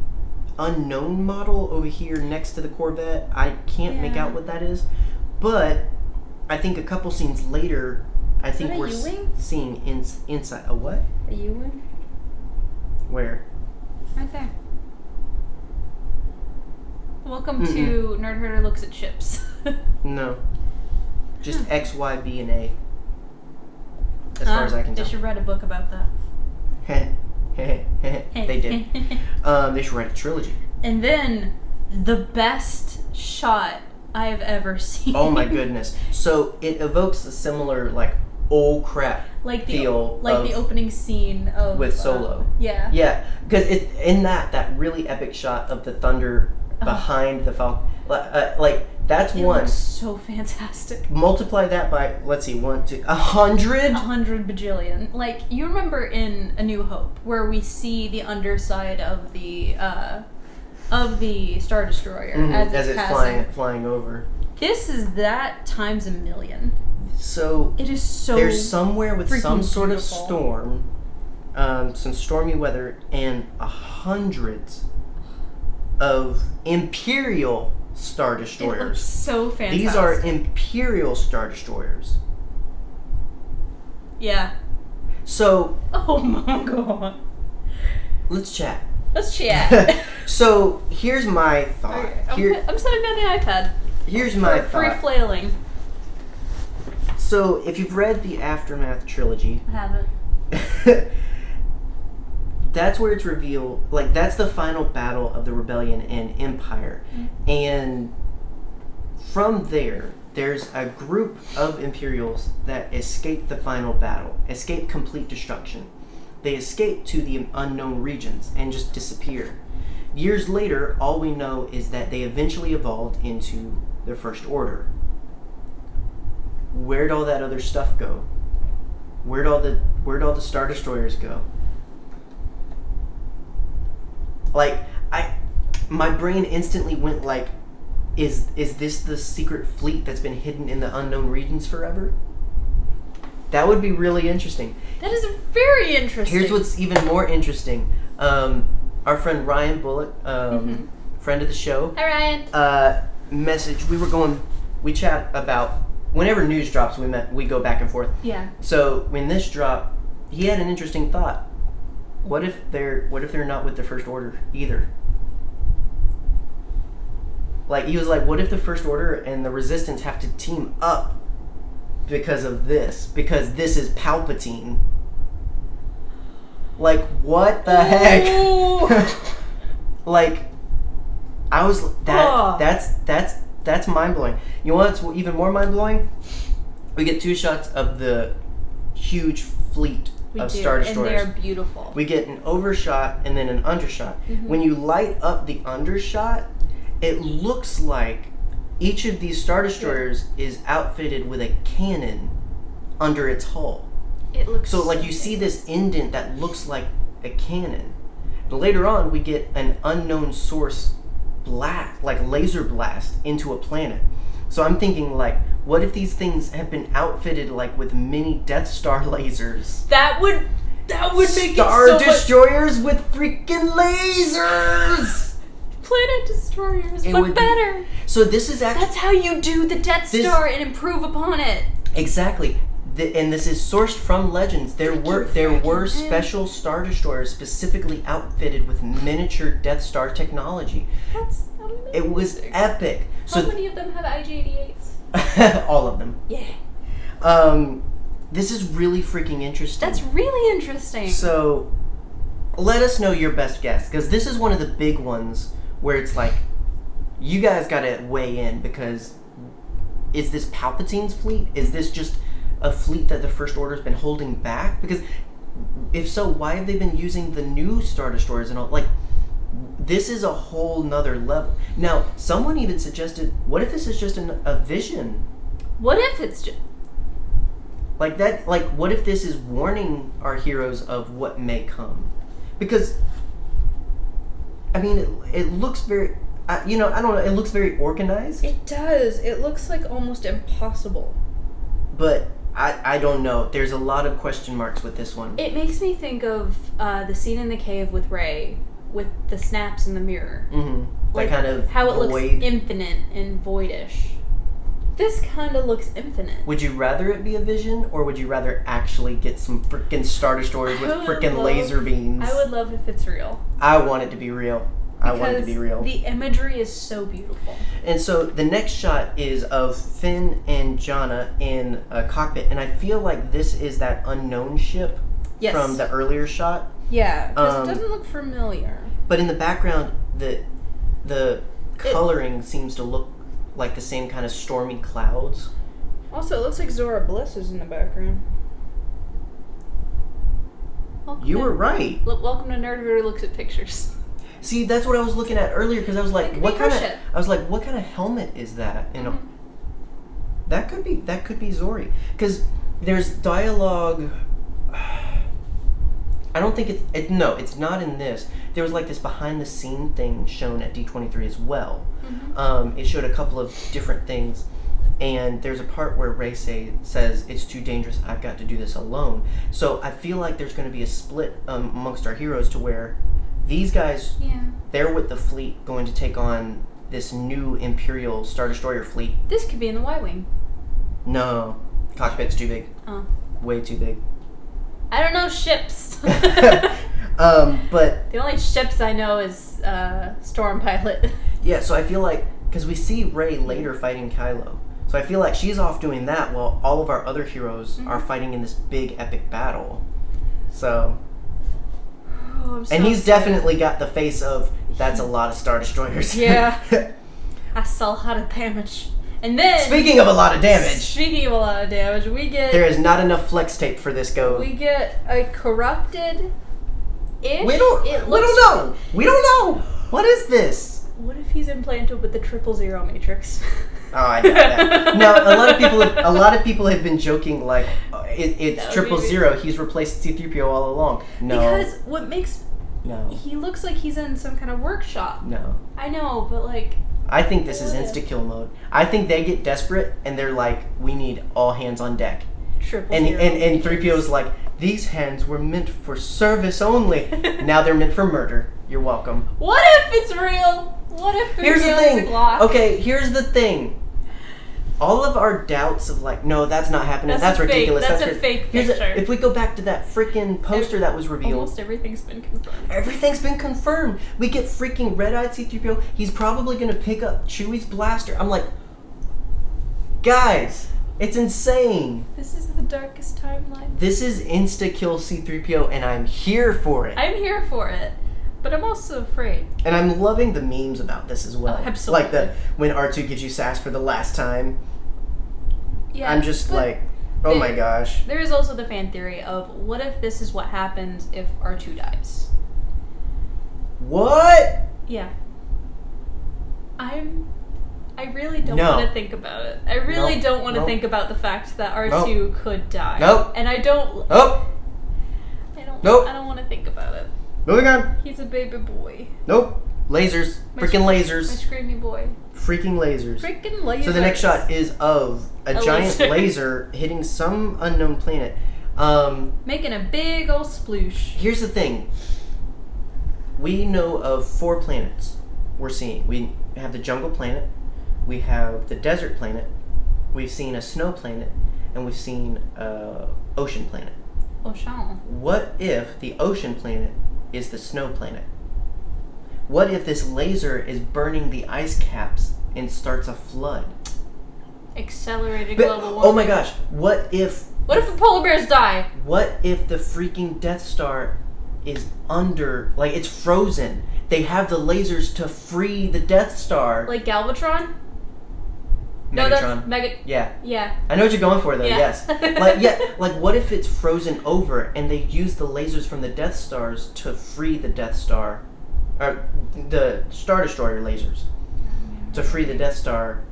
[SPEAKER 1] unknown model over here next to the Corvette. I can't make
[SPEAKER 2] Yeah.
[SPEAKER 1] out what that is, but I think a couple scenes later, I think
[SPEAKER 2] that a
[SPEAKER 1] we're s-
[SPEAKER 2] U-wing?
[SPEAKER 1] seeing ins- inside a what?
[SPEAKER 2] A U one?
[SPEAKER 1] Where?
[SPEAKER 2] Right there. Welcome
[SPEAKER 1] Mm-mm.
[SPEAKER 2] to Nerd Herder Looks at Ships.
[SPEAKER 1] No. Just
[SPEAKER 2] Huh.
[SPEAKER 1] X, Y, B, and A. <laughs> As far as I can
[SPEAKER 2] They
[SPEAKER 1] tell.
[SPEAKER 2] should write a book about that.
[SPEAKER 1] they did. Um, they should write a trilogy.
[SPEAKER 2] <laughs> and then the best shot I've ever <laughs> seen.
[SPEAKER 1] Oh my goodness. So it evokes a similar like oh crap
[SPEAKER 2] like the
[SPEAKER 1] feel
[SPEAKER 2] like
[SPEAKER 1] of-
[SPEAKER 2] the opening scene of
[SPEAKER 1] with
[SPEAKER 2] uh,
[SPEAKER 1] Solo.
[SPEAKER 2] yeah.
[SPEAKER 1] Yeah, because it in that that really epic shot of the thunder behind the Falcon. Uh, like that's
[SPEAKER 2] Uh-huh. It
[SPEAKER 1] one.
[SPEAKER 2] looks so fantastic.
[SPEAKER 1] Multiply that by let's see one two a hundred.
[SPEAKER 2] A hundred bajillion. Like you remember in A New Hope where we see the underside of the uh of the Star Destroyer
[SPEAKER 1] Mhm,
[SPEAKER 2] as,
[SPEAKER 1] as it's
[SPEAKER 2] passing.
[SPEAKER 1] flying flying over.
[SPEAKER 2] This is that times a million.
[SPEAKER 1] So
[SPEAKER 2] It is so
[SPEAKER 1] there's somewhere with
[SPEAKER 2] freaking
[SPEAKER 1] some sort
[SPEAKER 2] beautiful.
[SPEAKER 1] of storm, um, some stormy weather, and a hundreds of Imperial Star
[SPEAKER 2] it looks
[SPEAKER 1] Destroyers.
[SPEAKER 2] so fantastic.
[SPEAKER 1] These are Imperial Star Destroyers.
[SPEAKER 2] yeah.
[SPEAKER 1] So
[SPEAKER 2] Oh <laughs> my god.
[SPEAKER 1] let's chat. <laughs>
[SPEAKER 2] Let's chat.
[SPEAKER 1] so here's my thought.
[SPEAKER 2] Okay, I'm,
[SPEAKER 1] Here,
[SPEAKER 2] put- I'm setting down the iPad.
[SPEAKER 1] here's my
[SPEAKER 2] for free
[SPEAKER 1] thought.
[SPEAKER 2] flailing.
[SPEAKER 1] so if you've read the Aftermath trilogy, <laughs>
[SPEAKER 2] I haven't.
[SPEAKER 1] that's where it's revealed like that's the final battle of the rebellion and empire and from there there's a group of imperials that escape the final battle escape complete destruction they escape to the unknown regions and just disappear years later all we know is that they eventually evolved into the first order where'd all that other stuff go? Where'd all the where'd all the star destroyers go? Like I, my brain instantly went like, is is this the secret fleet that's been hidden in the unknown regions forever? That would be really interesting.
[SPEAKER 2] That is very interesting.
[SPEAKER 1] Here's what's even more interesting. Um, our friend Ryan Bullock, um, friend of the show,
[SPEAKER 2] Hi, Ryan.
[SPEAKER 1] uh, message. We were going, we chat about whenever news drops. We met, we go back and forth.
[SPEAKER 2] Yeah.
[SPEAKER 1] So when this dropped, he had an interesting thought. What if they're what if they're not with the first order either? Like he was like, what if the first order and the resistance have to team up because of this? Because this is Palpatine. Like what the
[SPEAKER 2] Ooh.
[SPEAKER 1] heck? <laughs> like I was that
[SPEAKER 2] Oh.
[SPEAKER 1] that's that's that's mind blowing. You know what's even more mind blowing? We get two shots of the huge fleet
[SPEAKER 2] We
[SPEAKER 1] of
[SPEAKER 2] do,
[SPEAKER 1] star
[SPEAKER 2] and
[SPEAKER 1] destroyers.
[SPEAKER 2] they're beautiful.
[SPEAKER 1] We get an overshot and then an undershot.
[SPEAKER 2] Mm-hmm.
[SPEAKER 1] When you light up the undershot, it looks like each of these star destroyers is outfitted with a cannon under its hull.
[SPEAKER 2] it looks
[SPEAKER 1] So like you see this indent that looks like a cannon. And later on we get an unknown source blast, like laser blast into a planet. So I'm thinking like what if these things have been outfitted like with mini Death Star <laughs> lasers?
[SPEAKER 2] that would that would make
[SPEAKER 1] Star
[SPEAKER 2] it so much-
[SPEAKER 1] destroyers with freaking lasers.
[SPEAKER 2] planet destroyers,
[SPEAKER 1] It
[SPEAKER 2] but
[SPEAKER 1] would be-
[SPEAKER 2] better.
[SPEAKER 1] So this is actually
[SPEAKER 2] That's how you do the Death
[SPEAKER 1] This-
[SPEAKER 2] Star and improve upon it.
[SPEAKER 1] Exactly. Th and this is sourced from legends. There were there
[SPEAKER 2] freaking
[SPEAKER 1] were
[SPEAKER 2] man.
[SPEAKER 1] special star destroyers specifically outfitted with miniature Death Star technology.
[SPEAKER 2] That's amazing.
[SPEAKER 1] It was epic.
[SPEAKER 2] How
[SPEAKER 1] So
[SPEAKER 2] many of them have
[SPEAKER 1] <laughs>
[SPEAKER 2] IG88s?
[SPEAKER 1] all of them.
[SPEAKER 2] Yeah,
[SPEAKER 1] Um, this is really freaking interesting.
[SPEAKER 2] that's really interesting.
[SPEAKER 1] so. Let us know your best guess because this is one of the big ones where it's like, you guys got to weigh in because is this Palpatine's fleet? Is this just a fleet that the First Order's been holding back? Because if so, why have they been using the new Star Destroyers and all? Like, this is a whole nother level. Now, someone even suggested, what if this is just an, a vision?
[SPEAKER 2] what if it's just
[SPEAKER 1] Like that, like what if this is warning our heroes of what may come? Because, I mean, it, it looks very, I, you know, I don't know, it looks very organized.
[SPEAKER 2] It does. It looks like almost impossible.
[SPEAKER 1] but I, I don't know. There's a lot of question marks with this one.
[SPEAKER 2] It makes me think of uh, the scene in the cave with Ray, with the snaps in the mirror.
[SPEAKER 1] hmm
[SPEAKER 2] Like,
[SPEAKER 1] that kind of
[SPEAKER 2] How it
[SPEAKER 1] void.
[SPEAKER 2] looks infinite and voidish. This kind of looks infinite.
[SPEAKER 1] would you rather it be a vision, or would you rather actually get some freaking Star Destroyers
[SPEAKER 2] I
[SPEAKER 1] with
[SPEAKER 2] would
[SPEAKER 1] freaking
[SPEAKER 2] love-
[SPEAKER 1] laser beams?
[SPEAKER 2] I would love if it's real.
[SPEAKER 1] I want it to be real. I want it to
[SPEAKER 2] because
[SPEAKER 1] be real.
[SPEAKER 2] The imagery is so beautiful.
[SPEAKER 1] and so the next shot is of Finn and Janna in a cockpit, and I feel like this is that unknown ship
[SPEAKER 2] Yes.
[SPEAKER 1] from the earlier shot. 'cause
[SPEAKER 2] yeah,
[SPEAKER 1] it um, doesn't
[SPEAKER 2] doesn't look familiar.
[SPEAKER 1] But in the background, the the
[SPEAKER 2] It-
[SPEAKER 1] coloring seems to look like the same kind of stormy clouds.
[SPEAKER 3] Also, it looks like Zora Bliss is in the background.
[SPEAKER 2] Welcome
[SPEAKER 1] You
[SPEAKER 2] to,
[SPEAKER 1] were right.
[SPEAKER 2] L- welcome to Nerd Who Looks at Pictures.
[SPEAKER 1] See, that's what I was looking at earlier because I was
[SPEAKER 2] It
[SPEAKER 1] like,
[SPEAKER 2] could
[SPEAKER 1] what
[SPEAKER 2] be
[SPEAKER 1] kind of?
[SPEAKER 2] Russia.
[SPEAKER 1] I was like, what kind of helmet is that? You know,
[SPEAKER 2] <laughs> Mm-hmm.
[SPEAKER 1] that could be that could be Zori because there's dialogue. <sighs> I don't think it's it, no, it's not in this. There was like this behind the scene thing shown at D23 as well.
[SPEAKER 2] Mm-hmm.
[SPEAKER 1] Um, it showed a couple of different things, and there's a part where Ray say, says it's too dangerous. I've got to do this alone. So I feel like there's going to be a split um, amongst our heroes to where these guys
[SPEAKER 2] Yeah.
[SPEAKER 1] they're with the fleet going to take on this new Imperial Star Destroyer fleet.
[SPEAKER 2] This could be in the Y Wing.
[SPEAKER 1] No, cockpit's too big.
[SPEAKER 2] Oh.
[SPEAKER 1] Way too
[SPEAKER 2] <laughs>
[SPEAKER 1] big. <laughs>
[SPEAKER 2] I don't know ships. <laughs>
[SPEAKER 1] um, but
[SPEAKER 2] the only ships I know is uh, Storm Pilot. <laughs>
[SPEAKER 1] yeah, so I feel like because we see Rey later fighting Kylo, so I feel like she's off doing that while all of our other heroes
[SPEAKER 2] Mm-hmm.
[SPEAKER 1] are fighting in this big epic battle. So,
[SPEAKER 2] Oh, I'm so
[SPEAKER 1] and he's
[SPEAKER 2] excited.
[SPEAKER 1] definitely got the face of that's a lot of Star Destroyers.
[SPEAKER 2] Yeah. I saw a lot of damage. And then
[SPEAKER 1] <laughs> Speaking of a lot of damage,
[SPEAKER 2] Speaking of a lot of damage, we get
[SPEAKER 1] there is not enough flex tape for this go.
[SPEAKER 2] we get a corrupted. Ish.
[SPEAKER 1] We don't.
[SPEAKER 2] It
[SPEAKER 1] we
[SPEAKER 2] looks-
[SPEAKER 1] don't know. We don't know. What is this?
[SPEAKER 2] What if he's implanted with the triple zero matrix?
[SPEAKER 1] Oh, I doubt that.
[SPEAKER 2] <laughs>
[SPEAKER 1] now a lot of people, a lot of people have been joking like, uh, it, it's
[SPEAKER 2] That would
[SPEAKER 1] triple
[SPEAKER 2] be weird.
[SPEAKER 1] zero. He's replaced C three PO all along. No,
[SPEAKER 2] Because what makes
[SPEAKER 1] no,
[SPEAKER 2] he looks like he's in some kind of workshop.
[SPEAKER 1] no.
[SPEAKER 2] I know, but like
[SPEAKER 1] I think this is
[SPEAKER 2] What?
[SPEAKER 1] insta kill mode. I think they get desperate and they're like, we need all hands on deck.
[SPEAKER 2] triple
[SPEAKER 1] And
[SPEAKER 2] zero.
[SPEAKER 1] and and three PO is like, these hands were meant for service
[SPEAKER 2] <laughs>
[SPEAKER 1] only. now they're meant for murder. You're welcome.
[SPEAKER 2] what if it's real? What <laughs> if
[SPEAKER 1] Here's the
[SPEAKER 2] real
[SPEAKER 1] thing.
[SPEAKER 2] is a Glock?
[SPEAKER 1] Okay, here's the thing. All of our doubts of like, no, that's not happening.
[SPEAKER 2] That's,
[SPEAKER 1] That's,
[SPEAKER 2] a
[SPEAKER 1] ridiculous.
[SPEAKER 2] Fake, that's, a
[SPEAKER 1] rid-
[SPEAKER 2] fake
[SPEAKER 1] Here's
[SPEAKER 2] picture.
[SPEAKER 1] a, if we go back to that freaking poster that was revealed,
[SPEAKER 2] Almost everything's been confirmed.
[SPEAKER 1] everything's been confirmed. We get freaking red-eyed C-3PO. He's probably gonna pick up Chewie's blaster. I'm like, guys, it's insane.
[SPEAKER 2] This is the darkest timeline.
[SPEAKER 1] This is insta-kill C-3PO, and I'm here for it.
[SPEAKER 2] I'm here for it, but I'm also afraid.
[SPEAKER 1] And I'm loving the memes about this as well.
[SPEAKER 2] Oh, absolutely.
[SPEAKER 1] Like the when R2 gives you sass for the last time.
[SPEAKER 2] Yeah,
[SPEAKER 1] I'm just
[SPEAKER 2] but
[SPEAKER 1] like, oh my
[SPEAKER 2] it-
[SPEAKER 1] gosh.
[SPEAKER 2] There is also the fan theory of what if this is what happens if R2 dies?
[SPEAKER 1] What?
[SPEAKER 2] Yeah. I'm. I really don't
[SPEAKER 1] No.
[SPEAKER 2] want to think about it. I really
[SPEAKER 1] Nope.
[SPEAKER 2] don't want to
[SPEAKER 1] Nope.
[SPEAKER 2] think about the fact that R2 could die.
[SPEAKER 1] Nope.
[SPEAKER 2] And I don't.
[SPEAKER 1] Oh,
[SPEAKER 2] I don't.
[SPEAKER 1] Nope.
[SPEAKER 2] I don't want to think about it.
[SPEAKER 1] moving on.
[SPEAKER 2] He's a baby boy.
[SPEAKER 1] Nope. Lasers.
[SPEAKER 2] My
[SPEAKER 1] Freaking
[SPEAKER 2] My
[SPEAKER 1] lasers.
[SPEAKER 2] screamy boy.
[SPEAKER 1] Freaking lasers.
[SPEAKER 2] Freaking lazy.
[SPEAKER 1] So the next shot is of a,
[SPEAKER 2] A
[SPEAKER 1] giant
[SPEAKER 2] laser.
[SPEAKER 1] laser.
[SPEAKER 2] <laughs>
[SPEAKER 1] hitting some unknown planet. Um,
[SPEAKER 2] Making a big old sploosh.
[SPEAKER 1] here's the thing. We know of four planets we're seeing. We have the jungle planet, we have the desert planet, we've seen a snow planet, and we've seen a ocean planet.
[SPEAKER 2] Oh, Sean.
[SPEAKER 1] What if the ocean planet is the snow planet? What if this laser is burning the ice caps and starts a flood?
[SPEAKER 2] Accelerated
[SPEAKER 1] But-
[SPEAKER 2] global warming.
[SPEAKER 1] oh my gosh, what if
[SPEAKER 2] What if the polar bears die?
[SPEAKER 1] what if the freaking Death Star is under like it's frozen? They have the lasers to free the Death Star.
[SPEAKER 2] Like Galvatron?
[SPEAKER 1] Megatron.
[SPEAKER 2] No, that's Mega.
[SPEAKER 1] yeah.
[SPEAKER 2] Yeah.
[SPEAKER 1] I know what you're going for though,
[SPEAKER 2] Yeah. <laughs>
[SPEAKER 1] yes. Like yeah, like what if it's frozen over and they use the lasers from the Death Stars to free the Death Star or the Star Destroyer lasers to free the Death Star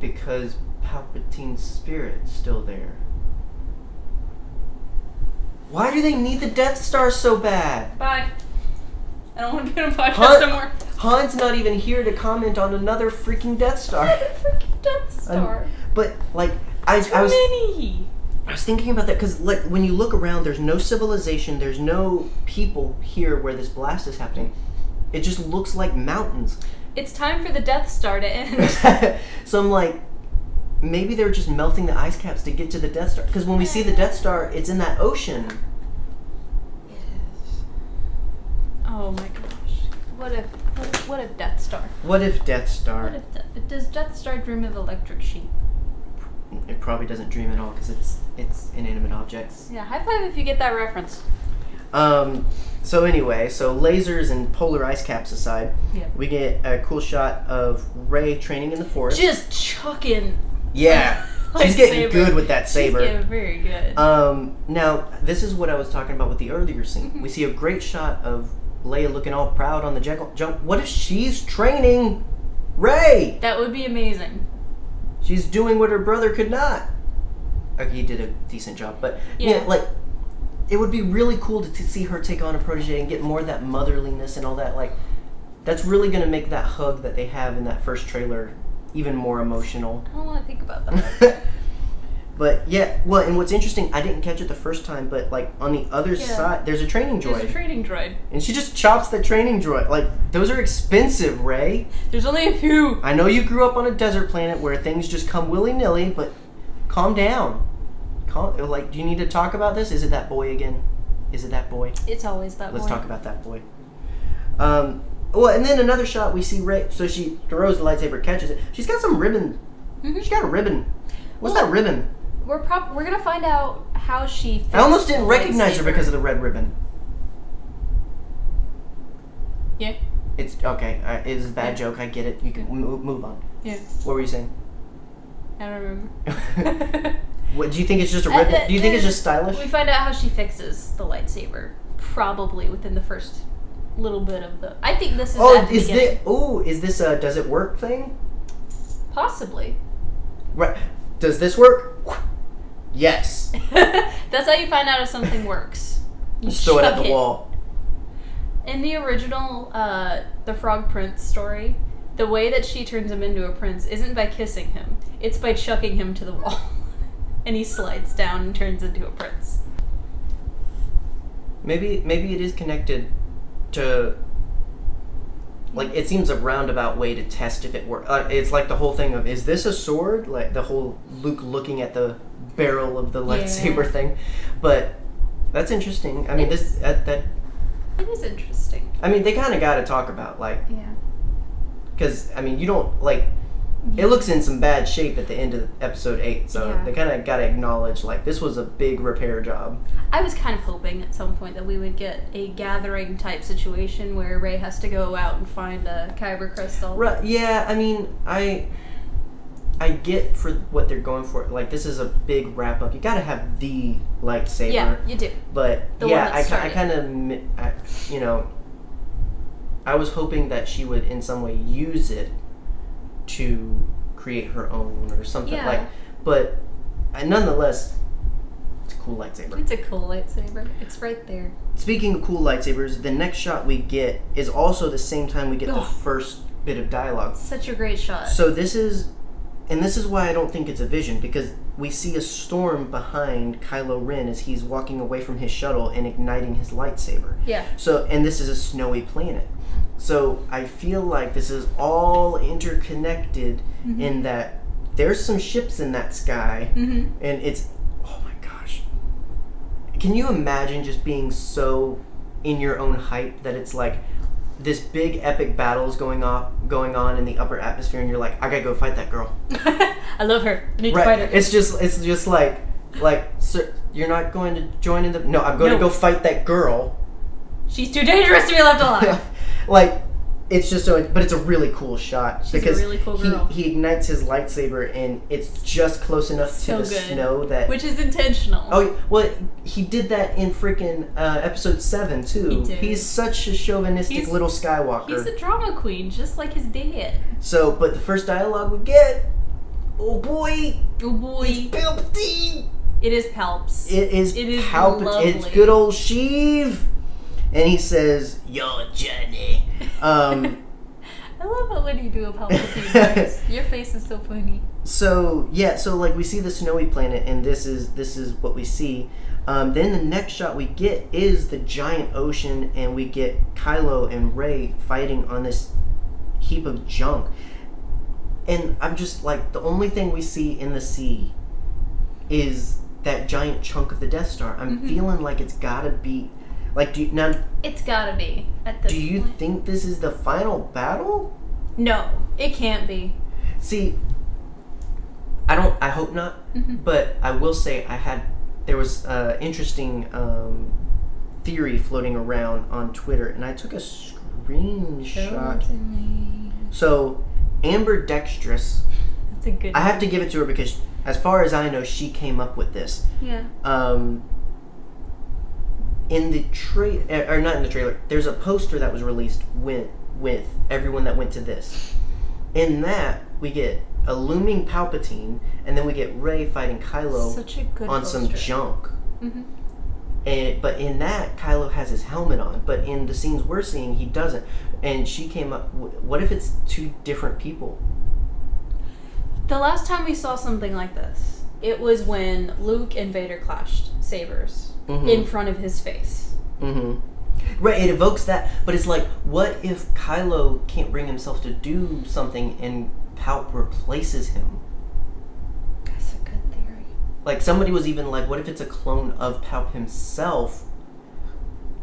[SPEAKER 1] because Palpatine's spirit's still there. Why do they need the Death Star so bad?
[SPEAKER 2] Bye. I don't want to be on a podcast
[SPEAKER 1] Huh?
[SPEAKER 2] anymore.
[SPEAKER 1] Han's not even here to comment on another freaking Death Star.
[SPEAKER 2] <laughs> freaking Death Star.
[SPEAKER 1] But like, I,
[SPEAKER 2] Too
[SPEAKER 1] I was
[SPEAKER 2] many.
[SPEAKER 1] I was thinking about that because like when you look around, there's no civilization, there's no people here where this blast is happening. It just looks like mountains. <laughs>
[SPEAKER 2] It's time for the Death Star to end.
[SPEAKER 1] so I'm like, maybe they're just melting the ice caps to get to the Death Star. Because when we see the Death Star, it's in that ocean.
[SPEAKER 2] oh my gosh. What if, what if, what if Death Star?
[SPEAKER 1] What if Death
[SPEAKER 2] What
[SPEAKER 1] Star?
[SPEAKER 2] if, De- does Death Star dream of electric sheep?
[SPEAKER 1] It probably doesn't dream at all because it's it's inanimate objects.
[SPEAKER 2] Yeah, high five if you get that reference.
[SPEAKER 1] Um. So anyway, so lasers and polar ice caps aside,
[SPEAKER 2] Yeah.
[SPEAKER 1] we get a cool shot of Ray training in the forest.
[SPEAKER 2] Just chucking. <laughs>
[SPEAKER 1] yeah,
[SPEAKER 2] like
[SPEAKER 1] she's getting
[SPEAKER 2] saber.
[SPEAKER 1] good with that saber.
[SPEAKER 2] She's getting very good.
[SPEAKER 1] Um, now, this is what I was talking about with the earlier scene.
[SPEAKER 2] Mm-hmm.
[SPEAKER 1] We see a great shot of Leia looking all proud on the jackal- jump. What if she's training Ray?
[SPEAKER 2] that would be amazing.
[SPEAKER 1] She's doing what her brother could not. Okay, he did a decent job, but yeah,
[SPEAKER 2] Yeah.
[SPEAKER 1] like it would be really cool to, to see her take on a protege and get more of that motherliness and all that. Like, that's really gonna make that hug that they have in that first trailer even more emotional.
[SPEAKER 2] I don't want to think about that.
[SPEAKER 1] <laughs> but yeah, well, and what's interesting, I didn't catch it the first time, but like on the other
[SPEAKER 2] Yeah.
[SPEAKER 1] side, there's a training
[SPEAKER 2] There's
[SPEAKER 1] <laughs>
[SPEAKER 2] a
[SPEAKER 1] droid,
[SPEAKER 2] training droid.
[SPEAKER 1] and she just chops the training droid. Like those are expensive, Ray.
[SPEAKER 2] There's only a few.
[SPEAKER 1] I know you grew up on a desert planet where things just come willy nilly, but calm down. Calm, like, do you need to talk about this? Is it that boy again? Is it that boy?
[SPEAKER 2] It's always that
[SPEAKER 1] Let's
[SPEAKER 2] one.
[SPEAKER 1] talk about that boy. Um, well, and then another shot we see Ray. So she throws the lightsaber, catches it. She's got some ribbon.
[SPEAKER 2] Mhm.
[SPEAKER 1] She's got a ribbon. What's
[SPEAKER 2] Well,
[SPEAKER 1] that ribbon?
[SPEAKER 2] We're prob- we're gonna find out how she.
[SPEAKER 1] I almost didn't recognize her because of the red ribbon.
[SPEAKER 2] Yeah.
[SPEAKER 1] It's okay. I it was a bad joke. I get it. You can mo- move on.
[SPEAKER 2] Yeah.
[SPEAKER 1] What were you
[SPEAKER 2] <laughs>
[SPEAKER 1] saying?
[SPEAKER 2] I don't
[SPEAKER 1] <laughs>
[SPEAKER 2] remember.
[SPEAKER 1] what do you think? It's just a
[SPEAKER 2] Uh,
[SPEAKER 1] ribbon? Do you think it's
[SPEAKER 2] uh,
[SPEAKER 1] just stylish?
[SPEAKER 2] we find out how she fixes the lightsaber, probably within the first little bit of the. I think this is.
[SPEAKER 1] Oh,
[SPEAKER 2] at the
[SPEAKER 1] is
[SPEAKER 2] beginning.
[SPEAKER 1] this? Oh, is this a does it work thing?
[SPEAKER 2] possibly? <laughs>
[SPEAKER 1] Right. Does this work?
[SPEAKER 2] <laughs>
[SPEAKER 1] Yes.
[SPEAKER 2] That's how you find out
[SPEAKER 1] <laughs>
[SPEAKER 2] if something works. You
[SPEAKER 1] Just throw it at
[SPEAKER 2] chuck
[SPEAKER 1] the wall.
[SPEAKER 2] In the original, uh, the Frog Prince story, the way that she turns him into a prince isn't by kissing him. It's by chucking him to the wall, <laughs> and he slides down and turns into a prince.
[SPEAKER 1] Maybe maybe it is connected to. Like it seems a roundabout way to test if it works. Uh, it's like the whole thing of is this a sword? Like the whole Luke looking at the barrel of the
[SPEAKER 2] Yeah.
[SPEAKER 1] lightsaber thing, but that's interesting. I mean, this that, that
[SPEAKER 2] It is interesting.
[SPEAKER 1] I mean they kind of got to talk about like
[SPEAKER 2] Yeah.
[SPEAKER 1] because I mean you don't like it looks in some bad shape at the end of episode eight, so
[SPEAKER 2] Yeah.
[SPEAKER 1] they kind of got to acknowledge like this was a big repair job.
[SPEAKER 2] I was kind of hoping at some point that we would get a gathering type situation where Ray has to go out and find a kyber crystal.
[SPEAKER 1] Right? Yeah, I mean, I I get for what they're going for. Like this is a big wrap up. You got to have the lightsaber,
[SPEAKER 2] Yeah, you do.
[SPEAKER 1] but
[SPEAKER 2] The one
[SPEAKER 1] yeah,
[SPEAKER 2] that
[SPEAKER 1] I, ki- I
[SPEAKER 2] started.
[SPEAKER 1] kind of I, you know I was hoping that she would in some way use it to create her own or something
[SPEAKER 2] Yeah.
[SPEAKER 1] like. But I, nonetheless, it's a cool lightsaber.
[SPEAKER 2] It's a cool lightsaber. It's right there.
[SPEAKER 1] Speaking of cool lightsabers, the next shot we get is also the same time we get the
[SPEAKER 2] Ugh.
[SPEAKER 1] first bit of dialogue.
[SPEAKER 2] Such a great shot.
[SPEAKER 1] So this is, and this is why I don't think it's a vision because we see a storm behind Kylo Ren as he's walking away from his shuttle and igniting his lightsaber.
[SPEAKER 2] yeah.
[SPEAKER 1] So, and this is a snowy planet. So I feel like this is all interconnected in that there's some ships in that sky
[SPEAKER 2] Mm-hmm. <laughs>
[SPEAKER 1] and it's oh my gosh can you imagine just being so in your own hype that it's like this big epic battle's going off going on in the upper atmosphere and you're like i gotta go fight that girl
[SPEAKER 2] I love her. I need to
[SPEAKER 1] right
[SPEAKER 2] fight her.
[SPEAKER 1] it's just it's just like like sir you're not going to join in the no i'm going
[SPEAKER 2] No.
[SPEAKER 1] to go fight that girl
[SPEAKER 2] She's too dangerous to be left alive.
[SPEAKER 1] <laughs> like it's just so but it's a really cool shot
[SPEAKER 2] She's a
[SPEAKER 1] because
[SPEAKER 2] really cool
[SPEAKER 1] he,
[SPEAKER 2] girl.
[SPEAKER 1] he ignites his lightsaber and it's just close enough
[SPEAKER 2] So
[SPEAKER 1] to the
[SPEAKER 2] good.
[SPEAKER 1] snow that
[SPEAKER 2] Which is intentional.
[SPEAKER 1] Oh yeah, well, he did that in freaking uh, episode seven too.
[SPEAKER 2] He did.
[SPEAKER 1] He's such a chauvinistic
[SPEAKER 2] He's-
[SPEAKER 1] little Skywalker.
[SPEAKER 2] He's a drama queen, just like his dad.
[SPEAKER 1] so, but the first dialogue we get, oh boy,
[SPEAKER 2] Oh boy.
[SPEAKER 1] Palpatine.
[SPEAKER 2] It is Palps.
[SPEAKER 1] It is.
[SPEAKER 2] It is
[SPEAKER 1] Palpat-
[SPEAKER 2] lovely.
[SPEAKER 1] It's good old Sheev, and he says, "Your journey."
[SPEAKER 2] <laughs>
[SPEAKER 1] Um,
[SPEAKER 2] I love it when you do a Palpatine voice.
[SPEAKER 1] <laughs>
[SPEAKER 2] Your face is so funny.
[SPEAKER 1] so yeah, so like we see the snowy planet, and this is this is what we see. Um, then the next shot we get is the giant ocean, and we get Kylo and Rey fighting on this heap of junk. And I'm just like, the only thing we see in the sea is that giant chunk of the Death Star. I'm
[SPEAKER 2] Mhm.
[SPEAKER 1] feeling like it's gotta be, like, do you, now,
[SPEAKER 2] It's gotta be at this
[SPEAKER 1] do you
[SPEAKER 2] point.
[SPEAKER 1] think this is the final battle?
[SPEAKER 2] No, it can't be.
[SPEAKER 1] See, I don't. I hope not.
[SPEAKER 2] Mhm.
[SPEAKER 1] But I will say I had there was uh, interesting um, theory floating around on Twitter, and I took a screenshot. So Amber Dextrous,
[SPEAKER 2] That's a good.
[SPEAKER 1] I have to give it to her because, as far as I know, she came up with this
[SPEAKER 2] yeah.
[SPEAKER 1] um, in the trailer, or not in the trailer, there's a poster that was released with, with everyone that went to this. In that, we get a looming Palpatine, and then we get Rey fighting Kylo
[SPEAKER 2] Such a good
[SPEAKER 1] on some
[SPEAKER 2] poster.
[SPEAKER 1] junk.
[SPEAKER 2] Mhm.
[SPEAKER 1] And, but in that, Kylo has his helmet on, but in the scenes we're seeing, he doesn't. And she came up, w- what if it's two different people?
[SPEAKER 2] The last time we saw something like this, it was when Luke and Vader clashed sabers
[SPEAKER 1] Mhm.
[SPEAKER 2] in front of his face.
[SPEAKER 1] hmm
[SPEAKER 2] Mm-hmm.
[SPEAKER 1] Right, it evokes that, but it's like, what if Kylo can't bring himself to do something and Palp replaces him?
[SPEAKER 2] That's a good theory.
[SPEAKER 1] Like, somebody was even like, what if it's a clone of Palp himself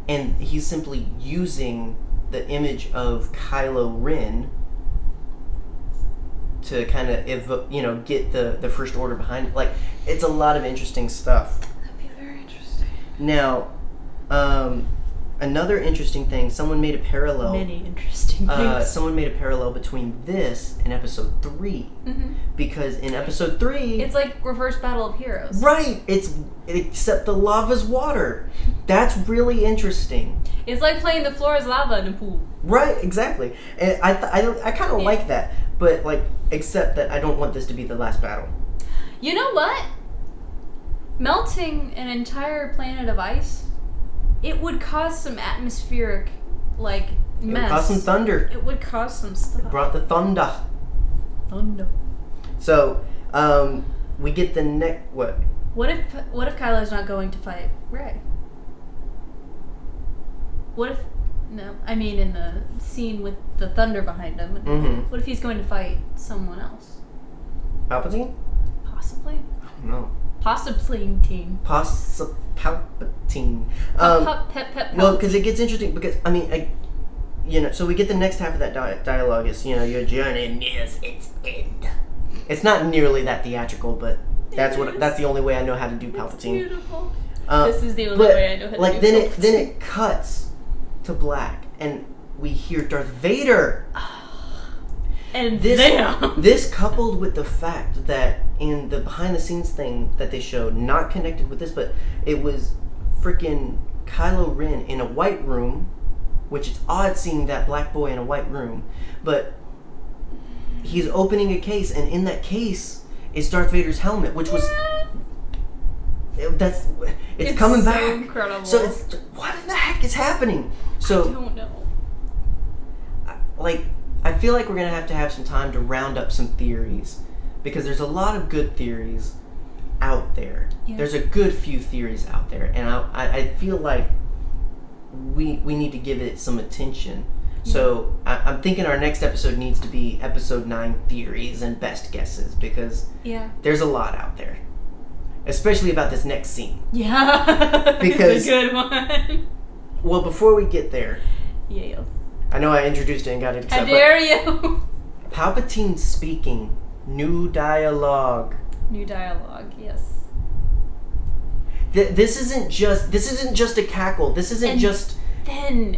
[SPEAKER 1] and he's simply using the image of Kylo Ren to kind of, evo- you know, get the, the First Order behind it? Like, it's a lot of interesting stuff.
[SPEAKER 2] That'd be very interesting.
[SPEAKER 1] Now, um, another interesting thing, someone made a parallel.
[SPEAKER 2] Many interesting things.
[SPEAKER 1] Uh, someone made a parallel between this and episode three
[SPEAKER 2] Mhm.
[SPEAKER 1] because in episode three,
[SPEAKER 2] It's like reverse battle of heroes.
[SPEAKER 1] right, it's except the lava's water, That's really interesting.
[SPEAKER 2] It's like playing the floor is lava in a pool.
[SPEAKER 1] Right, exactly. And I, th- I, I kind of
[SPEAKER 2] Yeah.
[SPEAKER 1] like that, but like, except that I don't want this to be the last battle.
[SPEAKER 2] You know what? Melting an entire planet of ice, it would cause some atmospheric, like
[SPEAKER 1] It
[SPEAKER 2] mess.
[SPEAKER 1] Cause some thunder.
[SPEAKER 2] It would cause some stuff.
[SPEAKER 1] It brought the thunder.
[SPEAKER 2] Thunder.
[SPEAKER 1] So, um, we get the next what?
[SPEAKER 2] What if what if Kylo's not going to fight Ray? What if no? I mean, in the scene with the thunder behind him,
[SPEAKER 1] Mm-hmm.
[SPEAKER 2] what if he's going to fight someone else?
[SPEAKER 1] Palpatine?
[SPEAKER 2] Possibly,
[SPEAKER 1] No.
[SPEAKER 2] possibly team.
[SPEAKER 1] Pos Palpatine.
[SPEAKER 2] Pop,
[SPEAKER 1] Um,
[SPEAKER 2] pop, pep, pep,
[SPEAKER 1] Well,
[SPEAKER 2] pop.
[SPEAKER 1] because it gets interesting because I mean, I, you know, so we get the next half of that di- dialogue is you know your journey nears its end. It's not nearly that theatrical, but that's what that's the only way I know how to do
[SPEAKER 2] It's
[SPEAKER 1] Palpatine.
[SPEAKER 2] beautiful.
[SPEAKER 1] Uh,
[SPEAKER 2] this is the only
[SPEAKER 1] but,
[SPEAKER 2] way I know how to
[SPEAKER 1] like
[SPEAKER 2] do
[SPEAKER 1] then it
[SPEAKER 2] Palpatine.
[SPEAKER 1] then it cuts to black and we hear Darth Vader.
[SPEAKER 2] And
[SPEAKER 1] This
[SPEAKER 2] damn.
[SPEAKER 1] this coupled with the fact that in the behind the scenes thing that they showed, not connected with this, but it was freaking Kylo Ren in a white room, which it's odd seeing that black boy in a white room, but he's opening a case, and in that case is Darth Vader's helmet, which was that's it's, coming
[SPEAKER 2] so
[SPEAKER 1] back.
[SPEAKER 2] Incredible.
[SPEAKER 1] So it's what in the heck is happening?
[SPEAKER 2] I
[SPEAKER 1] So
[SPEAKER 2] don't know.
[SPEAKER 1] I- like I feel like we're gonna have to have some time to round up some theories because there's a lot of good theories out there.
[SPEAKER 2] Yeah.
[SPEAKER 1] There's a good few theories out there, and I, I, I feel like we we need to give it some attention. So I, I'm thinking our next episode needs to be episode nine theories and best guesses because
[SPEAKER 2] Yeah.
[SPEAKER 1] there's a lot out there, especially about this next scene.
[SPEAKER 2] Yeah. <laughs>
[SPEAKER 1] Because-
[SPEAKER 2] it's a good one. <laughs>
[SPEAKER 1] Well, before we get there,
[SPEAKER 2] yeah.
[SPEAKER 1] I know I introduced it and got it.
[SPEAKER 2] How
[SPEAKER 1] excited, but
[SPEAKER 2] dare you? <laughs>
[SPEAKER 1] Palpatine speaking, new dialogue.
[SPEAKER 2] New dialogue. Yes.
[SPEAKER 1] Th- this isn't just this isn't just a cackle. This isn't
[SPEAKER 2] And-
[SPEAKER 1] just
[SPEAKER 2] Then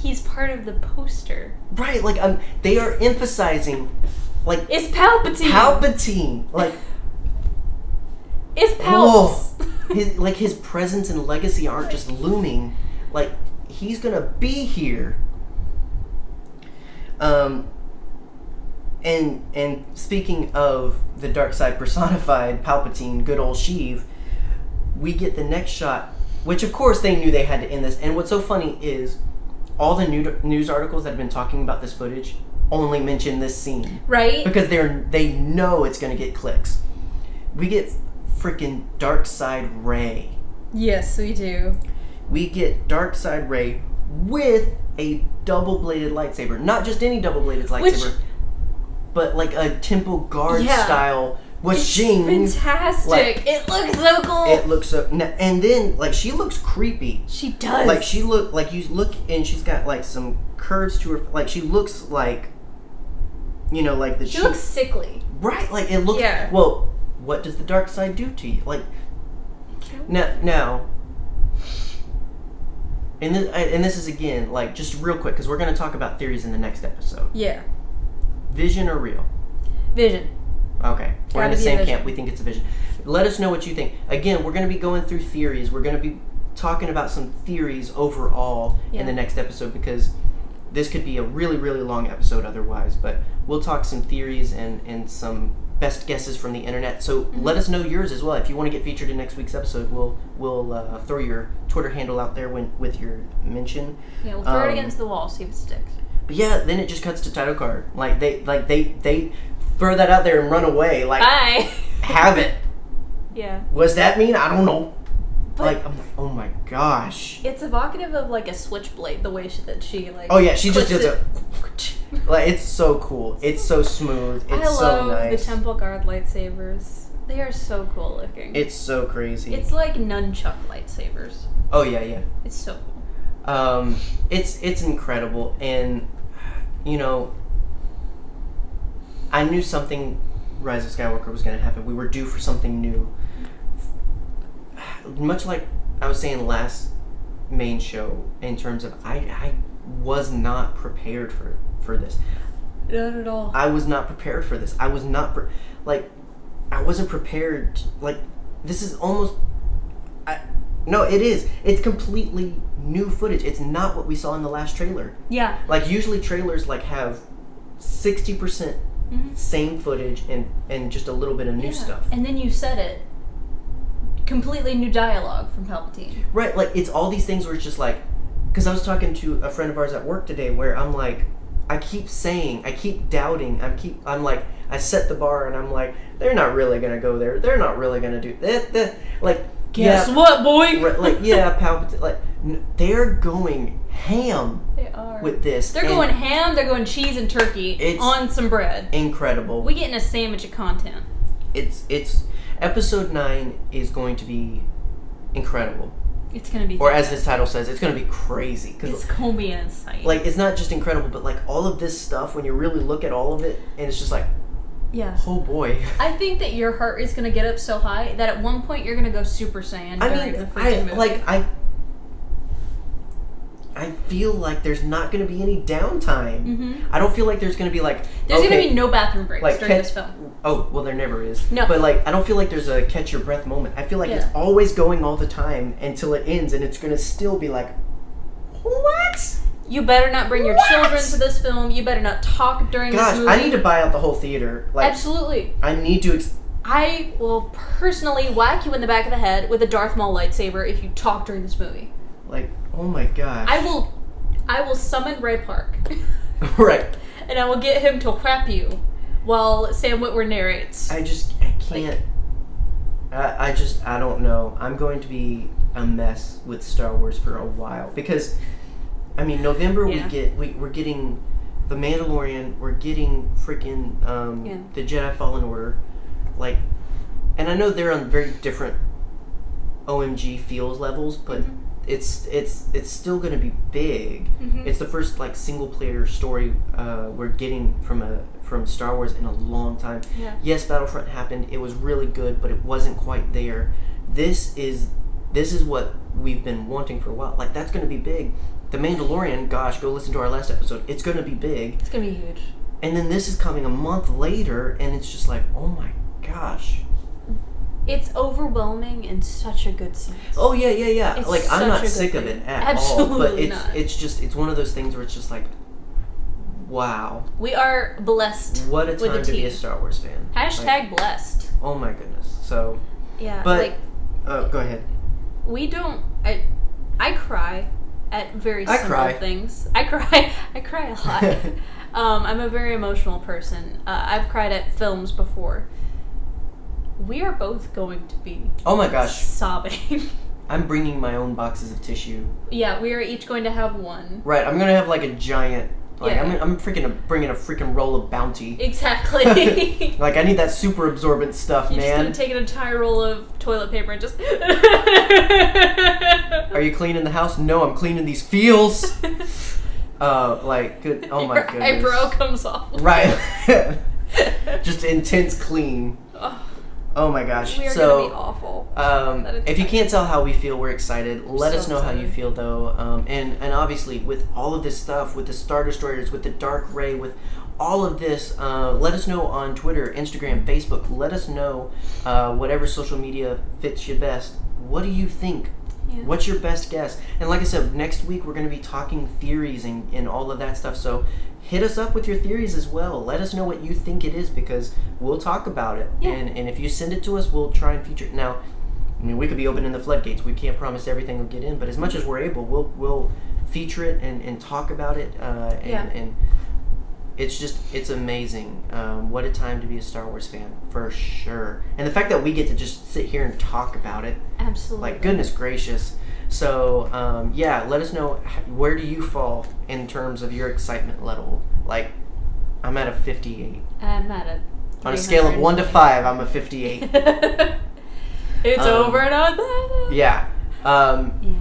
[SPEAKER 2] he's part of the poster.
[SPEAKER 1] right. Like um, they are emphasizing like
[SPEAKER 2] It's Palpatine.
[SPEAKER 1] Palpatine, like
[SPEAKER 2] it's <laughs>
[SPEAKER 1] Whoa.
[SPEAKER 2] Palps.
[SPEAKER 1] Oh. his like his presence and legacy aren't just looming. Like he's gonna be here. Um. And and speaking of the dark side personified, Palpatine, good old Sheev, we get the next shot, which of course they knew they had to end this. And what's so funny is all the new, news articles that have been talking about this footage only mention this scene
[SPEAKER 2] right.
[SPEAKER 1] because they're they know it's gonna get clicks. We get freaking Dark Side Ray.
[SPEAKER 2] Yes, we do.
[SPEAKER 1] We get Dark Side Ray with a double bladed lightsaber, not just any double bladed lightsaber,
[SPEAKER 2] Which-
[SPEAKER 1] but like a temple guard
[SPEAKER 2] Yeah.
[SPEAKER 1] style
[SPEAKER 2] It's
[SPEAKER 1] machine.
[SPEAKER 2] fantastic.
[SPEAKER 1] like-
[SPEAKER 2] it looks so cool.
[SPEAKER 1] It looks so, n- and then like she looks creepy.
[SPEAKER 2] she does.
[SPEAKER 1] Like she look like you look and she's got like some curves to her. Like she looks like, you know, like the
[SPEAKER 2] She looks sickly.
[SPEAKER 1] Right, like it looks.
[SPEAKER 3] Yeah.
[SPEAKER 1] Well, what does the dark side do to you? Like now, now, and this, and this is again like just real quick because we're going to talk about theories in the next episode.
[SPEAKER 2] Yeah.
[SPEAKER 1] Vision or real?
[SPEAKER 2] Vision.
[SPEAKER 1] Okay, we're in the
[SPEAKER 2] Gotta be a
[SPEAKER 1] same
[SPEAKER 2] vision.
[SPEAKER 1] camp. We think it's a vision. Let us know what you think. Again, we're going to be going through theories. We're going to be talking about some theories overall
[SPEAKER 2] Yeah.
[SPEAKER 1] in the next episode because this could be a really really long episode otherwise. But we'll talk some theories and and some best guesses from the internet. So
[SPEAKER 2] Mm-hmm.
[SPEAKER 1] let us know yours as well. If you want to get featured in next week's episode, we'll we'll uh, throw your Twitter handle out there when, with your mention.
[SPEAKER 2] Yeah, we'll throw
[SPEAKER 1] Um,
[SPEAKER 2] it against the wall, see if it sticks.
[SPEAKER 1] But yeah, then it just cuts to title card. Like they like they they throw that out there and run away. Like
[SPEAKER 2] Bye. <laughs>
[SPEAKER 1] have it.
[SPEAKER 2] yeah.
[SPEAKER 1] What's that mean? I don't know.
[SPEAKER 2] But-
[SPEAKER 1] like, I'm like, oh my gosh.
[SPEAKER 2] It's evocative of like a switchblade, the way she, that she like.
[SPEAKER 1] Oh yeah, she just
[SPEAKER 2] clicks
[SPEAKER 1] does a.
[SPEAKER 2] <laughs>
[SPEAKER 1] Like, it's so cool. It's so smooth. It's
[SPEAKER 2] I love
[SPEAKER 1] so nice.
[SPEAKER 2] the temple guard lightsabers. They are so cool looking.
[SPEAKER 1] it's so crazy.
[SPEAKER 2] It's like nunchuck lightsabers.
[SPEAKER 1] oh yeah, yeah.
[SPEAKER 2] It's so cool.
[SPEAKER 1] Um, it's it's incredible, and you know, I knew something Rise of Skywalker was going to happen. We were due for something new. Much like I was saying last main show, in terms of I I was not prepared for for this.
[SPEAKER 2] Not at all.
[SPEAKER 1] I was not prepared for this. I was not pre- like I wasn't prepared. Like this is almost I No, it is. It's completely new footage. It's not what we saw in the last trailer.
[SPEAKER 2] Yeah.
[SPEAKER 1] Like usually trailers like have sixty percent
[SPEAKER 2] Mhm.
[SPEAKER 1] same footage and and just a little bit of new
[SPEAKER 2] Yeah.
[SPEAKER 1] stuff.
[SPEAKER 2] And then you said it. Completely new dialogue from Palpatine.
[SPEAKER 1] Right, like it's all these things where it's just like, because I was talking to a friend of ours at work today, where I'm like, I keep saying, I keep doubting, I keep, I'm like, I set the bar, and I'm like, they're not really gonna go there, they're not really gonna do that, that. like, yeah,
[SPEAKER 2] what, boy?
[SPEAKER 1] right, like yeah, Palpatine, like n- they're going ham
[SPEAKER 2] They are.
[SPEAKER 1] with this.
[SPEAKER 2] they're
[SPEAKER 1] and
[SPEAKER 2] going ham, they're going cheese and turkey
[SPEAKER 1] It's-
[SPEAKER 2] on some bread.
[SPEAKER 1] incredible.
[SPEAKER 2] We getting a sandwich of content.
[SPEAKER 1] it's it's episode nine is going to be incredible,
[SPEAKER 2] It's gonna be
[SPEAKER 1] or as this title says, it's gonna be crazy because
[SPEAKER 2] it's gonna be insane.
[SPEAKER 1] like it's not just incredible but like all of this stuff when you really look at all of it and it's just like
[SPEAKER 2] yeah.
[SPEAKER 1] oh boy
[SPEAKER 2] I think that your heart is gonna get up so high that at one point you're gonna go Super Saiyan
[SPEAKER 1] i
[SPEAKER 2] during the
[SPEAKER 1] mean i
[SPEAKER 2] freaking movie.
[SPEAKER 1] like i i feel like there's not going to be any downtime
[SPEAKER 2] hmm
[SPEAKER 1] i don't feel like there's going to be like
[SPEAKER 2] There's
[SPEAKER 1] okay,
[SPEAKER 2] gonna be no bathroom breaks
[SPEAKER 1] like,
[SPEAKER 2] during
[SPEAKER 1] catch-
[SPEAKER 2] this film.
[SPEAKER 1] oh well there never is
[SPEAKER 2] No.
[SPEAKER 1] but like i don't feel like there's a catch your breath moment i feel like
[SPEAKER 2] Yeah.
[SPEAKER 1] it's always going all the time until it ends and it's going to still be like what
[SPEAKER 2] You better not bring your
[SPEAKER 1] What?
[SPEAKER 2] children to this film. You better not talk during
[SPEAKER 1] gosh
[SPEAKER 2] this movie.
[SPEAKER 1] i need to buy out the whole theater like
[SPEAKER 2] Absolutely.
[SPEAKER 1] i need to ex-
[SPEAKER 2] I will personally whack you in the back of the head with a Darth Maul lightsaber if you talk during this movie.
[SPEAKER 1] like oh my gosh
[SPEAKER 2] I will I will summon Ray Park
[SPEAKER 1] <laughs>
[SPEAKER 2] <laughs>
[SPEAKER 1] right
[SPEAKER 2] and I will get him to whap you while Sam Witwer narrates.
[SPEAKER 1] I just I can't. I, I just I don't know. I'm going to be a mess with Star Wars for a while because, I mean, November
[SPEAKER 2] Yeah.
[SPEAKER 1] we get we we're getting the Mandalorian, we're getting freaking um,
[SPEAKER 2] Yeah.
[SPEAKER 1] the Jedi Fallen Order, like, and I know they're on very different OMG feels levels, but
[SPEAKER 2] Mhm.
[SPEAKER 1] it's it's it's still going to be big.
[SPEAKER 2] Mhm.
[SPEAKER 1] It's the first like single player story uh, we're getting from a from Star Wars in a long time.
[SPEAKER 2] Yeah.
[SPEAKER 1] Yes, Battlefront happened. It was really good, but it wasn't quite there. This is this is what we've been wanting for a while. Like that's going to be big. The Mandalorian, gosh, go listen to our last episode. It's going to be big.
[SPEAKER 2] It's gonna be huge.
[SPEAKER 1] And then this is coming a month later, and it's just like, oh my gosh.
[SPEAKER 2] It's overwhelming in such a good sense.
[SPEAKER 1] Oh yeah, yeah, yeah.
[SPEAKER 2] It's
[SPEAKER 1] like I'm
[SPEAKER 2] such a
[SPEAKER 1] not
[SPEAKER 2] good
[SPEAKER 1] sick of
[SPEAKER 2] thing.
[SPEAKER 1] it at all. But
[SPEAKER 2] Absolutely
[SPEAKER 1] it's
[SPEAKER 2] not.
[SPEAKER 1] it's just it's one of those things where it's just like, wow,
[SPEAKER 2] We are blessed.
[SPEAKER 1] what a
[SPEAKER 2] With a
[SPEAKER 1] time to
[SPEAKER 2] T.
[SPEAKER 1] be a Star Wars fan.
[SPEAKER 2] Hashtag
[SPEAKER 1] Like,
[SPEAKER 2] blessed.
[SPEAKER 1] oh my goodness. So,
[SPEAKER 2] Yeah.
[SPEAKER 1] But-
[SPEAKER 2] like
[SPEAKER 1] oh, go ahead.
[SPEAKER 2] we don't I I cry at very
[SPEAKER 1] I
[SPEAKER 2] simple
[SPEAKER 1] cry.
[SPEAKER 2] things. I cry <laughs> I cry a
[SPEAKER 1] <laughs>
[SPEAKER 2] lot. um, I'm a very emotional person. Uh, I've cried at films before. We are both going to be
[SPEAKER 1] Oh my gosh,
[SPEAKER 2] sobbing. <laughs>
[SPEAKER 1] I'm bringing my own boxes of tissue.
[SPEAKER 2] yeah, we are each going to have one.
[SPEAKER 1] Right, I'm gonna have like a giant. Like
[SPEAKER 2] Yeah.
[SPEAKER 1] I'm, I'm freaking a, bringing a freaking roll of
[SPEAKER 2] <laughs>
[SPEAKER 1] bounty. <laughs>
[SPEAKER 2] Exactly. You're
[SPEAKER 1] Like I need that super absorbent stuff,
[SPEAKER 2] just
[SPEAKER 1] man.
[SPEAKER 2] gonna take an entire roll of toilet paper and just.
[SPEAKER 1] Are you cleaning the house? No, I'm cleaning these fields. uh, like
[SPEAKER 2] <laughs>
[SPEAKER 1] good. Oh my
[SPEAKER 2] Your
[SPEAKER 1] goodness.
[SPEAKER 2] eyebrow comes off.
[SPEAKER 1] <laughs> Right. just intense clean.
[SPEAKER 2] Oh,
[SPEAKER 1] Oh my gosh.
[SPEAKER 2] we are gonna
[SPEAKER 1] so.
[SPEAKER 2] be awful.
[SPEAKER 1] Um,
[SPEAKER 2] That is
[SPEAKER 1] if you
[SPEAKER 2] fine.
[SPEAKER 1] can't tell how we feel, we're excited. Let
[SPEAKER 2] so
[SPEAKER 1] us know how you
[SPEAKER 2] excited.
[SPEAKER 1] feel, though. Um, and and obviously, with all of this stuff, with the Star Destroyers, with the Dark Ray, with all of this, uh, let us know on Twitter, Instagram, Facebook. Let us know uh, whatever social media fits you best. What do you think?
[SPEAKER 2] Yeah.
[SPEAKER 1] What's your best guess? And like I said, next week we're going to be talking theories and, and all of that stuff. So hit us up with your theories as well. Let us know what you think it is because we'll talk about it.
[SPEAKER 2] Yeah.
[SPEAKER 1] And, and if you send it to us, we'll try and feature it. Now, I mean, we could be opening the floodgates. We can't promise everything will get in, but as much as we're able, we'll we'll feature it and, and talk about it. Uh, and,
[SPEAKER 2] Yeah.
[SPEAKER 1] and it's just it's amazing. Um, what a time to be a Star Wars fan for sure. And the fact that we get to just sit here and talk about it
[SPEAKER 2] Absolutely.
[SPEAKER 1] like goodness gracious so um, yeah let us know h- where do you fall in terms of your excitement level like i'm at a 58
[SPEAKER 2] I'm at a.
[SPEAKER 1] on a scale of 1 to 5 i'm a <laughs>
[SPEAKER 2] <laughs>
[SPEAKER 1] 58
[SPEAKER 2] it's
[SPEAKER 1] Um,
[SPEAKER 2] over and out.
[SPEAKER 1] yeah um,
[SPEAKER 2] Yeah.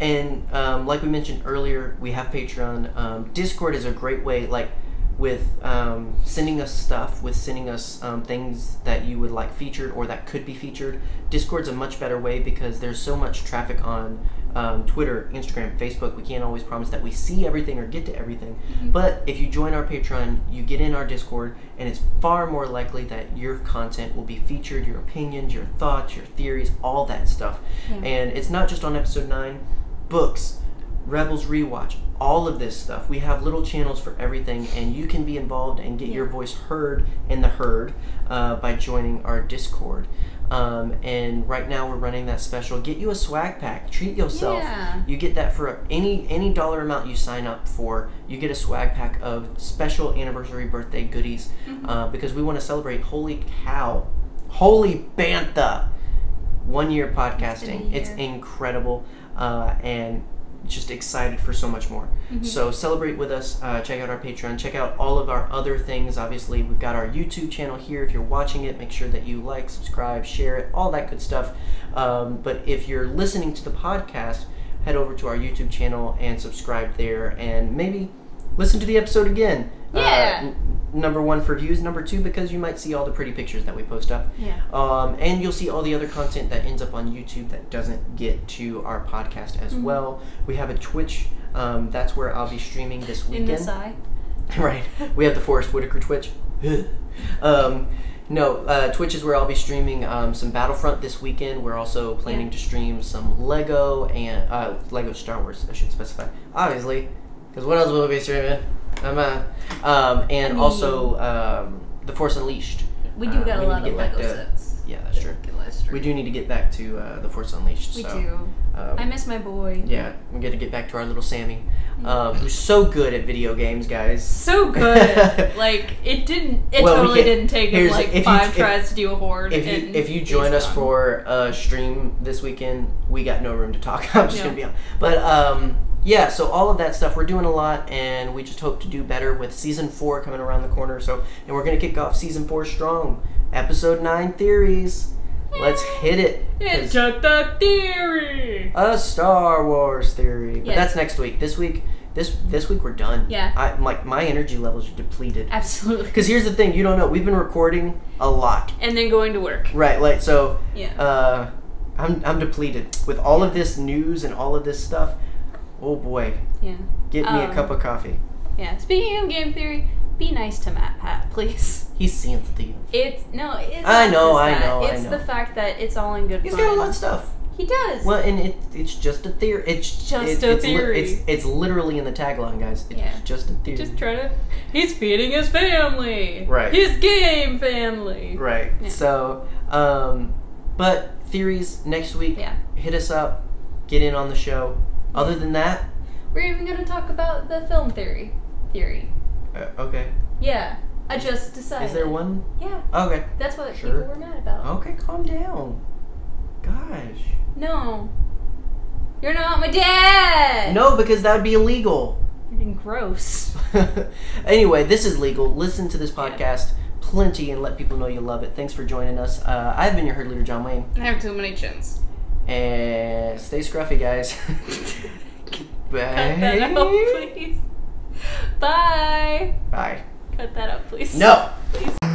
[SPEAKER 1] and um, like we mentioned earlier we have patreon um, discord is a great way like with um, sending us stuff with sending us um, things that you would like featured or that could be featured discord's a much better way because there's so much traffic on uh, um, Twitter, Instagram, Facebook. We can't always promise that we see everything or get to everything. But if you join our Patreon, you get in our Discord, and it's far more likely that your content will be featured, your opinions, your thoughts, your theories, all that stuff. And it's not just on episode 9, books, Rebels Rewatch, all of this stuff. We have little channels for everything, and you can be involved and get your voice heard in the herd uh, by joining our Discord. Um, and right now we're running that special. Get you a swag pack. Treat yourself.
[SPEAKER 2] Yeah.
[SPEAKER 1] You get that for any any dollar amount you sign up for. You get a swag pack of special anniversary birthday goodies uh, because we want to celebrate. Holy cow! Holy bantha! One year podcasting. It's
[SPEAKER 2] year.
[SPEAKER 1] incredible, uh, and just excited for so much more. So celebrate with us. Uh, check out our Patreon. Check out all of our other things. Obviously, we've got our YouTube channel here. If you're watching it, make sure that you like, subscribe, share it, all that good stuff. Um, but if you're listening to the podcast, head over to our YouTube channel and subscribe there, and maybe listen to the episode again. Uh,
[SPEAKER 2] Yeah.
[SPEAKER 1] n- number one for views. Number two because you might see all the pretty pictures that we post up.
[SPEAKER 2] Yeah.
[SPEAKER 1] Um, and you'll see all the other content that ends up on YouTube that doesn't get to our podcast
[SPEAKER 2] Mm-hmm.
[SPEAKER 1] as well. We have a Twitch. Um, that's where I'll be streaming this
[SPEAKER 2] In
[SPEAKER 1] weekend.
[SPEAKER 2] this eye.
[SPEAKER 1] <laughs> right. We have the Forest Whitaker
[SPEAKER 2] <laughs>
[SPEAKER 1] Twitch. um, no, uh, Twitch is where I'll be streaming um, some Battlefront this weekend. We're also planning
[SPEAKER 2] Yeah.
[SPEAKER 1] to stream some Lego and uh, Lego Star Wars. I should specify, obviously, because what else will we be streaming? I'm uh, um, and also um, the Force Unleashed.
[SPEAKER 2] We do
[SPEAKER 1] Uh,
[SPEAKER 2] got
[SPEAKER 1] we need
[SPEAKER 2] a lot
[SPEAKER 1] to
[SPEAKER 2] of
[SPEAKER 1] get back
[SPEAKER 2] Lego
[SPEAKER 1] to-
[SPEAKER 2] sets.
[SPEAKER 1] Yeah, that's true.
[SPEAKER 2] Get last
[SPEAKER 1] We
[SPEAKER 2] year.
[SPEAKER 1] do need to get back to uh, the Force Unleashed.
[SPEAKER 2] We
[SPEAKER 1] so,
[SPEAKER 2] do.
[SPEAKER 1] Um,
[SPEAKER 2] I miss my boy.
[SPEAKER 1] yeah, we got to get back to our little Sammy,
[SPEAKER 2] Mm-hmm.
[SPEAKER 1] um, who's so good at video games, guys. <laughs>
[SPEAKER 2] So good. like it didn't. It
[SPEAKER 1] Well, we
[SPEAKER 2] totally
[SPEAKER 1] can't-
[SPEAKER 2] didn't take him
[SPEAKER 1] here's-
[SPEAKER 2] like
[SPEAKER 1] if you-
[SPEAKER 2] five
[SPEAKER 1] if-
[SPEAKER 2] tries to do a horde.
[SPEAKER 1] If you
[SPEAKER 2] and
[SPEAKER 1] if you
[SPEAKER 2] he's
[SPEAKER 1] join us
[SPEAKER 2] gone.
[SPEAKER 1] for a stream this weekend, we got no room to talk. <laughs> I'm just
[SPEAKER 2] Yeah.
[SPEAKER 1] gonna be on. But um, yeah, so all of that stuff we're doing a lot, and we just hope to do better with season four coming around the corner. So, and we're gonna kick off season four strong. Episode nine theories. Let's hit it. 'cause-
[SPEAKER 2] it's just a theory.
[SPEAKER 1] a Star Wars theory. But
[SPEAKER 2] Yes.
[SPEAKER 1] that's next week. This week, this this week we're done.
[SPEAKER 2] Yeah.
[SPEAKER 1] I like my energy levels are depleted.
[SPEAKER 2] Absolutely.
[SPEAKER 1] Because here's the thing, you don't know. We've been recording a lot,
[SPEAKER 2] And then going to work.
[SPEAKER 1] right? Like so,
[SPEAKER 2] Yeah.
[SPEAKER 1] uh, I'm I'm depleted with all of this news and all of this stuff. Oh boy,
[SPEAKER 2] yeah.
[SPEAKER 1] get me a
[SPEAKER 2] Um,
[SPEAKER 1] cup of coffee.
[SPEAKER 2] Yeah. Speaking of game theory, be nice to Matt Pat, <laughs> please.
[SPEAKER 1] He's sensitive.
[SPEAKER 2] It's no. It's
[SPEAKER 1] I
[SPEAKER 2] not
[SPEAKER 1] know,
[SPEAKER 2] just
[SPEAKER 1] I
[SPEAKER 2] that.
[SPEAKER 1] know, I
[SPEAKER 2] It's
[SPEAKER 1] know.
[SPEAKER 2] the fact that it's all in good
[SPEAKER 1] He's
[SPEAKER 2] fun.
[SPEAKER 1] got a lot of stuff.
[SPEAKER 2] He does.
[SPEAKER 1] Well, and it it's just a theory. It's
[SPEAKER 2] Just
[SPEAKER 1] it-
[SPEAKER 2] a
[SPEAKER 1] it's li-
[SPEAKER 2] theory.
[SPEAKER 1] it's it's literally in the tagline, guys. It's
[SPEAKER 2] Yeah.
[SPEAKER 1] just a theory.
[SPEAKER 2] Just trying to. He's feeding his family.
[SPEAKER 1] Right.
[SPEAKER 2] His game family.
[SPEAKER 1] Right.
[SPEAKER 2] Yeah.
[SPEAKER 1] So, um, but theories next week.
[SPEAKER 2] Yeah.
[SPEAKER 1] Hit us up. Get in on the show. Other than that,
[SPEAKER 2] We're even gonna talk about the film theory. Theory.
[SPEAKER 1] uh, okay.
[SPEAKER 2] Yeah. I just decided.
[SPEAKER 1] Is there one?
[SPEAKER 2] Yeah.
[SPEAKER 1] Okay.
[SPEAKER 2] That's what
[SPEAKER 1] Sure.
[SPEAKER 2] people were mad about.
[SPEAKER 1] Okay, calm down. Gosh.
[SPEAKER 2] No. You're not my dad.
[SPEAKER 1] No, because that would be illegal.
[SPEAKER 2] You're being gross.
[SPEAKER 1] <laughs> anyway, this is legal. Listen to this podcast plenty and let people know you love it. Thanks for joining us. Uh, I've been your herd leader, John Wayne.
[SPEAKER 3] I have too many chins.
[SPEAKER 1] And stay scruffy, guys. <laughs>
[SPEAKER 2] Cut that out,
[SPEAKER 1] Bye.
[SPEAKER 2] please. Bye.
[SPEAKER 1] Bye.
[SPEAKER 2] Cut that out, please.
[SPEAKER 1] No.
[SPEAKER 2] Please.